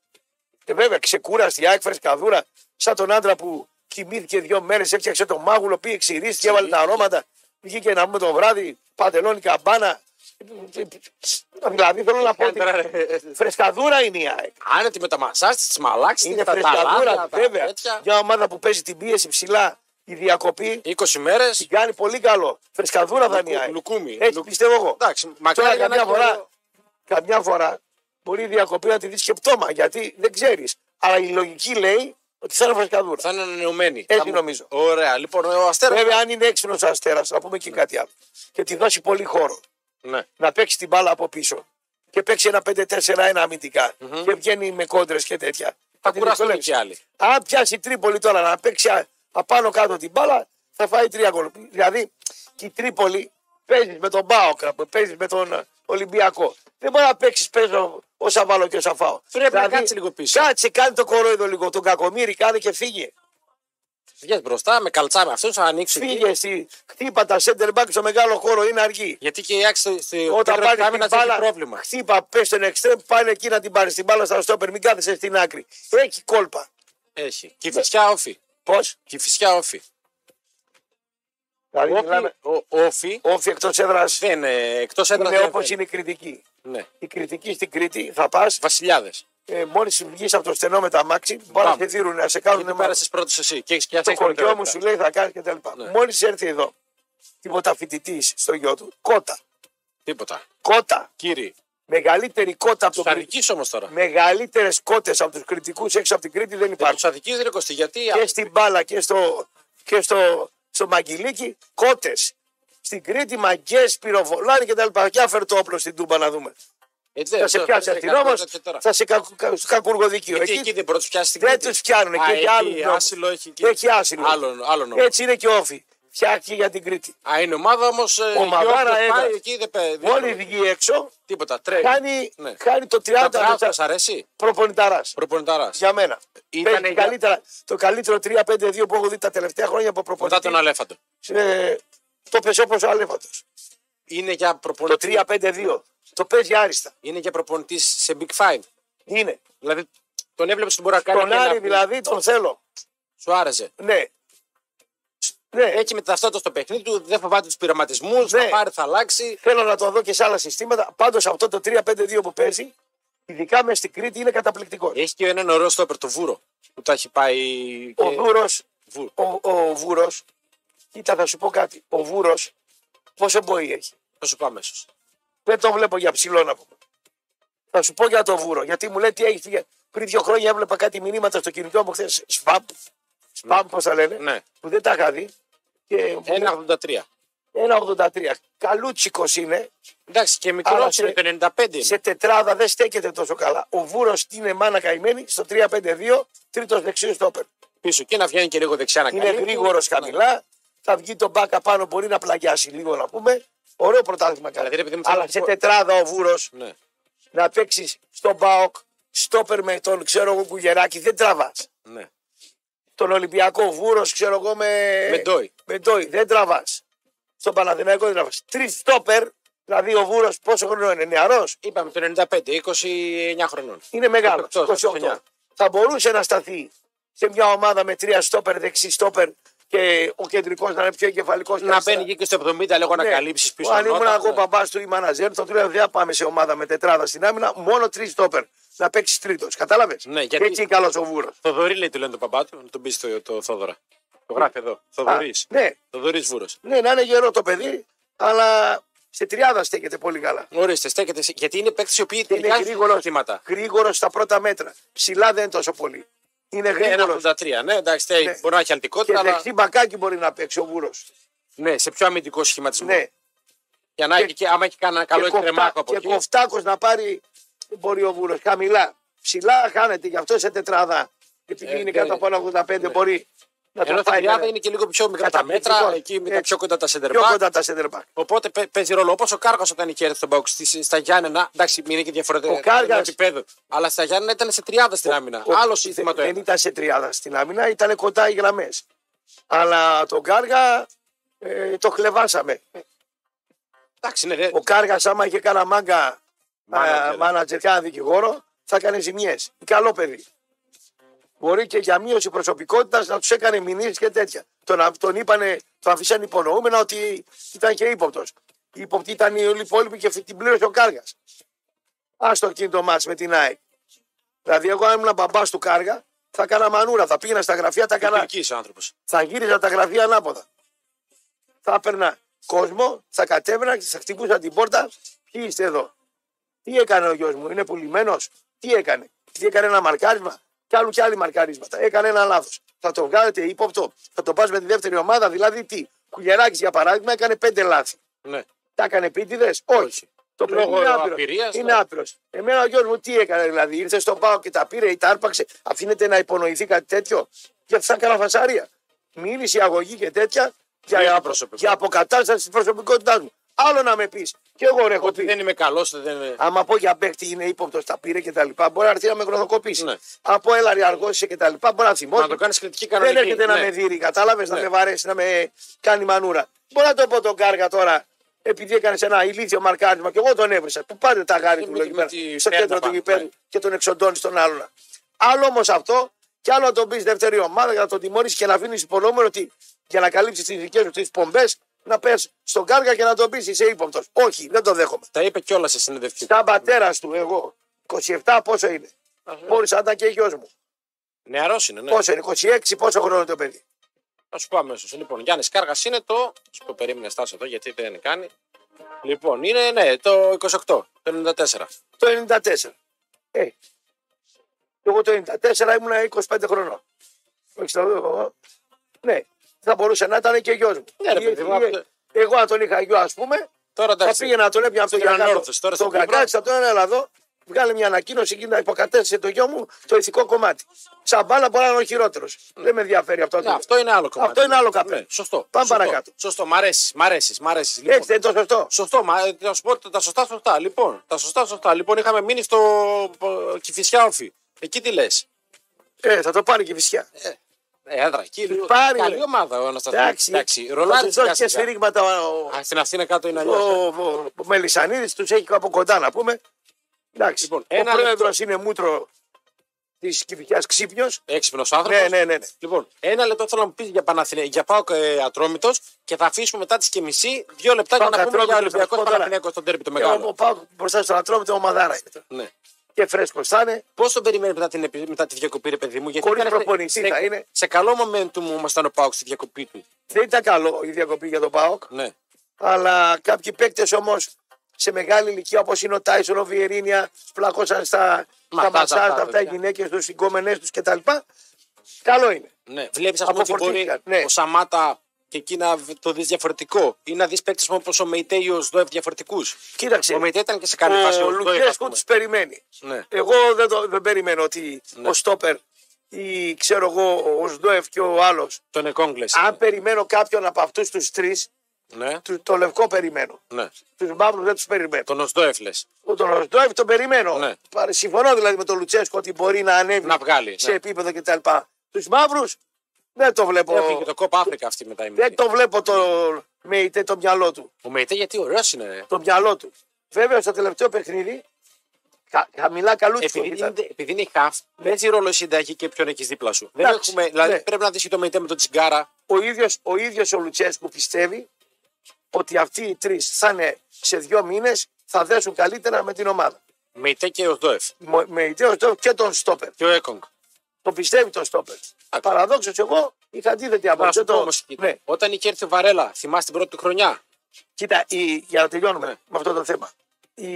Speaker 1: Ε, βέβαια, ξεκούραστη, άκφρε, καδούρα, σαν τον άντρα που κοιμήθηκε δύο μέρες, έφτιαξε το μάγουλο, πήγε ξηρίστηκε, έβαλε τα αρώματα, βγήκε να πούμε το βράδυ, παντελόνι, καμπάνα. Δηλαδή θέλω να πω ότι
Speaker 2: Άντρα, ρε.
Speaker 1: φρεσκαδούρα είναι η ΑΕΚ.
Speaker 2: Άνετη με τα μασάς της, τι μαλάξει,
Speaker 1: Είναι
Speaker 2: τα
Speaker 1: φρεσκαδούρα,
Speaker 2: ταλάδια, τα
Speaker 1: βέβαια.
Speaker 2: τέτοια.
Speaker 1: Μια ομάδα που παίζει την πίεση ψηλά, η διακοπή
Speaker 2: 20 μέρες.
Speaker 1: την κάνει πολύ καλό. Φρεσκαδούρα θα είναι η
Speaker 2: Λουκού-
Speaker 1: ΑΕΚ.
Speaker 2: Λουκούμι.
Speaker 1: Έτσι
Speaker 2: Λουκ-
Speaker 1: πιστεύω εγώ.
Speaker 2: Εντάξει,
Speaker 1: Τώρα
Speaker 2: μακάρι να
Speaker 1: καμιά
Speaker 2: είναι
Speaker 1: φορά,
Speaker 2: και-
Speaker 1: καμιά φορά μπορεί η διακοπή να τη δεις και πτώμα γιατί δεν ξέρεις. Αλλά η λογική λέει Ότι θα είναι φρεσκαδούρα.
Speaker 2: Θα είναι ανανεωμένη.
Speaker 1: Έτσι
Speaker 2: Θα μου-
Speaker 1: νομίζω.
Speaker 2: Ωραία, λοιπόν, ο αστέρας.
Speaker 1: Βέβαια, αν είναι έξυπνος αστέρα, να πούμε και κάτι άλλο. Και τη δώσει πολύ χώρο.
Speaker 2: Ναι.
Speaker 1: να παίξει την μπάλα από πίσω και παίξει ένα 5-4-1 αμυντικα και βγαίνει με κόντρες και τέτοια.
Speaker 2: Θα
Speaker 1: την
Speaker 2: κουραστούν
Speaker 1: δυσκολεύεις.
Speaker 2: και άλλοι.
Speaker 1: Αν πιάσει η Τρίπολη τώρα να παίξει α- απάνω κάτω την μπάλα, θα φάει τρία γκολ. Δηλαδή και η Τρίπολη παίζεις με τον Μπάοκρα, παίζεις με τον ε, Ολυμπιακό. Δεν μπορεί να παίξεις παίζω όσα βάλω και όσα φάω. Δηλαδή,
Speaker 2: Πρέπει να κάτσει λίγο πίσω.
Speaker 1: Κάτσε, κάνει το κορόιδο λίγο. Τον κακομίρι, κάνε και φύγε.
Speaker 2: Βγες μπροστά με καλτσάμε αυτούς, θα ανοίξει. εκεί.
Speaker 1: Φύγε, εσύ. χτύπα τα center back στο μεγάλο χώρο, είναι αργή.
Speaker 2: Γιατί και η άξιση στη
Speaker 1: Όταν
Speaker 2: οκτώβρη
Speaker 1: πάρει
Speaker 2: άμυνα
Speaker 1: την
Speaker 2: της έχει
Speaker 1: μπάλα,
Speaker 2: πρόβλημα.
Speaker 1: χτύπα, πες στον εξτρέμ, πάνε εκεί να την πάρεις την μπάλα στα στόπερ, μην κάθεσαι στην άκρη. Έχει κόλπα.
Speaker 2: Έχει.
Speaker 1: Ναι.
Speaker 2: Και η φυσιά όφη.
Speaker 1: Πώς,
Speaker 2: Και η φυσιά όφη.
Speaker 1: δηλαδή
Speaker 2: Όφη-
Speaker 1: μιλάμε,
Speaker 2: ο- Όφη
Speaker 1: όφι εκτός έδρας
Speaker 2: δεν εκτός έδρας.
Speaker 1: είναι
Speaker 2: δεν
Speaker 1: όπως
Speaker 2: φέρνει.
Speaker 1: είναι η κριτική.
Speaker 2: Ναι.
Speaker 1: Η κριτική στην Κρήτη θα πας,
Speaker 2: Βασιλιάδες.
Speaker 1: ε, μόλις βγεις από το στενό με τα μάξι, μπορείς να
Speaker 2: Πάμε.
Speaker 1: σε δίνουν, να σε κάνουν
Speaker 2: Δεν πέρασες πρώτος εσύ. Και έχεις και
Speaker 1: Το
Speaker 2: αυτό.
Speaker 1: χωριό μου σου λέει θα κάνεις κτλ.
Speaker 2: Ναι.
Speaker 1: Μόλις έρθει εδώ, τίποτα φοιτητής στο γιο του, κότα.
Speaker 2: Τίποτα.
Speaker 1: Κότα.
Speaker 2: Κύριε.
Speaker 1: Μεγαλύτερη κότα από τον Κρήτη.
Speaker 2: Σταρική όμω
Speaker 1: Ναι.
Speaker 2: τώρα.
Speaker 1: Μεγαλύτερες κότες από τους κριτικούς έξω από την Κρήτη δεν υπάρχουν.
Speaker 2: Τους αδική δεν κοστίζει. Γιατί.
Speaker 1: και στην μπάλα και στο, και στο, στο μαγγιλίκι κότες. Στην Κρήτη μαγκές πυροβολάνε και τα λοιπά. Για φέρ το όπλο στην Τούμπα να δούμε.
Speaker 2: Ε, δεν-
Speaker 1: θα σε
Speaker 2: τώρα,
Speaker 1: πιάσει
Speaker 2: δεν-
Speaker 1: αστυνόμο,
Speaker 2: κάτι τέτοιο τώρα.
Speaker 1: θα σε κακου, κα, στο κακουργοδικείο.
Speaker 2: Γιατί
Speaker 1: Εκεί,
Speaker 2: εκεί δεν πρώτο πιάσει την
Speaker 1: δεν
Speaker 2: Κρήτη.
Speaker 1: τους φτιάχνουν.
Speaker 2: Α,
Speaker 1: και για άλλους
Speaker 2: έχει
Speaker 1: νόμους.
Speaker 2: άσυλο, έχει και-
Speaker 1: Έχει άσυλο.
Speaker 2: Άλλον, άλλον νόμο.
Speaker 1: Έτσι είναι και όφη. Φτιάχτηκε για την Κρήτη.
Speaker 2: Α, είναι ομάδα ε, όμω.
Speaker 1: Ομαδάρα ένας.
Speaker 2: Εκεί δεν πέ- δεν-
Speaker 1: Μόλις βγει έξω,
Speaker 2: Τίποτα. Τρέχει.
Speaker 1: κάνει,
Speaker 2: Ναι.
Speaker 1: κάνει το 30
Speaker 2: Τα σα αρέσει.
Speaker 1: προπονηταράς.
Speaker 2: Προπονητάρα.
Speaker 1: Για μένα.
Speaker 2: Ήτανε
Speaker 1: Παίζει
Speaker 2: για-
Speaker 1: καλύτερα, το καλύτερο 3-5-2 που έχω δει τα τελευταία χρόνια από
Speaker 2: Μετά
Speaker 1: προπονητή.
Speaker 2: τον Αλέφαντο.
Speaker 1: Ε, το πες όπως ο Αλέφατος.
Speaker 2: Είναι για
Speaker 1: Το
Speaker 2: προπονητή.
Speaker 1: 3-5-2. Το παίζει άριστα.
Speaker 2: Είναι για προπονητής σε Big Five.
Speaker 1: Είναι.
Speaker 2: Δηλαδή τον έβλεπες ότι μπορεί να κάνει.
Speaker 1: Τον
Speaker 2: και να-
Speaker 1: Άρη δηλαδή τον θέλω.
Speaker 2: Σου άρεσε.
Speaker 1: Ναι. Ναι, ε,
Speaker 2: Έχει μεταφράσει στο παιχνίδι του, δεν φοβάται τους πειραματισμούς.
Speaker 1: Ναι.
Speaker 2: Θα πάρει, θα αλλάξει.
Speaker 1: θέλω να το δω και σε άλλα συστήματα. Πάντως αυτό το 3-5-2 που παίζει, ειδικά μες στην Κρήτη, είναι καταπληκτικό.
Speaker 2: Έχει και έναν ωραίο στόπερ, το Βούρο. Που τα έχει πάει.
Speaker 1: Ο
Speaker 2: και-
Speaker 1: Δούρο,
Speaker 2: Βούρο.
Speaker 1: ο, ο Βούρος, κοίτα θα σου πω κάτι. Ο Βούρος, πόσο μπορεί έχει.
Speaker 2: Θα σου πω αμέσως.
Speaker 1: Δεν το βλέπω για ψηλό να πούμε. Θα σου πω για το Βούρο. Γιατί μου λέει τι έχει. Πριν δύο χρόνια έβλεπα κάτι μηνύματα στο κινητό μου χθες. Σπαμπ. Σπαμπ, πώς τα λένε.
Speaker 2: Ναι.
Speaker 1: Που δεν τα είχα δει. Και μου
Speaker 2: 1,83.
Speaker 1: 1,83. Καλούτσικος είναι.
Speaker 2: Εντάξει και μικρός
Speaker 1: Αλλά σε-
Speaker 2: είναι το 95. είναι.
Speaker 1: Σε τετράδα δεν στέκεται τόσο καλά. Ο Βούρος είναι μάνα καημένη στο 3-5-2, τρίτος δεξιός στόπερ.
Speaker 2: Πίσω και να βγαίνει και λίγο δεξιά να
Speaker 1: Είναι
Speaker 2: καλύπτει.
Speaker 1: γρήγορος
Speaker 2: Ναι.
Speaker 1: χαμηλά. Θα βγει τον μπάκα πάνω, μπορεί να πλαγιάσει λίγο να πούμε. Ωραίο πρωτάθλημα κάνει.
Speaker 2: Δηλαδή, ρε παιδί μου, θέλω
Speaker 1: Αλλά
Speaker 2: να
Speaker 1: σε
Speaker 2: πω-
Speaker 1: τετράδα ο Βούρος
Speaker 2: Ναι.
Speaker 1: να παίξεις στον Μπάοκ, στόπερ με τον ξέρω εγώ Κουγεράκη, δεν τραβάς.
Speaker 2: ναι.
Speaker 1: Τον Ολυμπιακό Βούρος, ξέρω εγώ με.
Speaker 2: Με Ντόι.
Speaker 1: Με Ντόι, δεν τραβάς. Στον Παναδημαϊκό δεν τραβάς. Τρεις στόπερ, δηλαδή ο Βούρο πόσο χρόνο είναι, νεαρός.
Speaker 2: Είπαμε το 95, 29 χρονών.
Speaker 1: είναι μεγάλος.
Speaker 2: 28,
Speaker 1: 28. Θα μπορούσε να σταθεί σε μια ομάδα με τρία στόπερ, δεξί στόπερ και ο κεντρικός να είναι πιο εγκεφαλικός.
Speaker 2: Να μπαίνει εκεί και στο 70 λίγο να καλύψεις πίσω.
Speaker 1: Ναι. Αν ήμουν
Speaker 2: νότα,
Speaker 1: εγώ
Speaker 2: ναι.
Speaker 1: παπά του ή μαναζέρ, θα του λέω δεν πάμε σε ομάδα με τετράδα στην άμυνα, μόνο τρεις στόπερ. Να παίξεις τρίτος. Κατάλαβες.
Speaker 2: Ναι, γιατί-
Speaker 1: Έτσι είναι καλός ο Βούρο.
Speaker 2: Θοδωρή λέει του λένε τον παπά του, να τον πεις το, το Θόδωρα. Το γράφει εδώ. Θοδωρής.
Speaker 1: Ναι,
Speaker 2: Θοδωρής Βούρος.
Speaker 1: ναι, να είναι γερό το παιδί, αλλά σε τριάδα στέκεται πολύ καλά.
Speaker 2: Ορίστε, στέκεται. σε- Γιατί είναι παίκτε οι οποίοι
Speaker 1: Και είναι
Speaker 2: τελικά
Speaker 1: γρήγορο,
Speaker 2: θύματα.
Speaker 1: γρήγορος στα πρώτα μέτρα. Ψηλά δεν είναι τόσο πολύ. Είναι γρήγορο.
Speaker 2: 1,83. Ναι, εντάξει, τε-
Speaker 1: Ναι.
Speaker 2: μπορεί να έχει
Speaker 1: Και
Speaker 2: αλτικότητα, αλλά.
Speaker 1: δεξί μπακάκι μπορεί να παίξει ο Βούρος.
Speaker 2: Ναι, σε πιο αμυντικό σχηματισμό.
Speaker 1: Ναι.
Speaker 2: Για να έχει και άμα έχει κανένα καλό
Speaker 1: και
Speaker 2: εκτρεμάκο από
Speaker 1: και
Speaker 2: εκεί.
Speaker 1: κοφτάκος να πάρει μπορεί ο Βούρος. Χαμηλά. Ψηλά χάνεται γι' αυτό σε τετράδα. Επειδή
Speaker 2: Ε,
Speaker 1: είναι
Speaker 2: ναι.
Speaker 1: κάτω από ένα 85, μπορεί να
Speaker 2: Ενώ
Speaker 1: το
Speaker 2: τα
Speaker 1: πάει.
Speaker 2: τριάδα
Speaker 1: κανένα.
Speaker 2: είναι και λίγο πιο μικρά τα μέτρα,
Speaker 1: Καταπληκτικός.
Speaker 2: εκεί με τα
Speaker 1: Έτσι.
Speaker 2: πιο κοντά τα center
Speaker 1: Πιο
Speaker 2: back.
Speaker 1: κοντά τα center back.
Speaker 2: Οπότε παι- παίζει ρόλο. Όπως ο Κάργα όταν είχε έρθει στον Πάουκ στις- στα Γιάννενα. Εντάξει, είναι και διαφορετικό
Speaker 1: Ο Κάργας-
Speaker 2: επίπεδο. Αλλά στα Γιάννενα ήταν σε 30 στην άμυνα. Άλλο σύστημα το
Speaker 1: Δεν
Speaker 2: ένα.
Speaker 1: ήταν σε τριάδα στην άμυνα, ήταν κοντά οι γραμμές. Αλλά τον Κάργα ε, το χλεβάσαμε.
Speaker 2: Εντάξει, ναι, ρε.
Speaker 1: Ο Κάργας, άμα είχε κάνα μάγκα ε,
Speaker 2: Μάνατζερ.
Speaker 1: μάνατζερ, κάνα δικηγόρο, θα έκανε ζημιές. Καλό παιδί. Μπορεί και για μείωση προσωπικότητας να τους έκανε μηνύσεις και τέτοια. Τον, α- τον είπανε, τον αφήσαν υπονοούμενα ότι ήταν και ύποπτος. Υποπτή ήταν οι όλοι οι υπόλοιποι και φυ- την πλήρωσε ο Κάργας. Άστο εκείνο το μάτς με την ΑΕΚ. Δηλαδή, εγώ αν ήμουν μπαμπάς του Κάργα, θα έκανα μανούρα, θα πήγαινα στα γραφεία, τα έκανα
Speaker 2: Τουρκής ο άνθρωπος.
Speaker 1: θα γύριζα τα γραφεία ανάποδα. Θα έπαιρνα κόσμο, θα κατέβαινα και θα χτυπούσα την πόρτα. Ποιοι είστε εδώ. Τι έκανε ο γιος μου, είναι πουλημένος. Τι έκανε. Τι έκανε ένα μαρκάρισμα. και άλλου και άλλοι μαρκαρίσματα. Έκανε ένα λάθος. Θα το βγάλετε ύποπτο, θα το πας με τη δεύτερη ομάδα, δηλαδή τι. Κουγεράκης για παράδειγμα έκανε πέντε λάθη.
Speaker 2: Ναι.
Speaker 1: Τα έκανε επίτηδες, όχι. Το παιδί
Speaker 2: Λόγω
Speaker 1: είναι άπειρος.
Speaker 2: απειρίας,
Speaker 1: Είναι
Speaker 2: ναι.
Speaker 1: άπειρος. Εμένα ο γιο μου τι έκανε, δηλαδή. Ήρθε στον πάο και τα πήρε ή τα άρπαξε. Αφήνεται να υπονοηθεί κάτι τέτοιο. Γιατί θα έκανα φασάρια. Μίλησε η αγωγή και τέτοια
Speaker 2: Βρήκε
Speaker 1: για, απο,
Speaker 2: προσωπικό.
Speaker 1: για αποκατάσταση της προσωπικότητάς μου. Άλλο να με πεις. Και εγώ ρε, έχω
Speaker 2: Ότι
Speaker 1: πει.
Speaker 2: δεν είμαι καλός, δεν είμαι.
Speaker 1: Άμα πω για παίχτη είναι ύποπτο, τα πήρε και τα λοιπά. Μπορεί να έρθει να με χρονοκοπήσει.
Speaker 2: Ναι.
Speaker 1: Αν πω έλα ρε αργό είσαι και τα λοιπά, μπορεί να
Speaker 2: Να
Speaker 1: θυμώσει.
Speaker 2: το κάνεις κριτική
Speaker 1: Δεν
Speaker 2: κανονική.
Speaker 1: έρχεται να
Speaker 2: ναι.
Speaker 1: με δίνει, κατάλαβες, να
Speaker 2: Ναι.
Speaker 1: με βαρέσει, να με κάνει μανούρα. Μπορεί να το πω τον Κάργα τώρα, επειδή έκανες ένα ηλίθιο μαρκάρισμα και εγώ τον έβρισα. Που πάτε τα γάρι
Speaker 2: Και
Speaker 1: του
Speaker 2: με τη-
Speaker 1: λογιμένα
Speaker 2: με τη
Speaker 1: στο
Speaker 2: Φέρνα
Speaker 1: κέντρο του
Speaker 2: πάμε,
Speaker 1: γηπέδου
Speaker 2: ναι.
Speaker 1: και τον εξοντώνεις τον άλλον. Άλλο όμως αυτό, και άλλο να τον πεις δεύτερη ομάδα για να τον τιμωρήσεις και να αφήνεις υπονόμενο ότι για να καλύψεις τις δικές σου τις πομπές, να πες στον Κάργα και να τον πεις είσαι ύποπτος. Όχι, δεν το δέχομαι.
Speaker 2: Τα είπε κιόλας σε συνεντευκτή.
Speaker 1: Σαν πατέρας του, εγώ. 27 πόσο είναι. Μπορούσα να ήταν και γιος μου.
Speaker 2: Νεαρός είναι, ε. ναι.
Speaker 1: Πόσο είναι, 26 πόσο χρόνο είναι το παιδί.
Speaker 2: Θα σου πω αμέσως. Λοιπόν, Γιάννης Κάργας είναι το. Σου πω περίμενε, στάσω εδώ γιατί δεν κάνει. Λοιπόν, είναι ναι, το 28, το 94.
Speaker 1: Το 94. Ε. Και εγώ το 94 ήμουν 25 χρονών. Όχι, στο- εγώ- Ναι, θα μπορούσε να ήταν και γιος μου.
Speaker 2: Ναι, ρε
Speaker 1: Ή-
Speaker 2: παιδί μου,
Speaker 1: ή-
Speaker 2: αυτό-
Speaker 1: εγώ αν τον είχα γιο, ας πούμε,
Speaker 2: Τώρα
Speaker 1: θα
Speaker 2: εντάξει.
Speaker 1: πήγαινα να τον έπιανα από το
Speaker 2: Στην
Speaker 1: γιακάτο.
Speaker 2: Ανόρθωση, τώρα
Speaker 1: Τον
Speaker 2: στην Κύπρο.
Speaker 1: κακάτσι, θα τον έλα εδώ, βγάλε μια ανακοίνωση και να υποκατέστησε το γιο μου το ηθικό κομμάτι. Σαν μπάλα μπορεί να είναι ο χειρότερος. Δεν με ενδιαφέρει αυτό.
Speaker 2: Ναι, αυτό είναι άλλο κομμάτι.
Speaker 1: Αυτό είναι άλλο καπέλο.
Speaker 2: Ναι, σωστό.
Speaker 1: Πάμε
Speaker 2: σωστό,
Speaker 1: παρακάτω.
Speaker 2: Σωστό, μ' αρέσει, μ' αρέσει, μ' αρέσει. Λοιπόν,
Speaker 1: Έτσι δεν είναι το σωστό.
Speaker 2: Σωστό, μα ε, να σου πω ότι τα σωστά σωστά. Λοιπόν, τα σωστά σωστά. Λοιπόν, είχαμε μείνει στο ε, Κηφισιά Όφη. Εκεί τι λες.
Speaker 1: Ε, θα το πάρει και η φυσιά.
Speaker 2: Ε, έδρα, εκεί λίγο.
Speaker 1: πάρει,
Speaker 2: Καλή
Speaker 1: ρε.
Speaker 2: ομάδα ο Αναστασίου.
Speaker 1: Εντάξει,
Speaker 2: Εντάξει,
Speaker 1: θα
Speaker 2: ρολάρι
Speaker 1: τους δώσει
Speaker 2: σιγά
Speaker 1: και
Speaker 2: σιγά.
Speaker 1: σφυρίγματα ο,
Speaker 2: Α, Στην Αθήνα κάτω είναι
Speaker 1: ο,
Speaker 2: αλλιώς.
Speaker 1: ο, ο Μελισανίδης, τους έχει από κοντά να πούμε. Εντάξει,
Speaker 2: Λοιπόν,
Speaker 1: ο
Speaker 2: ένα
Speaker 1: πρόεδρος είναι μούτρο της Κηφικιάς Ξύπνιος.
Speaker 2: Έξυπνος άνθρωπος.
Speaker 1: Ναι, ναι, ναι, ναι.
Speaker 2: Λοιπόν, ένα λεπτό θέλω να μου πεις για, Παναθηναι... για πάω ε, ατρόμητος και θα αφήσουμε μετά τις και μισή δύο λεπτά
Speaker 1: Πάω
Speaker 2: για να πούμε για
Speaker 1: Ατρόμητος, θα σου πω
Speaker 2: Ολυμπιακό
Speaker 1: τώρα.
Speaker 2: Παναθηναϊκό στον τέρμι το
Speaker 1: Και ο-
Speaker 2: μεγάλο.
Speaker 1: ο Πάοκ μπροστά στον Ατρόμητο ομαδάρα είναι.
Speaker 2: Ναι.
Speaker 1: Και φρέσκος θα είναι.
Speaker 2: Πώ τον περιμένει μετά, την, επι- μετά τη διακοπή, ρε παιδί μου, γιατί
Speaker 1: Χωρίς
Speaker 2: ήταν σε-
Speaker 1: προπονητή
Speaker 2: σε,
Speaker 1: θα είναι.
Speaker 2: σε καλό momentum μου ήμασταν ο Πάουξ στη διακοπή του.
Speaker 1: Δεν ήταν καλό η διακοπή για τον Πάοκ.
Speaker 2: Ναι.
Speaker 1: Αλλά κάποιοι παίκτες όμως σε μεγάλη ηλικία όπως είναι ο Τάισον, ο Βιερίνια, πλακώσαν στα,
Speaker 2: Μα
Speaker 1: στα
Speaker 2: αυτά,
Speaker 1: μασάζ,
Speaker 2: αυτά,
Speaker 1: τα αυτά οι
Speaker 2: παιδιά.
Speaker 1: γυναίκες τους, οι γκόμενές τους κτλ. Καλό είναι.
Speaker 2: Ναι, βλέπεις αυτό ότι μπορεί
Speaker 1: Αποφορτίστηκαν, ναι.
Speaker 2: ο Σαμάτα και εκεί να β- το δεις διαφορετικό ή να δεις παίκτες όπως ο Μεϊτέι ο Σδόεφ διαφορετικούς.
Speaker 1: Κοίταξε.
Speaker 2: Ο Μεϊτέι ήταν και σε καλή φάση.
Speaker 1: Ε, Ο
Speaker 2: ο Σδόεφ, ας
Speaker 1: Λουτσέσκου
Speaker 2: πούμε.
Speaker 1: τους περιμένει.
Speaker 2: Ναι.
Speaker 1: Εγώ δεν, το, δεν περιμένω ότι ο Στόπερ ή ξέρω εγώ ο Σντοεφ και ο άλλος.
Speaker 2: Τον Εκόγκλες.
Speaker 1: Αν περιμένω κάποιον από αυτούς τους τρεις,
Speaker 2: Ναι,
Speaker 1: το λευκό περιμένω.
Speaker 2: ναι.
Speaker 1: Τους μαύρους δεν τους περιμένω.
Speaker 2: Τον Οσδόεφ λες.
Speaker 1: Ο- Τον Σντοεφ τον περιμένω.
Speaker 2: Ναι.
Speaker 1: Παρα- Συμφωνώ δηλαδή με τον Λουτσέσκο ότι μπορεί να ανέβει
Speaker 2: Να βγάλει,
Speaker 1: σε
Speaker 2: ναι.
Speaker 1: επίπεδο κτλ. Τους μαύρους δεν το βλέπω.
Speaker 2: Έφυγε και Ε, το κόπα Αφρικα αυτή μετά η
Speaker 1: Δεν
Speaker 2: Μεϊτέι.
Speaker 1: το βλέπω το, με το μυαλό του.
Speaker 2: Ο Μεϊτέι γιατί ωραίος είναι. ρε.
Speaker 1: Το μυαλό του. Βέβαια στο τελευταίο παιχνίδι. Κα, χαμηλά καλούτσικο
Speaker 2: Επειδή
Speaker 1: ήταν.
Speaker 2: Ε, είναι, επειδή είναι χαφ, παίζει ρόλο η συνταγή και ποιον έχεις δίπλα σου. Δεν
Speaker 1: Εντάξει,
Speaker 2: έχουμε, δηλαδή
Speaker 1: ναι.
Speaker 2: πρέπει να δεις και το Μεϊτέι με τον Τσιγκάρα.
Speaker 1: ο ίδιος ο, ίδιος ο Λουτσέσκου πιστεύει ότι αυτοί οι τρεις θα είναι σε δύο μήνες θα δέσουν καλύτερα με την ομάδα.
Speaker 2: Μεϊτέι και ο Σδόεφ.
Speaker 1: Μο- Με ιδέως το και τον Στόπερ.
Speaker 2: Και ο Έκογκ.
Speaker 1: Το πιστεύει τον Στόπερ. Παραδόξως εγώ είχα αντίθετη
Speaker 2: Να
Speaker 1: άποψη.
Speaker 2: σου
Speaker 1: Το...
Speaker 2: πω όμως,
Speaker 1: Ναι.
Speaker 2: όταν είχε έρθει ο Βαρέλα, θυμάσαι την πρώτη του χρονιά.
Speaker 1: Κοίτα, η... για να τελειώνουμε
Speaker 2: Ναι.
Speaker 1: με αυτό το θέμα. Η...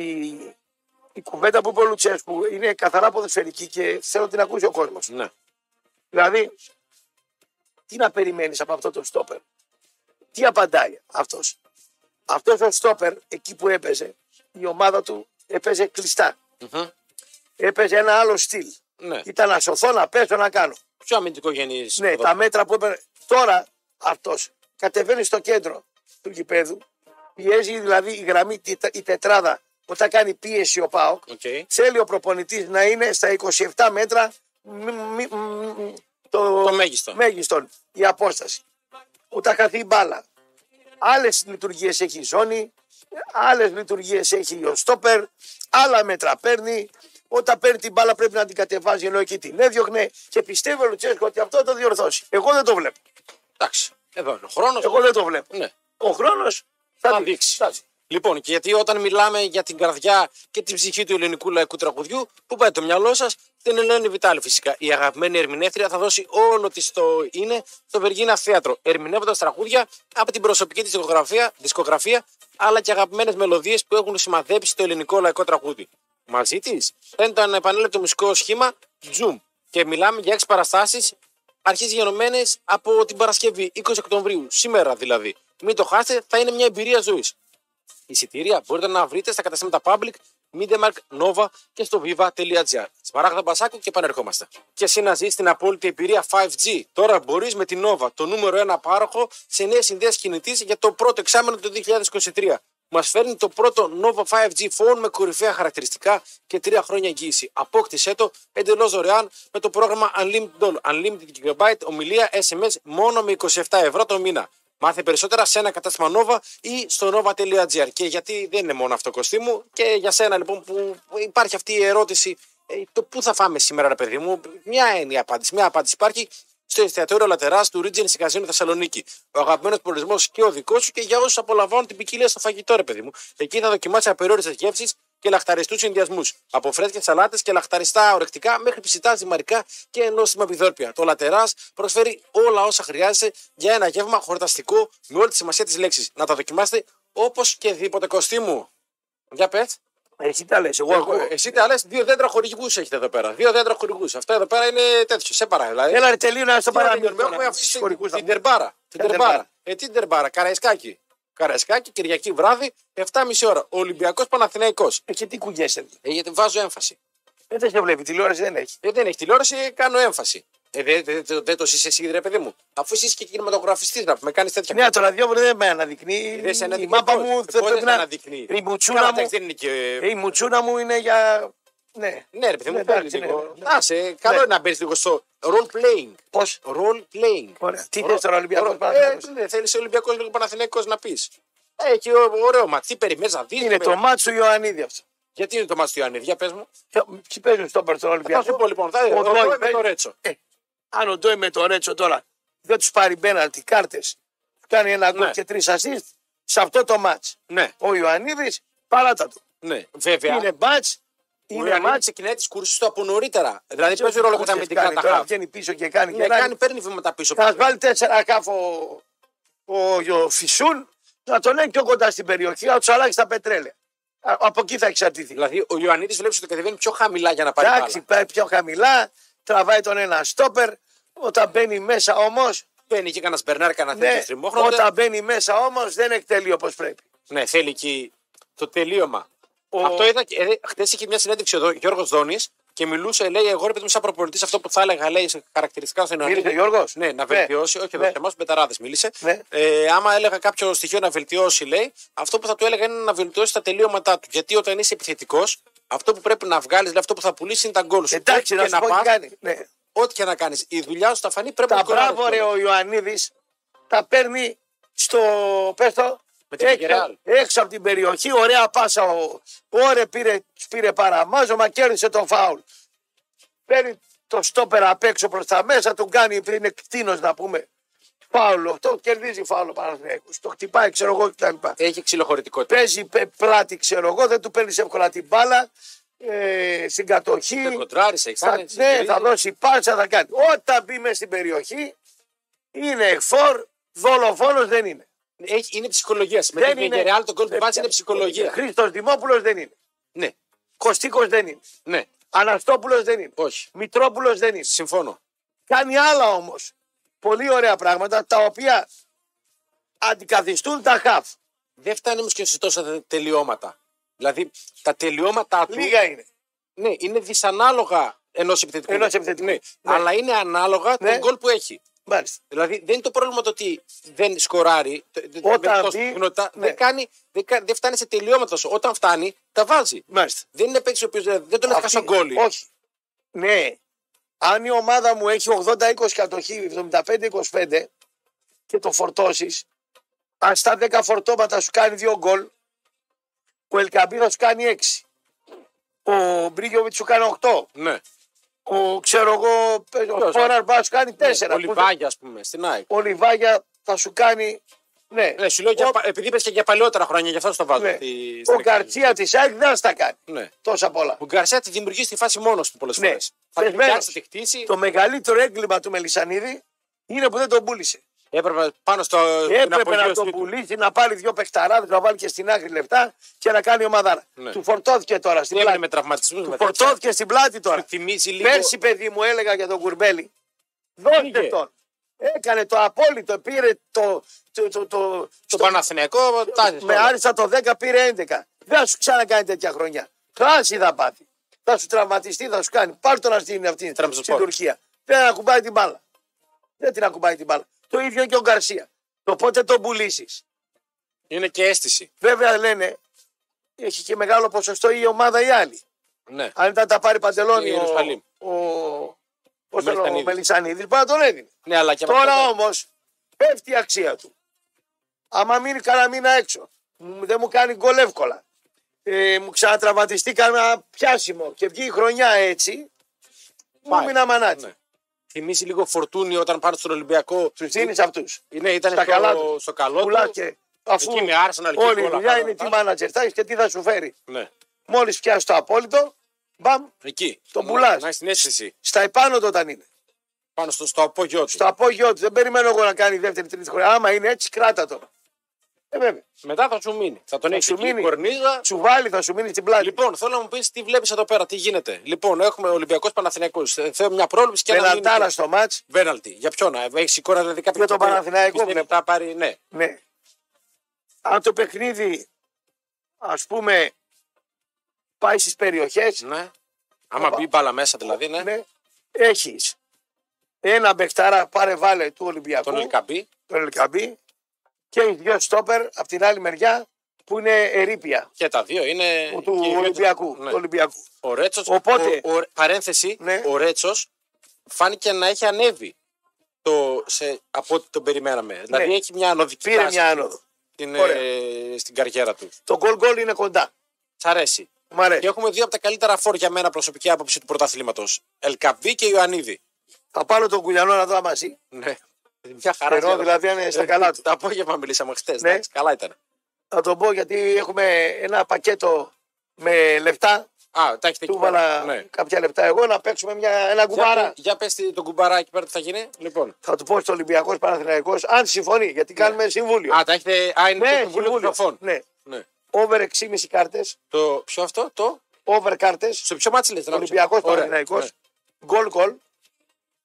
Speaker 1: η κουβέντα που είπε ο Λουτσέσκου είναι καθαρά ποδοσφαιρική και θέλω να την ακούσει ο κόσμος.
Speaker 2: Ναι.
Speaker 1: Δηλαδή, τι να περιμένεις από αυτό το στόπερ. Τι απαντάει αυτός. Αυτός ο στόπερ, εκεί που έπαιζε, η ομάδα του έπαιζε κλειστά.
Speaker 2: Μμμ.
Speaker 1: Έπαιζε ένα άλλο στυλ.
Speaker 2: ναι.
Speaker 1: Ήταν να σωθώ, να πέσω, να κάνω.
Speaker 2: Πιο αμυντικό γενή.
Speaker 1: Ναι, τα μέτρα που έπαιρνε. Τώρα αυτός κατεβαίνει στο κέντρο του γηπέδου. Πιέζει δηλαδή η γραμμή, τη- η τετράδα. Όταν κάνει πίεση ο Πάοκ,
Speaker 2: Okay.
Speaker 1: θέλει ο προπονητής να είναι στα 27 μέτρα μ- μ- μ- το,
Speaker 2: Το μέγιστο.
Speaker 1: μέγιστον η απόσταση. Ούτε χαθεί η μπάλα. Άλλες λειτουργίες έχει η ζώνη, άλλες λειτουργίες έχει ο στόπερ, άλλα μέτρα παίρνει. Όταν παίρνει την μπάλα πρέπει να την κατεβάζει ενώ εκεί την έδιωχνε και πιστεύει ο Λουτσέσκο ότι αυτό θα το διορθώσει. Εγώ δεν το βλέπω.
Speaker 2: Εντάξει. Εδώ είναι ο χρόνος.
Speaker 1: Εγώ δεν το βλέπω.
Speaker 2: Ναι.
Speaker 1: Ο χρόνος θα,
Speaker 2: Θα
Speaker 1: δει.
Speaker 2: δείξει.
Speaker 1: Εντάξει.
Speaker 2: Λοιπόν, και γιατί όταν μιλάμε για την καρδιά και την ψυχή του ελληνικού λαϊκού τραγουδιού, που πάει το μυαλό σας, την Ελένη Βιτάλη φυσικά. Η αγαπημένη ερμηνεύτρια θα δώσει όλο της το είναι στο Βεργίνα Θέατρο, ερμηνεύοντας τραγούδια από την προσωπική της δισκογραφία, δισκογραφία, αλλά και αγαπημένες μελωδίες που έχουν σημαδέψει το ελληνικό λαϊκό τραγούδι. Μαζί της θα είναι το ανεπανέλεπτο μουσικό σχήμα Zoom, Και μιλάμε για 6 παραστάσεις αρχές γενομένες από την Παρασκευή 20 Οκτωβρίου. Σήμερα δηλαδή. Μην το χάσετε, θα είναι μια εμπειρία ζωής. Εισιτήρια μπορείτε να βρείτε στα καταστήματα Public, MediaMark, Nova και στο viva.gr. Σπαράγδα Μπασάκου και επανερχόμαστε. Και εσύ να ζεις την απόλυτη εμπειρία 5G. Τώρα μπορείς με την Nova, το νούμερο 1 πάροχο σε νέες συνδέσεις κινητής για το πρώτο εξάμενο του 2023. Μας φέρνει το πρώτο Nova 5G Phone με κορυφαία χαρακτηριστικά και τρία χρόνια εγγύηση. Απόκτησέ το εντελώς δωρεάν με το πρόγραμμα Unlimited Dollar. Unlimited Gigabyte, ομιλία SMS μόνο με 27 ευρώ το μήνα. Μάθε περισσότερα σε ένα κατάστημα Nova ή στο nova.gr. Και γιατί δεν είναι μόνο αυτό, Κωστή μου, και για σένα λοιπόν που υπάρχει αυτή η ερώτηση, ε, το πού θα φάμε σήμερα, ρε παιδί μου, μια έννοια απάντηση. Μια απάντηση υπάρχει στο εστιατόριο Λατεράς του Regency Casino Θεσσαλονίκη. Ο αγαπημένος προορισμό και ο δικός σου και για όσους απολαμβάνουν την ποικιλία στο φαγητό, ρε παιδί μου. Εκεί θα δοκιμάσει απεριόριστες γεύσεις και λαχταριστούς συνδυασμούς. Από φρέσκες σαλάτες και λαχταριστά ορεκτικά μέχρι ψητά ζυμαρικά και νόστιμα επιδόρπια. Το Λατεράς προσφέρει όλα όσα χρειάζεσαι για ένα γεύμα χορταστικό με όλη τη σημασία της λέξης. Να τα δοκιμάσετε όπως και δίποτε κοστί μου. Για πες.
Speaker 1: Εσύ τα λες. Εγώ,
Speaker 2: Εγώ,
Speaker 1: ακούω.
Speaker 2: εσύ τα λες, δύο δέντρα χορηγούς έχετε εδώ πέρα. Δύο δέντρα χορηγούς. Αυτό εδώ πέρα είναι τέτοιο. Σε παρά, δηλαδή.
Speaker 1: Έλα ρε τελείω να στο
Speaker 2: Τι να
Speaker 1: παραμείνω.
Speaker 2: κάνουμε, Έχουμε αφήσει
Speaker 1: Στους
Speaker 2: την-
Speaker 1: χωρικούς θα
Speaker 2: την
Speaker 1: πούμε.
Speaker 2: τερμπάρα. Την
Speaker 1: Ποια
Speaker 2: τερμπάρα.
Speaker 1: τερμπάρα?
Speaker 2: Ε, τι τερμπάρα, Καραϊσκάκι. Καραϊσκάκι, Κυριακή βράδυ, 7.30 ώρα. Ολυμπιακός Παναθηναϊκός.
Speaker 1: Ε, Και τι κουνιέσαι.
Speaker 2: Ε, γιατί βάζω έμφαση.
Speaker 1: Ε, Δεν σε βλέπει, τηλεόραση δεν έχει.
Speaker 2: Ε, δεν έχει τηλεόραση, κάνω έμφαση. Ε, δεν δε, δε, δε το είσαι εσύ, ρε παιδί μου. Αφού είσαι και κινηματογραφιστής, να με κάνεις τέτοια.
Speaker 1: Ναι, το ραδιόφωνο δεν με αναδεικνύει.
Speaker 2: Ε, Δεν σε
Speaker 1: Η
Speaker 2: αναδεικνύει
Speaker 1: μάπα
Speaker 2: πώς.
Speaker 1: μου
Speaker 2: Πώς δεν
Speaker 1: πρέπει
Speaker 2: σε
Speaker 1: να.
Speaker 2: αναδεικνύει.
Speaker 1: Η
Speaker 2: Καλά,
Speaker 1: μουτσούνα μου.
Speaker 2: εντάξει, δεν είναι και.
Speaker 1: Ε, Η μουτσούνα μου είναι για. Ναι.
Speaker 2: Ναι, ρε παιδί μου,
Speaker 1: Ναι,
Speaker 2: παίρνει
Speaker 1: εντάξει,
Speaker 2: λίγο.
Speaker 1: ναι, ναι.
Speaker 2: Να σε, καλό
Speaker 1: Ναι.
Speaker 2: είναι να μπει λίγο στο role playing.
Speaker 1: Πώς.
Speaker 2: Role playing.
Speaker 1: Ωραία. Τι
Speaker 2: Ωρα-
Speaker 1: θες τώρα, Ολυμπιακός,
Speaker 2: ωρα-
Speaker 1: Παναθηναϊκός.
Speaker 2: Ε, ναι, θέλεις Ολυμπιακός λίγο Παναθηναϊκός να πεις. Έχει ω- ωραίο μα. Τι περιμένεις να δεις.
Speaker 1: Είναι το μάτσο Ιωαννίδη αυτό.
Speaker 2: Γιατί είναι το μάτι του Ιωαννίδη, για πες μου.
Speaker 1: Ε, Τι παίζουν στον Περθόν
Speaker 2: Θα σου
Speaker 1: Ολυμπιακό.
Speaker 2: πω λοιπόν. Θα
Speaker 1: Ο
Speaker 2: ο
Speaker 1: Ντόι
Speaker 2: Ντόι με
Speaker 1: παίζει.
Speaker 2: το Ρέτσο.
Speaker 1: Ε, αν ο Ντόι με το Ρέτσο τώρα δεν τους πάρει μπέναλτι κάρτες, κάνει ένα γκολ
Speaker 2: Ναι.
Speaker 1: και τρεις assist, σε αυτό το μάτς
Speaker 2: Ναι,
Speaker 1: ο Ιωαννίδης παράτα του.
Speaker 2: ναι. Βέβαια.
Speaker 1: Είναι μπάτς,
Speaker 2: ο
Speaker 1: είναι
Speaker 2: Ιωαννίδης
Speaker 1: μάτς.
Speaker 2: ξεκινάει τις κούρσεις του από νωρίτερα. Δηλαδή παίζει ρόλο και τα
Speaker 1: Κάνει
Speaker 2: αμυντικά τα
Speaker 1: τώρα,
Speaker 2: χαφ.
Speaker 1: Βγαίνει πίσω και κάνει.
Speaker 2: Ναι,
Speaker 1: γελάει.
Speaker 2: κάνει, παίρνει βήματα πίσω.
Speaker 1: Θα μας βάλει τέσσερα κάφο ο, ο Φυσούν, να τον έχει πιο κοντά στην περιοχή, να τους αλλάξει τα πετρέλαια. Α, από εκεί θα εξαρτηθεί.
Speaker 2: Δηλαδή ο Ιωαννίδης βλέπεις ότι κατεβαίνει πιο χαμηλά για να πάρει.
Speaker 1: Εντάξει,
Speaker 2: μπάλα.
Speaker 1: πάει πιο χαμηλά, τραβάει τον ένα στόπερ. Όταν μπαίνει μέσα όμως.
Speaker 2: Μπαίνει και κανένας Μπερνάρ, κανένα
Speaker 1: Ναι,
Speaker 2: τέτοιο τριμόχρονο.
Speaker 1: όταν μπαίνει μέσα όμως δεν εκτελεί όπως πρέπει.
Speaker 2: Ναι, θέλει και το τελείωμα. Αυτό είδα. Ε, Χθες είχε μια συνέντευξη εδώ, Γιώργος Δόνης, και μιλούσε, λέει, εγώ ρε παιδί μου, σαν προπονητής, αυτό που θα έλεγα, λέει, σε χαρακτηριστικά στον
Speaker 1: Μίλησε ο
Speaker 2: Ιωαννίδη.
Speaker 1: Γιώργος.
Speaker 2: Ναι, να βελτιώσει, όχι εδώ
Speaker 1: ναι.
Speaker 2: σε εμά, πεταράδε μίλησε.
Speaker 1: Ναι.
Speaker 2: Ε, άμα έλεγα κάποιο στοιχείο να βελτιώσει, λέει, αυτό που θα του έλεγα είναι να βελτιώσει τα τελείωματά του. Γιατί όταν είσαι επιθετικός, αυτό που πρέπει να βγάλεις, αυτό που θα πουλήσεις είναι τα γκολ σου.
Speaker 1: Εντάξει,
Speaker 2: ό,τι
Speaker 1: να
Speaker 2: και
Speaker 1: σου πω τι
Speaker 2: πας,
Speaker 1: κάνει. Ναι.
Speaker 2: ό,τι και να κάνεις. Η δουλειά σου θα φανεί πρέπει
Speaker 1: Τα
Speaker 2: να ναι. σκοράρεις
Speaker 1: μπράβο ρε
Speaker 2: κιόλας.
Speaker 1: ο Ιωαννίδης τα παίρνει στο. Πες το,
Speaker 2: Με την Βιγεράλ.
Speaker 1: έξω, έξω από την περιοχή, ωραία πάσα. Ο, ωρε πήρε, τους πήρε παραμάζωμα, κέρδισε τον φάουλ. Παίρνει το στόπερ απ' έξω προς τα μέσα, τον κάνει πριν εκτείνο να πούμε. Φάουλ, αυτό κερδίζει φάουλ ο Παναθηναϊκός. Το χτυπάει, ξέρω εγώ κτλ
Speaker 2: Έχει ξυλοχωρητικότητα.
Speaker 1: παίζει πε- πλάτη, ξέρω εγώ, δεν του παίρνεις εύκολα την μπάλα. Ε, στην κατοχή.
Speaker 2: Δεν κοντράρεις, έχεις
Speaker 1: Θα, ναι, θα δώσει πάσα, θα κάνει. Όταν μπει μέσα στην περιοχή, είναι εκφόρ, δολοφόνος δεν είναι.
Speaker 2: Έχει, είναι ψυχολογίας. Με
Speaker 1: Δεν
Speaker 2: την
Speaker 1: είναι.
Speaker 2: Villarreal το γκολ που βάζει είναι ψυχολογία.
Speaker 1: Χρήστος Δημόπουλος δεν είναι.
Speaker 2: Ναι,
Speaker 1: Κωστίκος δεν είναι.
Speaker 2: ναι,
Speaker 1: Αναστόπουλος δεν είναι.
Speaker 2: όχι.
Speaker 1: Μητρόπουλος δεν είναι.
Speaker 2: Συμφώνω.
Speaker 1: Κάνει άλλα όμως. Πολύ ωραία πράγματα τα οποία αντικαθιστούν τα χαφ.
Speaker 2: Δεν φτάνει όμως και σε τόσα τε- τελειώματα. Δηλαδή τα τελειώματά του
Speaker 1: Λίγα είναι.
Speaker 2: ναι, είναι δυσανάλογα ενός επιθετικού.
Speaker 1: Ενός επιθετικού.
Speaker 2: Ναι,
Speaker 1: Ναι.
Speaker 2: Αλλά είναι ανάλογα
Speaker 1: Ναι.
Speaker 2: τον γκολ που έχει.
Speaker 1: Μάλιστα.
Speaker 2: Δηλαδή δεν είναι το πρόβλημα το ότι δεν σκοράρει. το- το-
Speaker 1: Όταν
Speaker 2: με τόση
Speaker 1: μπει,
Speaker 2: συχνότητα,
Speaker 1: ναι.
Speaker 2: δεν, κάνει, δεν, κα- δεν φτάνει σε τελειώματα σου. Όταν φτάνει, τα βάζει.
Speaker 1: Μάλιστα.
Speaker 2: Δεν είναι παίκτης ο οποίος δεν τον έφτασε
Speaker 1: Αυτή-
Speaker 2: γκολ.
Speaker 1: Όχι. Ναι. Αν η ομάδα μου έχει 80-20 κατοχή, 75-25 και το φορτώσεις, αν στα 10 φορτώματα σου κάνει 2 γκολ, ο Ελκαμπή θα σου κάνει 6. Ο Μπρίγιοβιτ σου κάνει 8.
Speaker 2: Ναι.
Speaker 1: Ο ξέρω εγώ, ο
Speaker 2: Ποιος, Ναι,
Speaker 1: Φόραρμπα σου κάνει 4.
Speaker 2: Ο Λιβάγια, ας πούμε, στην ΑΕΚ.
Speaker 1: ο Λιβάγια θα σου κάνει. Ναι.
Speaker 2: Ναι, σου λέω, για
Speaker 1: Ο-
Speaker 2: πα- επειδή είπες και για παλαιότερα χρόνια, γι' αυτό στο βάζω.
Speaker 1: ναι.
Speaker 2: στη- στην
Speaker 1: Ο
Speaker 2: εκτέλεση.
Speaker 1: Καρτσία της ΑΕΚ δεν θα στα κάνει.
Speaker 2: Ναι.
Speaker 1: Τόσα πολλά.
Speaker 2: Ο Γκαρσία τη δημιουργεί στη φάση μόνος του πολλές
Speaker 1: Ναι.
Speaker 2: φορές. Θα την
Speaker 1: Πεσμένος.
Speaker 2: πιάσει, θα τη χτίσει.
Speaker 1: Το μεγαλύτερο έγκλημα του Μελισανίδη είναι που δεν τον πούλησε.
Speaker 2: Έπρεπε πάνω στο. την
Speaker 1: Έπρεπε να
Speaker 2: απογείωση
Speaker 1: τον
Speaker 2: του.
Speaker 1: πουλήσει, να πάρει δύο παιχταράδες, να βάλει και στην άκρη λεφτά και να κάνει ομάδα.
Speaker 2: Ναι.
Speaker 1: Του φορτώθηκε τώρα στην
Speaker 2: Τι έμεινε
Speaker 1: πλάτη.
Speaker 2: με τραυματισμούς μετά.
Speaker 1: Φορτώθηκε στην πλάτη τώρα.
Speaker 2: Θυμίζει λίγο.
Speaker 1: Πέρσι, παιδί μου, έλεγα για τον Κουρμπέλη. Δώστε
Speaker 2: Πήγε.
Speaker 1: τον. Έκανε το απόλυτο, πήρε το. το, το, το,
Speaker 2: στο
Speaker 1: το-
Speaker 2: Παναθηναϊκό, τάζει.
Speaker 1: με άρισα το 10, πήρε 11. Δεν θα σου ξανακάνει τέτοια χρονιά. Χάσει θα πάθει. Θα σου τραυματιστεί, θα σου κάνει. Πάρ τον αυτή, αυτή στην
Speaker 2: Τραμπζονspor.
Speaker 1: Τουρκία. Δεν ακουμπάει την μπάλα. Δεν την ακουμπάει την μπάλα. Το ίδιο και ο Γκαρσία. Το πότε τον πουλήσεις.
Speaker 2: Είναι και αίσθηση.
Speaker 1: Βέβαια λένε έχει και μεγάλο ποσοστό η ομάδα η άλλη.
Speaker 2: Ναι.
Speaker 1: Αν ήταν τα πάρει παντελόνι
Speaker 2: Η
Speaker 1: ο,
Speaker 2: Ιερουσαλήμ.
Speaker 1: ο, πώς το λέω, ο
Speaker 2: Μελισανίδης.
Speaker 1: Μελισανίδης, μπορεί να τον έδινε.
Speaker 2: ναι, αλλά και με
Speaker 1: Τώρα
Speaker 2: αυτό-
Speaker 1: όμως πέφτει η αξία του. Άμα μείνει κανένα μήνα έξω, μ, δεν μου κάνει γκολ εύκολα. Ε, μου ξανατραυματιστεί κανένα πιάσιμο και βγει η χρονιά έτσι, μου
Speaker 2: Πάει.
Speaker 1: μείνα μανάτι.
Speaker 2: Ναι. Θυμίζει λίγο φορτούνι όταν πάνε στον Ολυμπιακό.
Speaker 1: Τους δίνεις αυτούς.
Speaker 2: Ναι, ήταν
Speaker 1: Στα
Speaker 2: στο,
Speaker 1: καλά τους.
Speaker 2: στο καλό
Speaker 1: Πουλά
Speaker 2: τους.
Speaker 1: και αφού
Speaker 2: Εκεί με Arsenal και
Speaker 1: όλη η
Speaker 2: όλα
Speaker 1: δουλειά
Speaker 2: αυτά,
Speaker 1: είναι
Speaker 2: τα-
Speaker 1: τι manager θα έχεις και τι θα σου φέρει.
Speaker 2: Ναι.
Speaker 1: Μόλις πιάσει το απόλυτο, μπαμ,
Speaker 2: Εκεί.
Speaker 1: Τον
Speaker 2: Να-
Speaker 1: πουλάς.
Speaker 2: Να έχει την αίσθηση.
Speaker 1: στα επάνω του όταν είναι.
Speaker 2: Πάνω στο, στο απόγειό του.
Speaker 1: Στο απόγειό του δεν περιμένω εγώ να κάνει δεύτερη τρίτη χρονιά. Άμα είναι έτσι, κράτα τον. Ε, βέβαια.
Speaker 2: Μετά θα σου μείνει. Θα τον έχει
Speaker 1: σου μείνει.
Speaker 2: εκεί κορνίζα.
Speaker 1: Τσουβάλι θα σου μείνει στην πλάτη.
Speaker 2: Λοιπόν, θέλω να μου πεις τι βλέπεις εδώ πέρα, τι γίνεται. Λοιπόν, έχουμε Ολυμπιακός Παναθηναϊκός. Θέλω μια πρόληψη και ένα
Speaker 1: Πελαντάρα
Speaker 2: μήνυμα.
Speaker 1: στο μάτ.
Speaker 2: Πέναλτι. Για ποιον, έχει εικόνα δηλαδή κάποιο.
Speaker 1: Για τον Παναθηναϊκό βλέπω.
Speaker 2: Μετά πάρει, ναι.
Speaker 1: Ναι. Αν το παιχνίδι, ας πούμε, πάει στις περιοχές,
Speaker 2: ναι. Άμα μπει μπάλα μέσα δηλαδή, ναι.
Speaker 1: ναι, έχεις ένα μπεχτάρα πάρε βάλε του Ολυμπιακού,
Speaker 2: Τον Ελκαμπή.
Speaker 1: τον Ελκαμπή, και έχει δύο στόπερ από την άλλη μεριά που είναι ερήπια
Speaker 2: Και τα δύο είναι.
Speaker 1: του
Speaker 2: Ε, και οι δύο-
Speaker 1: Ολυμπιακού.
Speaker 2: Ναι.
Speaker 1: του Ολυμπιακού.
Speaker 2: Ο Ρέτσος.
Speaker 1: Οπότε-
Speaker 2: Ο, ο, παρένθεση.
Speaker 1: Ναι.
Speaker 2: Ο Ρέτσος φάνηκε να έχει ανέβει το, σε, από ό,τι τον περιμέναμε. Δηλαδή έχει μια ανωδική
Speaker 1: Ναι. Πήρε
Speaker 2: τάση
Speaker 1: μια άνοδο.
Speaker 2: στην,
Speaker 1: Ωραία.
Speaker 2: ε, στην καριέρα του.
Speaker 1: Το γκολ γκολ είναι κοντά.
Speaker 2: Σ' αρέσει.
Speaker 1: Μ' αρέσει.
Speaker 2: Και έχουμε δύο από τα καλύτερα φόρ για μένα προσωπική άποψη του πρωταθλήματος. Ελκαβή και Ιωαννίδη.
Speaker 1: Θα πάρω τον Κουλιανό να δω μαζί.
Speaker 2: Ναι. Μια χαρά.
Speaker 1: Ενώ
Speaker 2: ξέρω.
Speaker 1: δηλαδή αν είναι στα καλά του.
Speaker 2: Το απόγευμα μιλήσαμε χθες.
Speaker 1: Ναι.
Speaker 2: Καλά ήταν.
Speaker 1: Θα τον πω γιατί έχουμε ένα πακέτο με λεφτά
Speaker 2: Α, τα έχετε
Speaker 1: Του
Speaker 2: εκεί πέρα.
Speaker 1: βάλα
Speaker 2: Ναι.
Speaker 1: κάποια λεπτά εγώ να παίξουμε μια, ένα κουμπάρα.
Speaker 2: Για, για πες τι- τον κουμπαρά εκεί πέρα τι θα γίνει. Λοιπόν.
Speaker 1: Θα του πω στο Ολυμπιακός Παναθυναϊκό, αν συμφωνεί, γιατί κάνουμε συμβούλιο.
Speaker 2: Ναι. Α, τα έχετε. Α, είναι το συμβούλιο των τροφών.
Speaker 1: Ναι.
Speaker 2: Ναι.
Speaker 1: Over 6,5 κάρτες.
Speaker 2: Το ποιο αυτό, το.
Speaker 1: Over κάρτες.
Speaker 2: Σε ποιο μάτσι λες, να άκουσα.
Speaker 1: Ολυμπιακό
Speaker 2: Ωραία.
Speaker 1: Παναθυναϊκό. Γκολ γκολ.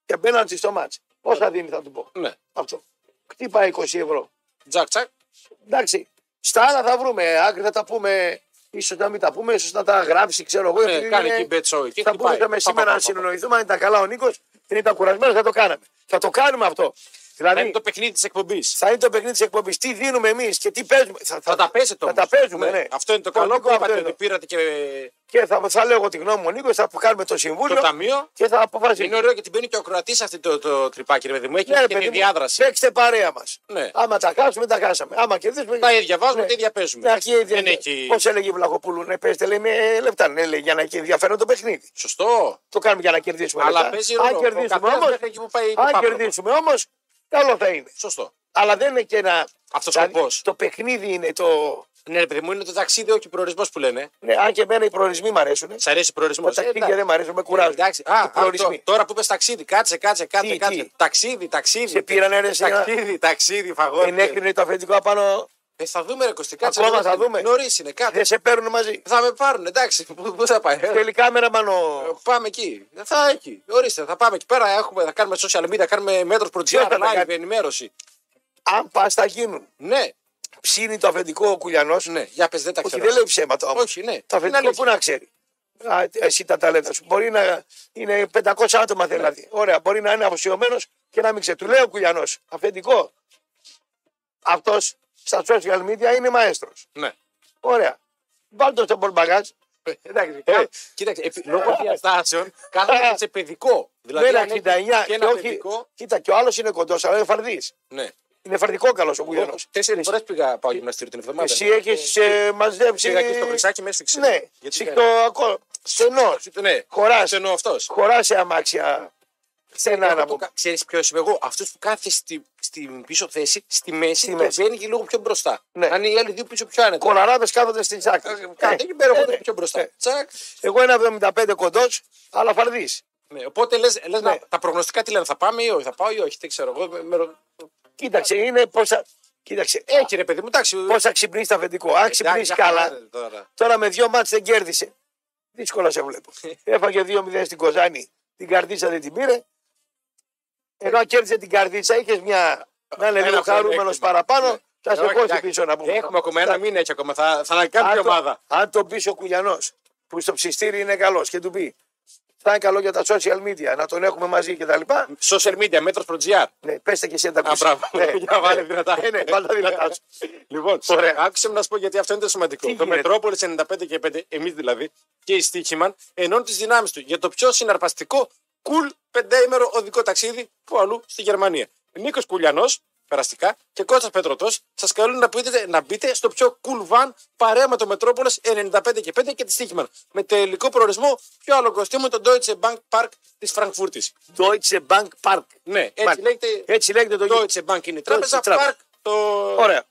Speaker 1: Και μπαίναντι στο μάτ. Πόσα δίνει, θα του πω.
Speaker 2: Ναι. ναι.
Speaker 1: Αυτό. Χτύπα 20 ευρώ.
Speaker 2: Τζακ, Ε, τσακ.
Speaker 1: Εντάξει. Στα άλλα θα βρούμε. Άκρη θα τα πούμε. ίσως να μην τα πούμε, ίσως να τα γράψει, ξέρω εγώ.
Speaker 2: Ναι,
Speaker 1: επειδή
Speaker 2: κάνει
Speaker 1: είναι-
Speaker 2: εκεί μπέτσο. εκεί,
Speaker 1: Θα
Speaker 2: χτυπάει.
Speaker 1: μπορούσαμε
Speaker 2: Πα, πα,
Speaker 1: σήμερα
Speaker 2: πα,
Speaker 1: να
Speaker 2: πα, πα.
Speaker 1: συνεννοηθούμε. Αν ήταν καλά ο Νίκος, δεν ήταν κουρασμένος, θα το κάναμε. Θα το κάνουμε αυτό.
Speaker 2: Θα
Speaker 1: Δηλαδή,
Speaker 2: είναι το παιχνίδι της εκπομπής.
Speaker 1: θα είναι το παιχνίδι της εκπομπής. Τι δίνουμε εμείς και τι παίζουμε. Θα,
Speaker 2: Θα τα παίζετε
Speaker 1: Θα
Speaker 2: όμως.
Speaker 1: τα παίζουμε, ναι.
Speaker 2: Αυτό είναι το
Speaker 1: Πολιτικό
Speaker 2: καλό που είπατε ναι.
Speaker 1: αυτό
Speaker 2: ότι πήρατε και
Speaker 1: Και θα, θα λέω εγώ τη γνώμη μου, Νίκο, θα κάνουμε το
Speaker 2: το
Speaker 1: συμβούλιο
Speaker 2: ταμείο.
Speaker 1: και θα αποφασίσουμε.
Speaker 2: Είναι ωραίο γιατί μπαίνει και ο Κροατής αυτή το, το τρυπάκι, ρε παιδί μου. Έχει
Speaker 1: Ναι, ρε,
Speaker 2: και
Speaker 1: παιδί
Speaker 2: τη
Speaker 1: μου,
Speaker 2: διάδραση.
Speaker 1: Παίξτε παρέα μας.
Speaker 2: Ναι.
Speaker 1: Άμα τα χάσουμε, τα χάσαμε. Άμα κερδίσουμε.
Speaker 2: Τα ίδια βάζουμε,
Speaker 1: Ναι.
Speaker 2: τα ίδια παίζουμε.
Speaker 1: Να έχει
Speaker 2: Δεν έχει.
Speaker 1: Πώς έλεγε η Βλαχοπούλου, ναι, παίζετε λέει με λεπτά. Ναι, λέει, για να έχει ενδιαφέρον το παιχνίδι.
Speaker 2: Σωστό.
Speaker 1: Το κάνουμε για να κερδίσουμε.
Speaker 2: Αλλά
Speaker 1: λεπτά.
Speaker 2: παίζει
Speaker 1: αν
Speaker 2: ρόλο. Ο
Speaker 1: κερδίσουμε
Speaker 2: καθένας
Speaker 1: όμως,
Speaker 2: μέχρι εκεί που πάει το
Speaker 1: αν
Speaker 2: πάπλωμα.
Speaker 1: κερδίσουμε όμως, καλό θα είναι.
Speaker 2: Σωστό.
Speaker 1: Αλλά δεν είναι και ένα.
Speaker 2: Αυτός
Speaker 1: δηλαδή,
Speaker 2: σκοπός.
Speaker 1: Το παιχνίδι είναι το.
Speaker 2: Ναι, ρε παιδί μου, είναι το ταξίδι, όχι ο προορισμός που λένε.
Speaker 1: Ναι, αν και εμένα οι προορισμοί μ' αρέσουν.
Speaker 2: Σ' αρέσει ο προορισμός.
Speaker 1: Τα ταξίδια δεν μ' αρέσουν, με κουράζουν.
Speaker 2: Ε, Εντάξει.
Speaker 1: Οι
Speaker 2: Α, α,
Speaker 1: προορισμοί.
Speaker 2: το- τώρα που πες ταξίδι, κάτσε, κάτσε, κάτσε.
Speaker 1: Τι,
Speaker 2: κάτσε.
Speaker 1: τι.
Speaker 2: Ταξίδι, ταξίδι.
Speaker 1: Σε πήρανε ρε σε ένα-
Speaker 2: Ταξίδι, ταξίδι, φαγό.
Speaker 1: ενέκρινε το αφεντικό απάνω.
Speaker 2: Ε, θα δούμε, ρε Κωστή, κάτσε.
Speaker 1: Ακόμα
Speaker 2: ρε,
Speaker 1: θα δούμε. Ε.
Speaker 2: Νωρίς είναι, κάτσε.
Speaker 1: Δεν σε παίρνουν μαζί.
Speaker 2: Θα με πάρουν, εντάξει. Πού, πού θα πάει. ε.
Speaker 1: Θέλει κάμερα μανώ.
Speaker 2: Ε, Πάμε εκεί. Θα εκεί. Ορίστε, θα πάμε εκεί πέρα. Έχουμε, θα κάνουμε social media, θα κάνουμε μέτρο
Speaker 1: Ποιος
Speaker 2: προτζέρα,
Speaker 1: θα τα
Speaker 2: live,
Speaker 1: κάνει?
Speaker 2: ενημέρωση.
Speaker 1: Αν πας, θα γίνουν.
Speaker 2: Ναι,
Speaker 1: Ψήνει το αφεντικό ο κουλιανός.
Speaker 2: ναι, για πες, δεν τα
Speaker 1: Όχι,
Speaker 2: ξέρω.
Speaker 1: δεν λέει ψέματα όμως.
Speaker 2: Όχι, ναι.
Speaker 1: Το
Speaker 2: Είναι
Speaker 1: αφεντικό
Speaker 2: αλήθεια.
Speaker 1: που να ξέρει. Α, εσύ τα ταλέντα σου. Μπορεί να είναι 500 άτομα δηλαδή. Ωραία, μπορεί να είναι αφοσιωμένος και να μην ξέρει. Του λέει ο κουλιανός. Αφεντικό. Αυτός στα social media είναι μαέστρος.
Speaker 2: Ναι.
Speaker 1: Ωραία. Βάλτε το μπολμπαγκάζ. Εντάξει.
Speaker 2: Ε, Κοίταξε, επί-
Speaker 1: ε,
Speaker 2: λόγω διαστάσεων κάθεται σε παιδικό.
Speaker 1: Με
Speaker 2: Δηλαδή,
Speaker 1: ένα
Speaker 2: αν έχει
Speaker 1: 69
Speaker 2: και
Speaker 1: και,
Speaker 2: ένα
Speaker 1: όχι. Ε,
Speaker 2: παιδικό.
Speaker 1: Κοίτα, και ο άλλος είναι κοντός, αλλά είναι φαρδί.
Speaker 2: Ναι.
Speaker 1: Είναι φαρδικό καλός ο Κουλιανό.
Speaker 2: Τέσσερι φορές πήγα πάω γυμναστήριο την εβδομάδα.
Speaker 1: ε, Εσύ
Speaker 2: Ε,
Speaker 1: έχει μαζέψει.
Speaker 2: Πήγα και στο χρυσάκι μέσα στο
Speaker 1: Ναι, σιχτοακό. Στενό.
Speaker 2: Ναι,
Speaker 1: Χωράς.
Speaker 2: Εννοώ αυτός.
Speaker 1: Χωράς σε αμάξια. Στενά να πούμε.
Speaker 2: Ξέρεις ποιος είμαι εγώ. Αυτός που κάθεται στη, στην πίσω θέση, στη μέση, και
Speaker 1: μέση.
Speaker 2: βγαίνει και λίγο πιο μπροστά.
Speaker 1: Ναι.
Speaker 2: Αν οι άλλοι δύο πίσω πιο άνετα.
Speaker 1: Κολαράδες κάθονται στην
Speaker 2: Ε,
Speaker 1: τσάκη.
Speaker 2: Κάτω εκεί πέρα,
Speaker 1: ε,
Speaker 2: εγώ
Speaker 1: ναι.
Speaker 2: πιο μπροστά.
Speaker 1: Ε.
Speaker 2: Τσακ.
Speaker 1: Εγώ είμαι 75 κοντός, αλλά φαρδί.
Speaker 2: Ναι, οπότε λες, λες,
Speaker 1: Ναι. Ε,
Speaker 2: να- τα προγνωστικά τι λένε, θα πάμε ή όχι, θα πάω ή όχι, δεν ξέρω εγώ. με- με ρω-
Speaker 1: Κοίταξε, είναι πώ θα. Κοίταξε,
Speaker 2: Έχει ρε παιδί μου, εντάξει.
Speaker 1: πώ θα ξυπνήσει το αφεντικό. Αν ξυπνήσει
Speaker 2: Ε. εντάξει,
Speaker 1: καλά,
Speaker 2: χαλάρε Τώρα.
Speaker 1: Τώρα με δύο μάτς δεν κέρδισε. Δύσκολα σε βλέπω.
Speaker 2: Ε.
Speaker 1: Έφαγε 2-0 στην Κοζάνη. Την καρδίτσα δεν την πήρε. Ενώ αν κέρδισε την καρδίτσα, είχες μια. Να είναι
Speaker 2: Ένα
Speaker 1: λίγο
Speaker 2: χρόνο
Speaker 1: χαρούμενος
Speaker 2: έχουμε. Ναι.
Speaker 1: παραπάνω. Θα σε
Speaker 2: Όχι,
Speaker 1: κόσει
Speaker 2: εντάξει.
Speaker 1: πίσω να πούμε.
Speaker 2: Έχουμε ακόμα ένα μήνα έτσι ακόμα. Θα, θα ανακάμψει η
Speaker 1: Αν το-
Speaker 2: ομάδα.
Speaker 1: Αν τον πεις ο Κουλιανό, που στο ψιστήρι είναι καλός και του πει, θα είναι καλό για τα social media να τον έχουμε μαζί κτλ.
Speaker 2: Social media, μέτρο.gr.
Speaker 1: Ναι, πέστε και εσύ να τα
Speaker 2: Α,
Speaker 1: ακούσεις.
Speaker 2: μπράβο.
Speaker 1: Ναι,
Speaker 2: Για βάλε
Speaker 1: ναι.
Speaker 2: δυνατά.
Speaker 1: Ναι, ναι, βάλε τα δυνατά σου.
Speaker 2: Λοιπόν,
Speaker 1: Ωραία.
Speaker 2: άκουσε με να σου πω γιατί αυτό είναι το σημαντικό.
Speaker 1: Τι
Speaker 2: το
Speaker 1: γίνεται?
Speaker 2: Μετρόπολης 95 και 5, εμείς δηλαδή, και η Στίχημαν, ενώνει τις δυνάμεις του για το πιο συναρπαστικό κουλ πενταήμερο οδικό ταξίδι που αλλού στη Γερμανία. Νίκος Κουλιανό, περαστικά, και Κώστας Πετρωτός σας καλούν να, πείτε, να μπείτε στο πιο cool van παρέα με το Μετρόπολης 95 και 5 και τη Στίχημαν. Με τελικό προορισμό πιο άλλο κοστίμο το Deutsche Bank Park της Φραnkfurτη.
Speaker 1: Deutsche Bank Park.
Speaker 2: Ναι,
Speaker 1: Μα-
Speaker 2: έτσι λέγεται.
Speaker 1: Έτσι λέγεται το γη.
Speaker 2: Deutsche Bank είναι η τράπεζα,
Speaker 1: Deutsche Trap.
Speaker 2: Park το,
Speaker 1: Ωραία.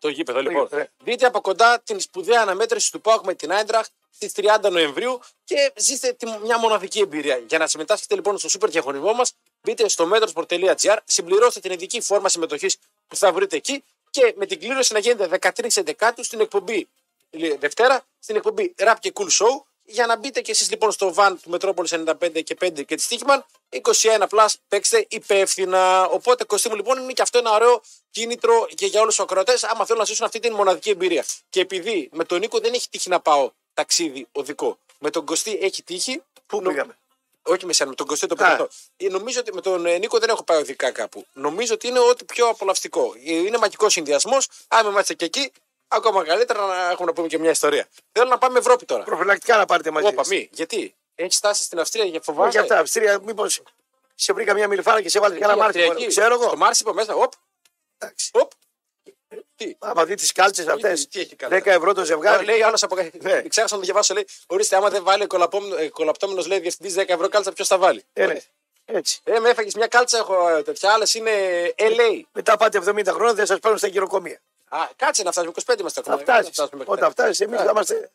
Speaker 2: το γήπεδο, λοιπόν.
Speaker 1: γήπεδο, ε.
Speaker 2: Δείτε από κοντά την σπουδαία αναμέτρηση του ΠΑΟΚ με την Άιντραχ στι 30 Νοεμβρίου και ζήστε τη- μια μοναδική εμπειρία. Για να συμμετάσχετε λοιπόν στο σούπερ διαγωνισμό μας, μπείτε στο metrosport.gr, συμπληρώστε την ειδική φόρμα συμμετοχής που θα βρείτε εκεί και με την κλήρωση να γίνεται 13 Δεκάτου στην εκπομπή λε- Δευτέρα, στην εκπομπή Rap και Cool Show. Για να μπείτε και εσείς λοιπόν στο van του Μετρόπολης 95 και 5 και τη Στίχημαν, 21 Plus παίξτε υπεύθυνα. Οπότε κοστί μου λοιπόν είναι και αυτό ένα ωραίο κίνητρο και για όλους τους ακροατές, άμα θέλουν να ζήσουν αυτή την μοναδική εμπειρία. Και επειδή με τον Νίκο δεν έχει τύχει να πάω ταξίδι οδικό, με τον Κωστή έχει τύχει.
Speaker 1: Πού
Speaker 2: Νο-
Speaker 1: πήγαμε.
Speaker 2: όχι με σένα, με τον Κωστή τον Πετρετό. Ε, Νομίζω ότι με τον ε, Νίκο δεν έχω πάει οδικά κάπου. Νομίζω ότι είναι ό,τι πιο απολαυστικό. Ε, Είναι μαγικός συνδυασμός. Αν με μάτσε και εκεί, ακόμα καλύτερα να έχουμε να πούμε και μια ιστορία. Θέλω να πάμε Ευρώπη τώρα.
Speaker 1: Προφυλακτικά να πάρετε μαζί.
Speaker 2: Όπα,
Speaker 1: σας.
Speaker 2: μη. Γιατί έχεις στάσει στην Αυστρία για φοβάσαι.
Speaker 1: Όχι αυτά. Αυστρία, μήπως σε βρήκα μια μιλφάρα και σε βάλει
Speaker 2: Η
Speaker 1: κανένα
Speaker 2: Αυστριακή,
Speaker 1: μάρτυρο. Ξέρω
Speaker 2: Το
Speaker 1: εγώ.
Speaker 2: Μάρς είπε μέσα. Οπ,
Speaker 1: Εντάξει.
Speaker 2: οπ. Τι.
Speaker 1: Άμα δει τις κάλτσες αυτές,
Speaker 2: τι έχει κάλτσα.
Speaker 1: 10 ευρώ το
Speaker 2: Βγάλε.
Speaker 1: ζευγάρι.
Speaker 2: Λέει άλλο από κάτι.
Speaker 1: Ναι.
Speaker 2: Ξέχασα να το διαβάσω. Λέει, ορίστε, άμα δεν βάλει κολαπτόμενος, λέει διευθυντής 10 ευρώ κάλτσα, ποιος θα βάλει.
Speaker 1: Ε, ναι. Έτσι.
Speaker 2: Ε, με έφαγες μια κάλτσα, έχω ε, τέτοια. Άλλες είναι LA.
Speaker 1: Μετά πάτε 70 χρόνια, δεν σας παίρνουν στα γυροκομεία.
Speaker 2: Α, κάτσε να φτάσουμε. 25 είμαστε ακόμα.
Speaker 1: Θα φτάσει.
Speaker 2: Δεν φτάσουμε μέχρι
Speaker 1: Όταν
Speaker 2: τότε.
Speaker 1: φτάσεις, εμείς θα είμαστε
Speaker 2: Σκόνη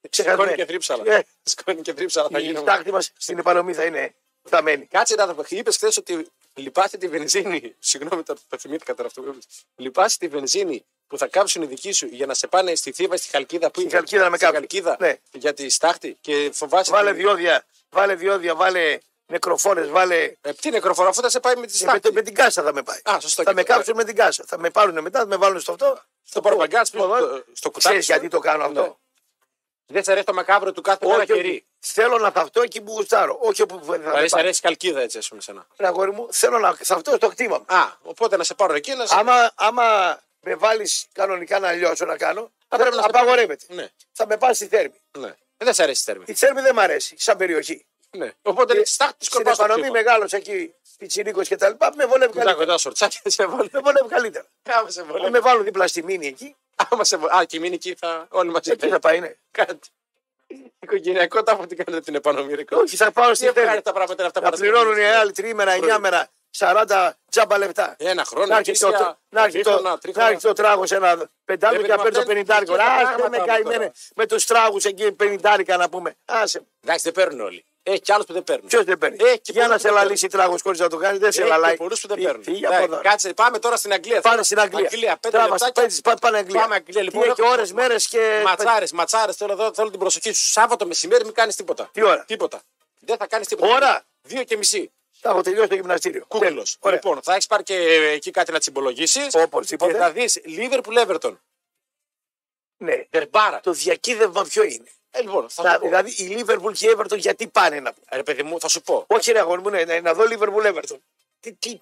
Speaker 2: και
Speaker 1: ξεχασμένοι.
Speaker 2: θρύψαλα.
Speaker 1: Ε.
Speaker 2: Σκόνη και θρύψαλα θα
Speaker 1: Η
Speaker 2: γίνουμε.
Speaker 1: στάχτη μας στην επανομή θα είναι θαμένη.
Speaker 2: Κάτσε να το Είπες χθες ότι λυπάσαι τη βενζίνη. Συγγνώμη, το, το θυμήθηκα τώρα αυτό. που είπες. Λυπάσαι τη βενζίνη που θα κάψουν οι δικοί σου για να σε πάνε στη Θήβα, στη Χαλκίδα. Που
Speaker 1: Στην
Speaker 2: είναι.
Speaker 1: Χαλκίδα να με
Speaker 2: Στην
Speaker 1: κάψουν.
Speaker 2: Χαλκίδα
Speaker 1: Ναι.
Speaker 2: για τη στάχτη και φοβάσαι.
Speaker 1: Βάλε
Speaker 2: τη-
Speaker 1: διόδια, βάλε διόδια, βάλε νεκροφώνε, βάλε.
Speaker 2: Ε, τι νεκροφορά, αφού θα σε πάει με τη
Speaker 1: Ε, Με,
Speaker 2: στάχτη.
Speaker 1: το- με την κάσα θα με πάει.
Speaker 2: Α, σωστό.
Speaker 1: θα με
Speaker 2: Ωραία.
Speaker 1: κάψουν με την κάσα. Θα με πάρουν μετά, θα με βάλουν στο αυτό.
Speaker 2: Στο παραπαγκάτ,
Speaker 1: στο-
Speaker 2: στο, στο κουτάκι.
Speaker 1: Ξέρεις
Speaker 2: σου.
Speaker 1: γιατί το κάνω αυτό.
Speaker 2: Ναι. Δεν σε αρέσει το μακάβρο του κάθε μέρα
Speaker 1: Όχι,
Speaker 2: κερί.
Speaker 1: όχι. Θέλω να θαυτώ εκεί που γουστάρω. Όχι όπου θα με
Speaker 2: Δηλαδή σε
Speaker 1: πάρει.
Speaker 2: αρέσει η καλκίδα έτσι, ας πούμε σένα.
Speaker 1: Ρε αγόρι μου, θέλω να θαυτώ στο κτήμα μου.
Speaker 2: Α, οπότε να σε πάρω εκεί να σε.
Speaker 1: Άμα, άμα με βάλεις κανονικά να λιώσω να κάνω,
Speaker 2: Θα πρέπει να σε-
Speaker 1: απαγορεύεται.
Speaker 2: Ναι,
Speaker 1: Θα με πας στη Θέρμη.
Speaker 2: ναι. Ε, Δεν σε αρέσει η θέρμη.
Speaker 1: Η Θέρμη δεν μ' αρέσει, σαν περιοχή.
Speaker 2: Ναι. Οπότε
Speaker 1: Ε,
Speaker 2: λέει, τη στάχτη της
Speaker 1: Στην
Speaker 2: σκορπάς στο
Speaker 1: επανομή
Speaker 2: ψύχο.
Speaker 1: μεγάλο εκεί, πιτσιρίκος και τα λοιπά, με βολεύει
Speaker 2: Κοντά
Speaker 1: καλύτερα.
Speaker 2: κοντά σορτσάκια σε βολεύει.
Speaker 1: Με βολεύει καλύτερα.
Speaker 2: Άμα σε
Speaker 1: Αν
Speaker 2: βολεύει.
Speaker 1: με βάλουν δίπλα στη μήνυ εκεί,
Speaker 2: Άμα σε βολεύει. Α, και μείνει εκεί θα όλοι μαζί.
Speaker 1: εκεί θα πάει, ναι.
Speaker 2: Κάτι. Οικογενειακό τάφο τι κάνετε την επανομή ρε κοπέλα.
Speaker 1: Ε, Όχι, θα πάω
Speaker 2: Τι
Speaker 1: στη Θέρμη.
Speaker 2: ευχάριστα πράγματα είναι αυτά
Speaker 1: Θα
Speaker 2: Παρασκευή.
Speaker 1: πληρώνουν οι άλλοι τριήμερα, εννιάμερα, 40 τζάμπα λεφτά.
Speaker 2: Ένα
Speaker 1: Να
Speaker 2: χρόνο.
Speaker 1: έρχεται το-
Speaker 2: γύστια,
Speaker 1: να έρχεται το-
Speaker 2: τρίχωνα,
Speaker 1: να
Speaker 2: τρίχωνα.
Speaker 1: έρχεται το τράγο σε ένα πεντάδο
Speaker 2: Ρε,
Speaker 1: και να παίρνει
Speaker 2: παιδιά,
Speaker 1: το
Speaker 2: μαθαίνεις
Speaker 1: πενηντάρικο.
Speaker 2: και τα
Speaker 1: Άσε
Speaker 2: πράγματα
Speaker 1: με
Speaker 2: μου τώρα.
Speaker 1: καημένε με τους τράγους εκεί πενηντάρικα να πούμε. Άσε.
Speaker 2: Εντάξει δεν παίρνουν όλοι. Έχει κι άλλους που δεν παίρνουν.
Speaker 1: Ποιος δεν Ε, παίρνει.
Speaker 2: Ε,
Speaker 1: Για
Speaker 2: και πολλοί
Speaker 1: να
Speaker 2: που
Speaker 1: σε
Speaker 2: δεν
Speaker 1: λαλήσει τράγος χωρίς να το κάνεις, δεν Ε, σε
Speaker 2: Έχει
Speaker 1: λαλάει.
Speaker 2: και πολλούς που δεν
Speaker 1: Φύ-
Speaker 2: παίρνουν.
Speaker 1: φύγε από
Speaker 2: Εντάξει,
Speaker 1: εδώ.
Speaker 2: Κάτσε, πάμε τώρα στην Αγγλία.
Speaker 1: Πάμε στην Αγγλία.
Speaker 2: Αγγλία, πέντε
Speaker 1: Τράβας,
Speaker 2: λεπτάκια.
Speaker 1: πέντε, πά- πάμε Αγγλία.
Speaker 2: Πάμε Αγγλία,
Speaker 1: Τι
Speaker 2: λοιπόν.
Speaker 1: Έχει
Speaker 2: έχουμε-
Speaker 1: ώρες, μέρες και.
Speaker 2: Ματσάρες, ματσάρες, θέλω εδώ, θέλω την προσοχή σου. Σάββατο μεσημέρι μην κάνεις τίποτα.
Speaker 1: Τι ώρα?
Speaker 2: Τίποτα. Δεν θα κάνεις τίποτα.
Speaker 1: Ώρα?
Speaker 2: Δύο και μισή.
Speaker 1: Τα έχω τελειώσει το γυμναστήριο.
Speaker 2: Κούκλος.
Speaker 1: Τέλος. Ωραία. λοιπόν,
Speaker 2: Λοιπόν, θα έχεις πάρει και ε, εκεί κάτι να τσιμπολογήσεις.
Speaker 1: Οπωσδήποτε.
Speaker 2: Και θα δεις Λίβερπουλ Εύερτον.
Speaker 1: Ναι.
Speaker 2: Δερμπάρα.
Speaker 1: Το διακύβευμα ποιο είναι.
Speaker 2: Ε, λοιπόν, θα,
Speaker 1: Τα-
Speaker 2: σου πω.
Speaker 1: δηλαδή η Λίβερπουλ και η Everton γιατί πάνε να πούμε.
Speaker 2: Ρε παιδί μου, θα σου πω.
Speaker 1: Όχι, ρε αγόρι μου, ναι, ναι, να δω Λίβερπουλ Everton. Τι, τι,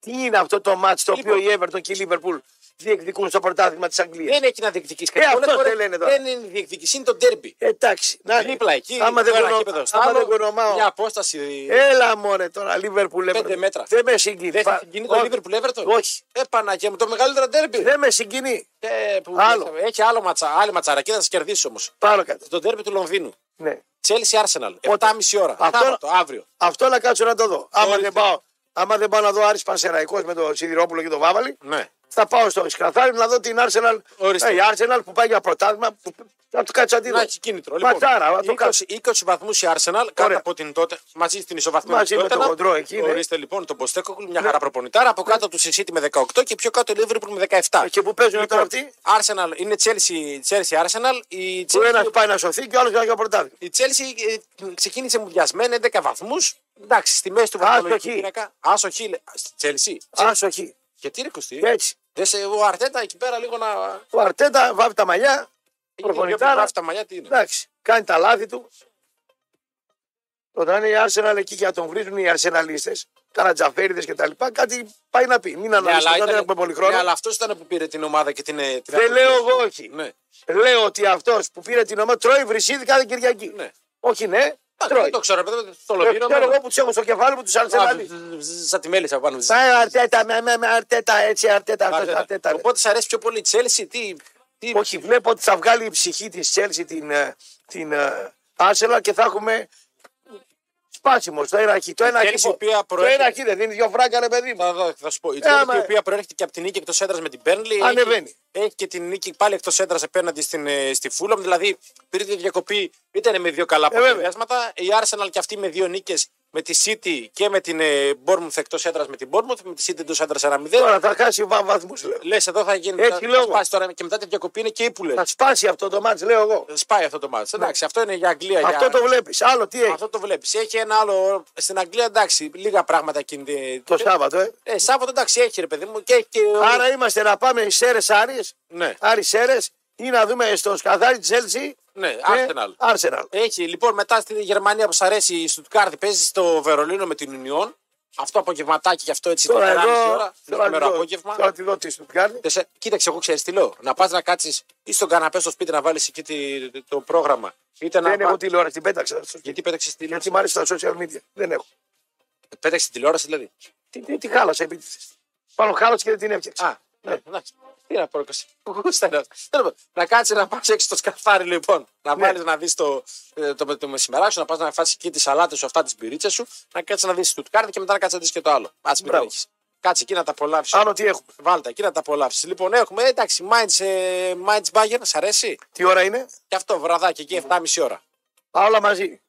Speaker 1: τι είναι αυτό το μάτς το
Speaker 2: Λοιπόν.
Speaker 1: οποίο η Everton και η Λίβερπουλ διεκδικούν στο πρωτάθλημα της Αγγλίας.
Speaker 2: Δεν έχει να διεκδικήσει
Speaker 1: Ε, αυτό δεν λένε τώρα.
Speaker 2: Δεν είναι διεκδικήσει, είναι το ντέρμπι.
Speaker 1: Ε, Εντάξει, να είναι.
Speaker 2: Δίπλα εκεί,
Speaker 1: Άμα δεν,
Speaker 2: το ένα
Speaker 1: κονο...
Speaker 2: γήπεδο στο
Speaker 1: άμα
Speaker 2: άλλο,
Speaker 1: δεν Ε. κονομάω.
Speaker 2: Μια απόσταση.
Speaker 1: Έλα μωρέ τώρα, Λίβερπουλ
Speaker 2: Πέντε
Speaker 1: Everton.
Speaker 2: μέτρα.
Speaker 1: Δεν με συγκινεί.
Speaker 2: Δεν θα
Speaker 1: Πα-
Speaker 2: συγκινεί το
Speaker 1: όχι.
Speaker 2: Λίβερπουλ Εύερτον.
Speaker 1: Όχι.
Speaker 2: Ε, Παναγία μου, το μεγαλύτερο ντέρμπι.
Speaker 1: Δεν με συγκινεί.
Speaker 2: Ε, που
Speaker 1: Ναι. Άλλο.
Speaker 2: Έχει άλλο ματσα, άλλη ματσαρακή, θα σα κερδίσει όμως.
Speaker 1: Πάνω κάτω.
Speaker 2: Το τέρμι του Λονδίνου.
Speaker 1: Ναι.
Speaker 2: Chelsea Arsenal. 7,5 ώρα.
Speaker 1: Αυτό-
Speaker 2: Σάββατο, αύριο.
Speaker 1: Αυτό να κάτσω να το δω. Άμα
Speaker 2: Ορίστε.
Speaker 1: δεν, πάω, άμα δεν πάω να δω Άρης Πανσεραϊκός με τον Σιδηρόπουλο και τον Βάβαλη,
Speaker 2: Ναι.
Speaker 1: θα πάω στο Σκαθάρι να δω την Arsenal.
Speaker 2: Ορίστε.
Speaker 1: Ε, η Arsenal που πάει για πρωτάθλημα. Που... Θα του κάτσει αντίδραση.
Speaker 2: Να έχει κίνητρο. Λοιπόν,
Speaker 1: Ματσάρα, θα το
Speaker 2: 20,
Speaker 1: κάτσει.
Speaker 2: 20 βαθμούς η Arsenal κάτω από την τότε. Μαζί στην ισοβαθμία
Speaker 1: Μαζί
Speaker 2: της
Speaker 1: με το
Speaker 2: Tottenham.
Speaker 1: χοντρό εκεί, ναι.
Speaker 2: Ορίστε λοιπόν τον Ποστέκοκλου, μια χαρά προπονητάρα. Από κάτω του η City με 18 και πιο κάτω η Liverpool με 17.
Speaker 1: Και που παίζουν τώρα αυτοί.
Speaker 2: Arsenal είναι Chelsea, Chelsea Arsenal. Η
Speaker 1: Που
Speaker 2: Chelsea,
Speaker 1: ένας πάει να σωθεί και ο άλλος πάει για πρωτάθλημα.
Speaker 2: η Chelsea ε, ξεκίνησε μουδιασμένη 11 βαθμούς. Εντάξει, στη μέση του
Speaker 1: Άσο
Speaker 2: βαθμολογικού
Speaker 1: χ.
Speaker 2: πίνακα. Άσο χ. λέ- στη Chelsea.
Speaker 1: Άσο εκεί.
Speaker 2: Γιατί ρε Κωστή.
Speaker 1: Και έτσι.
Speaker 2: Δες, ε, ο Αρτέτα εκεί πέρα λίγο να.
Speaker 1: Ο Αρτέτα βάβει τα μαλλιά. Προπονητάρα.
Speaker 2: Αυτά μαλλιά τι είναι.
Speaker 1: Εντάξει, κάνει τα λάθη του. Όταν είναι η Arsenal εκεί και να τον βρίζουν οι Αρσεναλίστε, καρατζαφέριδε κτλ. Κάτι πάει να πει. Μην
Speaker 2: Ναι, αλλά
Speaker 1: αναλύσουμε, δεν
Speaker 2: ήταν-
Speaker 1: έχουμε πολύ χρόνο.
Speaker 2: Ναι, αλλά αυτός ήταν που πήρε την ομάδα και την. ε, την
Speaker 1: Δεν
Speaker 2: αποκτήσε.
Speaker 1: λέω εγώ όχι.
Speaker 2: Ναι.
Speaker 1: Λέω ότι αυτός που πήρε την ομάδα τρώει βρυσίδι κάθε Κυριακή.
Speaker 2: ναι.
Speaker 1: Όχι ναι,
Speaker 2: Α,
Speaker 1: τρώει.
Speaker 2: Δεν το ξέρω, παιδί το ναι.
Speaker 1: Ε,
Speaker 2: λογίνω.
Speaker 1: Ξέρω εγώ που τους έχω στο κεφάλι μου τους Αρσεναλίστε.
Speaker 2: Σαν τη μέλισσα πάνω. Ζ-
Speaker 1: Πάει αρτέτα, με, με, με, αρτέτα, έτσι, αρτέτα, αυτός,
Speaker 2: Αρτέτα.
Speaker 1: αρτέτα. ναι.
Speaker 2: Οπότε σ' αρέσει πιο πολύ η Τσέλσι. Τι. τι-
Speaker 1: Όχι, βλέπω ότι θα βγάλει η ψυχή της Τσέλση την, ε, την ε, Arsenal και θα έχουμε σπάσιμος στο ένα χ. Το ένα χ
Speaker 2: Chelsea η
Speaker 1: που-
Speaker 2: οποία
Speaker 1: το ένα χ
Speaker 2: προέρχεται-
Speaker 1: δεν δίνει δύο φράγκα, ρε παιδί μου.
Speaker 2: Θα, θα, θα σου πω. Η
Speaker 1: Ε, άμα-
Speaker 2: Τσέλσι η οποία προέρχεται και από την νίκη εκτός έδρας με την Πέρνλι.
Speaker 1: Ανεβαίνει.
Speaker 2: Έχει, έχει και την νίκη πάλι εκτός έδρας απέναντι στην, ε, στη Φούλαμ. Δηλαδή πήρε τη διακοπή, ήταν με δύο καλά
Speaker 1: Ε, βέβαια.
Speaker 2: αποτελέσματα. η Arsenal και αυτή με δύο νίκες με τη City και με την ε, Bournemouth εκτός έδρας με την Bournemouth. Με τη City εντός έδρας 1-0.
Speaker 1: Τώρα θα χάσει βα, βαθμούς, λέω.
Speaker 2: Λες, εδώ θα γίνει.
Speaker 1: Έχει
Speaker 2: θα,
Speaker 1: λόγο.
Speaker 2: θα σπάσει τώρα και μετά τη διακοπή είναι και ύπουλε.
Speaker 1: Θα σπάσει αυτό το μάτς, λέω εγώ.
Speaker 2: Σπάει αυτό το μάτι. Εντάξει, αυτό είναι για Αγγλία.
Speaker 1: Αυτό
Speaker 2: για...
Speaker 1: το βλέπεις. Άλλο τι έχει
Speaker 2: Ε, αυτό το βλέπεις. Έχει ένα άλλο. Στην Αγγλία εντάξει, λίγα πράγματα κινδυνεύει.
Speaker 1: το Σάββατο, ε.
Speaker 2: Ε, Σάββατο εντάξει, έχει ρε παιδί μου και έχει. και-
Speaker 1: Άρα είμαστε να πάμε Σέρες Άρης,
Speaker 2: Ναι,
Speaker 1: Άρης Σέρες ή να δούμε στο σκαθάρι τη Έλση.
Speaker 2: ναι, Arsenal.
Speaker 1: Arsenal.
Speaker 2: Έχει λοιπόν μετά στη Γερμανία που σ' αρέσει η Στουτκάρδη, παίζεις στο Βερολίνο με την Union. Αυτό απογευματάκι και αυτό έτσι
Speaker 1: Τώρα
Speaker 2: την 1,5
Speaker 1: εδώ.
Speaker 2: ώρα.
Speaker 1: Τώρα
Speaker 2: Σήμερα
Speaker 1: εδώ.
Speaker 2: απόγευμα.
Speaker 1: Τώρα τη δω τι σου κάνει.
Speaker 2: Τεσσε- Κοίταξε, εγώ ξέρεις τι λέω. Να πας να κάτσεις ή στον καναπέ στο σπίτι να βάλεις εκεί τη- το πρόγραμμα. Είτε να
Speaker 1: Δεν
Speaker 2: πα-
Speaker 1: έχω τηλεόραση, την πέταξα. στο σπίτι.
Speaker 2: Γιατί πέταξες τη
Speaker 1: Γιατί μ' άρεσε τα social media. Δεν έχω.
Speaker 2: Πέταξες τηλεόραση, δηλαδή.
Speaker 1: Τι, τι, τι χάλασε επίτηδες. Πάνω χάλασε και δεν την έφτιαξε.
Speaker 2: Α, ναι, εντάξει. Τι να πω, ρε Κωστή. Γούστα είναι αυτό. Τέλος πάντων, Να κάτσεις να πας έξω στο σκαφάρι, λοιπόν. Να
Speaker 1: Ναι.
Speaker 2: βάλεις να δεις το, ε, το, το μεσημεράκι σου, να πας να φάσει εκεί τις σαλάτε σου, αυτά τις μπυρίτσες σου, να κάτσεις να δεις το τουκάρι και μετά να κάτσεις να δεις και το άλλο. Α μην
Speaker 1: Μπράβο.
Speaker 2: τρέχεις. Κάτσε εκεί να τα απολαύσεις.
Speaker 1: Άλλο τι έχουμε.
Speaker 2: Βάλτε εκεί να τα απολαύσεις. Λοιπόν, έχουμε εντάξει, Μάιντ ε, Mainz Bayern, σ' αρέσει.
Speaker 1: Τι ώρα είναι.
Speaker 2: Και αυτό βραδάκι εκεί 7,5 ώρα.
Speaker 1: Α, Όλα μαζί.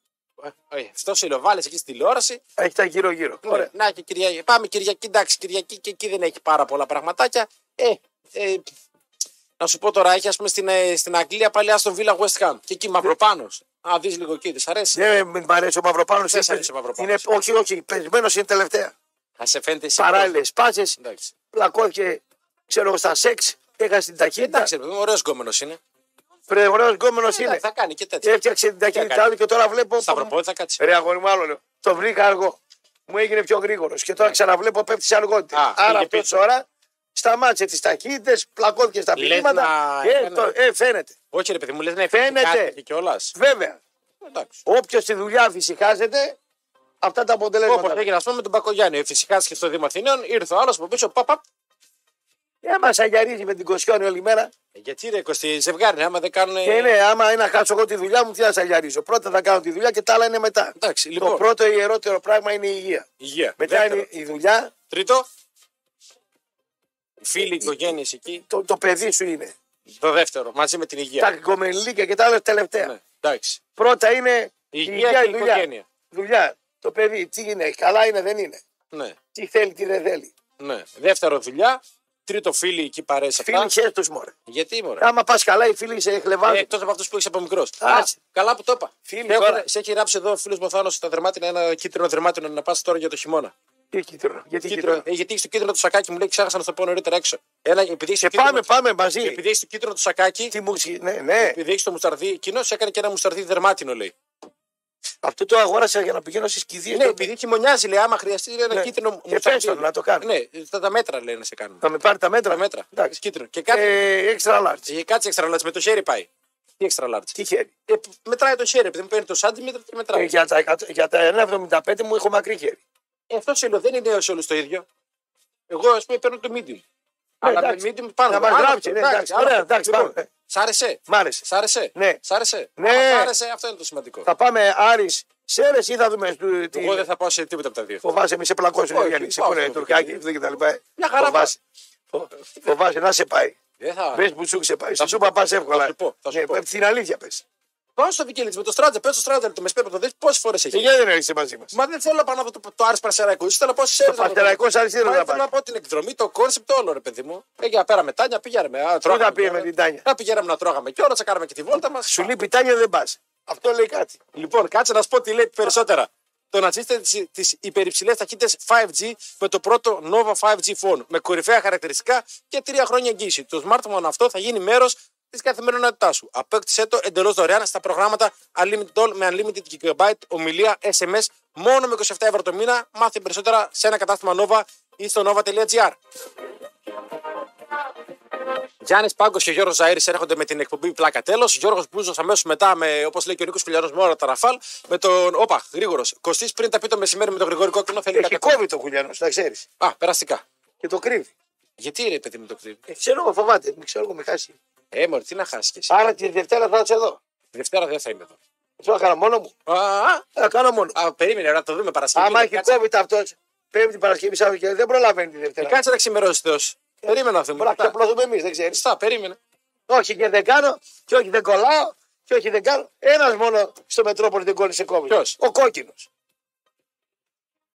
Speaker 2: Ε, όχι, αυτό σε λέω, βάλεις εκεί στη τηλεόραση.
Speaker 1: Έχει τα γύρω-γύρω.
Speaker 2: Ναι.
Speaker 1: Ωραία.
Speaker 2: Να και Κυριακή. Πάμε Κυριακή, εντάξει, Κυριακή και εκεί δεν έχει πάρα πολλά πραγματάκια. Ε, ε, να σου πω τώρα, έχει ας πούμε στην, ε, στην Αγγλία πάλι Άστον Βίλα West Ham. Και εκεί
Speaker 1: Ναι.
Speaker 2: Μαυροπάνο. Α, δεις λίγο εκεί, δεν σ' αρέσει.
Speaker 1: Δεν μ' αρέσει ο Μαυροπάνος.
Speaker 2: Δεν σ' αρέσει ο Μαυροπάνος.
Speaker 1: Όχι, όχι. Πεσμένος είναι τελευταία.
Speaker 2: Θα σε φαίνεται εσύ.
Speaker 1: Παράλληλες πάσες.
Speaker 2: Εντάξει.
Speaker 1: Πλακώθηκε, ξέρω εγώ, στα σεξ. Έχασε την ταχύτητα.
Speaker 2: Εντάξει, ωραίος γκόμενος είναι.
Speaker 1: Ρε, ωραίος γκόμενος
Speaker 2: Εντάξει,
Speaker 1: είναι.
Speaker 2: θα κάνει και τέτοια.
Speaker 1: Έφτιαξε την ταχύτητά
Speaker 2: κάνει.
Speaker 1: του και τώρα βλέπω.
Speaker 2: Σταυροπόδι θα κάτσει.
Speaker 1: Ρε, αγόρι μου, άλλο λέω. Το βρήκα αργό. Μου έγινε πιο γρήγορος και τώρα ξαναβλέπω πέφτεις σε αργότητα.
Speaker 2: Ναι. Α,
Speaker 1: Άρα
Speaker 2: πήγε
Speaker 1: αυτό
Speaker 2: πίσω.
Speaker 1: τώρα σταμάτησε τις ταχύτητες, πλακώθηκε στα
Speaker 2: Λες
Speaker 1: πηγήματα.
Speaker 2: να-
Speaker 1: Ε, το- ε, φαίνεται.
Speaker 2: Όχι, ρε παιδί μου, ναι, λες να
Speaker 1: Φαίνεται.
Speaker 2: εφαίνεται κιόλας.
Speaker 1: Βέβαια,
Speaker 2: Εντάξει.
Speaker 1: όποιος στη δουλειά φυσικάζεται, αυτά τα
Speaker 2: Όπω
Speaker 1: αποτελέσματα.
Speaker 2: έγινε, ας πούμε, με τον Πακογιάννη. Φυσικά και στο Δήμο Αθηναίων ήρθε ο άλλος από πίσω. Παπα,
Speaker 1: Ε, μα αγιαρίζει με την Κοσιόνη όλη μέρα.
Speaker 2: Ε, γιατί ρε Κωστή, ζευγάρι, άμα δεν κάνουν.
Speaker 1: Και ναι, άμα είναι να χάσω εγώ τη δουλειά μου, τι να σα αγιαρίζω. Πρώτα θα κάνω τη δουλειά και τα άλλα είναι μετά.
Speaker 2: Εντάξει,
Speaker 1: Το
Speaker 2: λοιπόν.
Speaker 1: πρώτο ιερότερο πράγμα είναι η υγεία.
Speaker 2: Υγεία.
Speaker 1: Μετά
Speaker 2: Δεύτερο.
Speaker 1: είναι η δουλειά,
Speaker 2: Τρίτο. Οι Φίλοι, οι οικογένειες εκεί.
Speaker 1: το, το παιδί σου είναι.
Speaker 2: Το δεύτερο, μαζί με την υγεία.
Speaker 1: Τα κομμενλίκια και τα άλλα τελευταία.
Speaker 2: Ναι, εντάξει.
Speaker 1: Πρώτα είναι η
Speaker 2: Υγεία
Speaker 1: υγεία,
Speaker 2: και
Speaker 1: η
Speaker 2: η
Speaker 1: δουλειά.
Speaker 2: οικογένεια.
Speaker 1: Δουλειά. Το παιδί, τι είναι, καλά είναι, δεν είναι.
Speaker 2: Ναι,
Speaker 1: Τι θέλει, τι δεν θέλει.
Speaker 2: ναι. Δεύτερο δουλειά. Τρίτο φίλοι εκεί παρέα αυτά.
Speaker 1: Φίλοι χέρι τους μωρέ.
Speaker 2: Γιατί μωρέ.
Speaker 1: Άμα πας καλά, οι φίλοι σε
Speaker 2: Ε,
Speaker 1: χλεβάζουν.
Speaker 2: Εκτό από αυτούς που έχεις από μικρός.
Speaker 1: Α.
Speaker 2: Καλά που το είπα.
Speaker 1: Φίλοι,
Speaker 2: Σε έχουν-
Speaker 1: τώρα.
Speaker 2: σε έχει ράψει εδώ ο φίλος Μοθάνο τα δερμάτινα, ένα κίτρινο δερμάτινο να πας τώρα για το χειμώνα.
Speaker 1: Τι κίτρινο, γιατί
Speaker 2: Κίτρινο.
Speaker 1: κίτρινο.
Speaker 2: Ε, γιατί έχει το κίτρινο του σακάκι, μου λέει ξέχασα να στο πω νωρίτερα έξω. Ένα, επειδή έχει
Speaker 1: Και Ε, πάμε, πάμε μαζί.
Speaker 2: επειδή έχεις το κίτρινο του σακάκι,
Speaker 1: Τι μου σχ- ναι, ναι.
Speaker 2: επειδή έχεις το μουσταρδί εκείνο, έκανε και ένα μουσταρδί δερμάτινο λέει.
Speaker 1: Αυτό το αγόρασα για να πηγαίνω στι κηδείε.
Speaker 2: Ναι, επειδή χειμωνιάζει, λέει, άμα χρειαστεί λέει, ένα
Speaker 1: Ε, Ναι.
Speaker 2: κίτρινο
Speaker 1: Και
Speaker 2: μουστάκι.
Speaker 1: πες τον, να το κάνω.
Speaker 2: Ναι, τα, τα μέτρα λέει να σε κάνουν.
Speaker 1: Θα με πάρει τα μέτρα.
Speaker 2: Τα μέτρα.
Speaker 1: Εντάξει.
Speaker 2: Κίτρινο. Και κάτι.
Speaker 1: Ε, extra large.
Speaker 2: Ε... Κάτσε extra large, με το χέρι πάει. Τι extra large.
Speaker 1: Τι χέρι.
Speaker 2: Ε, μετράει το χέρι, επειδή μου παίρνει το σάντιμετρο και μετράει.
Speaker 1: Ε, για, τα, εκατο- για τα 1,75 μου έχω μακρύ χέρι.
Speaker 2: Ε, αυτό σε λέω, δεν είναι σε όλους το ίδιο. Εγώ, ας πούμε, παίρνω το medium. Αλλά
Speaker 1: Ναι, εντάξει.
Speaker 2: με medium πάνω.
Speaker 1: Να μας
Speaker 2: Άλλο
Speaker 1: γράψει,
Speaker 2: αυτό,
Speaker 1: ναι, εντάξει.
Speaker 2: άλλο
Speaker 1: Ωραία,
Speaker 2: αυτό.
Speaker 1: εντάξει,
Speaker 2: Λοιπόν,
Speaker 1: πάμε.
Speaker 2: Σ' άρεσε.
Speaker 1: Μ' άρεσε.
Speaker 2: Σ' άρεσε.
Speaker 1: Ναι.
Speaker 2: Σ' άρεσε.
Speaker 1: Ναι.
Speaker 2: Άμα Σ' άρεσε, αυτό είναι το σημαντικό.
Speaker 1: Θα πάμε Άρης Σέρε ή θα δούμε. ε, στο- τι-
Speaker 2: Εγώ δεν θα πάω σε τίποτα από τα δύο.
Speaker 1: Φοβάσαι, μη σε πλακώσεις.
Speaker 2: Όχι,
Speaker 1: Όχι, σε
Speaker 2: πάω
Speaker 1: πούνε
Speaker 2: στο
Speaker 1: τουρκάκι
Speaker 2: Βικελίδη.
Speaker 1: και τα λοιπά.
Speaker 2: Μια χαρά
Speaker 1: Φοβάσαι. Φο- Φοβάσαι να σε πάει.
Speaker 2: Δεν θα.
Speaker 1: Πες που σου ξεπάει.
Speaker 2: Θα
Speaker 1: Σου
Speaker 2: σου
Speaker 1: σούπα πας εύκολα.
Speaker 2: Θα σου πω, θα σου
Speaker 1: Ναι,
Speaker 2: πω.
Speaker 1: πες Την αλήθεια πες.
Speaker 2: Πάω στο Βικελίτς με το Στράτζα, παίζω στο Στράτζα το Μεσπέρα, το δει πόσες φορές
Speaker 1: Και
Speaker 2: έχει.
Speaker 1: γιατί δεν έρχεσαι μαζί μας.
Speaker 2: Μα δεν θέλω να πάω να δω το, το Άρης Παρασεραϊκό. Ήθελα να πάω σε
Speaker 1: Το Παναθηναϊκός Άρης ήθελα να
Speaker 2: Θέλω
Speaker 1: πάει.
Speaker 2: να πω την εκδρομή, το κόνσεπτ όλο ρε παιδί μου. Έγινε πέρα με Τάνια, πήγαμε. με.
Speaker 1: Πού θα πήγε με την Τάνια.
Speaker 2: Να πηγαίναμε να τρώγαμε κιόλα, να κάναμε και τη βόλτα μας.
Speaker 1: Σου λείπει η Τάνια δεν πας. Αυτό λέει κάτι.
Speaker 2: Λοιπόν, κάτσε να σου πω τι λέει περισσότερα. Το να τσίστε τι υπερυψηλές ταχύτητες 5G με το πρώτο Nova 5G phone με κορυφαία χαρακτηριστικά και τρία χρόνια εγγύηση. Το smartphone αυτό θα γίνει μέρος της καθημερινότητάς σου. Απέκτησε το εντελώς δωρεάν στα προγράμματα Unlimited All με Unlimited Gigabyte, ομιλία, SMS μόνο με 27 ευρώ το μήνα. Μάθε περισσότερα σε ένα κατάστημα Nova ή στο nova.gr. Γιάννης Πάγκος και Γιώργος Ζαήρη έρχονται με την εκπομπή Πλάκα Τέλος. Γιώργος Μπούζος αμέσως μετά, με, όπως λέει και ο Νίκος Κουλιανό, με όλα τα ραφάλ. Με τον. Όπα, γρήγορος. Κωστής πριν τα πει το μεσημέρι με τον Γρηγόρη Κόκκινο θέλει
Speaker 1: Έχει
Speaker 2: κάτι.
Speaker 1: κόβει το κουλιανός, να ξέρεις.
Speaker 2: Α, περαστικά.
Speaker 1: Και το κρύβει.
Speaker 2: Γιατί ρε, παιδί μου το κτίριο.
Speaker 1: Ε, ξέρω εγώ, φοβάται. Μην ξέρω εγώ, με χάσει.
Speaker 2: Ε, μωρή, τι να χάσεις και εσύ.
Speaker 1: Άρα τη Δευτέρα θα είσαι εδώ.
Speaker 2: Δευτέρα δεν θα είμαι εδώ.
Speaker 1: Τι θα κάνω μόνο μου.
Speaker 2: Α, α,
Speaker 1: Θα κάνω μόνο.
Speaker 2: α, περίμενε, να το δούμε Παρασκευή.
Speaker 1: Άμα
Speaker 2: Ε,
Speaker 1: έχει
Speaker 2: κάτσε-
Speaker 1: κόβει αυτό, πέμπτη Παρασκευή Σάββατο και δεν προλαβαίνει τη
Speaker 2: ε,
Speaker 1: Δευτέρα.
Speaker 2: Κάτσε να ξημερώσεις Θεός.
Speaker 1: Ε,
Speaker 2: Περίμενα να
Speaker 1: Μπορεί
Speaker 2: δούμε.
Speaker 1: να ξαπλωθούμε εμείς, δεν ξέρεις.
Speaker 2: Στα, περίμενε.
Speaker 1: Όχι και δεν κάνω, και όχι δεν κολλάω, και όχι δεν κάνω. Ένας μόνο στο Μετρόπολη δεν κόλλησε κόβει.
Speaker 2: Ποιος?
Speaker 1: Ο κόκκινος.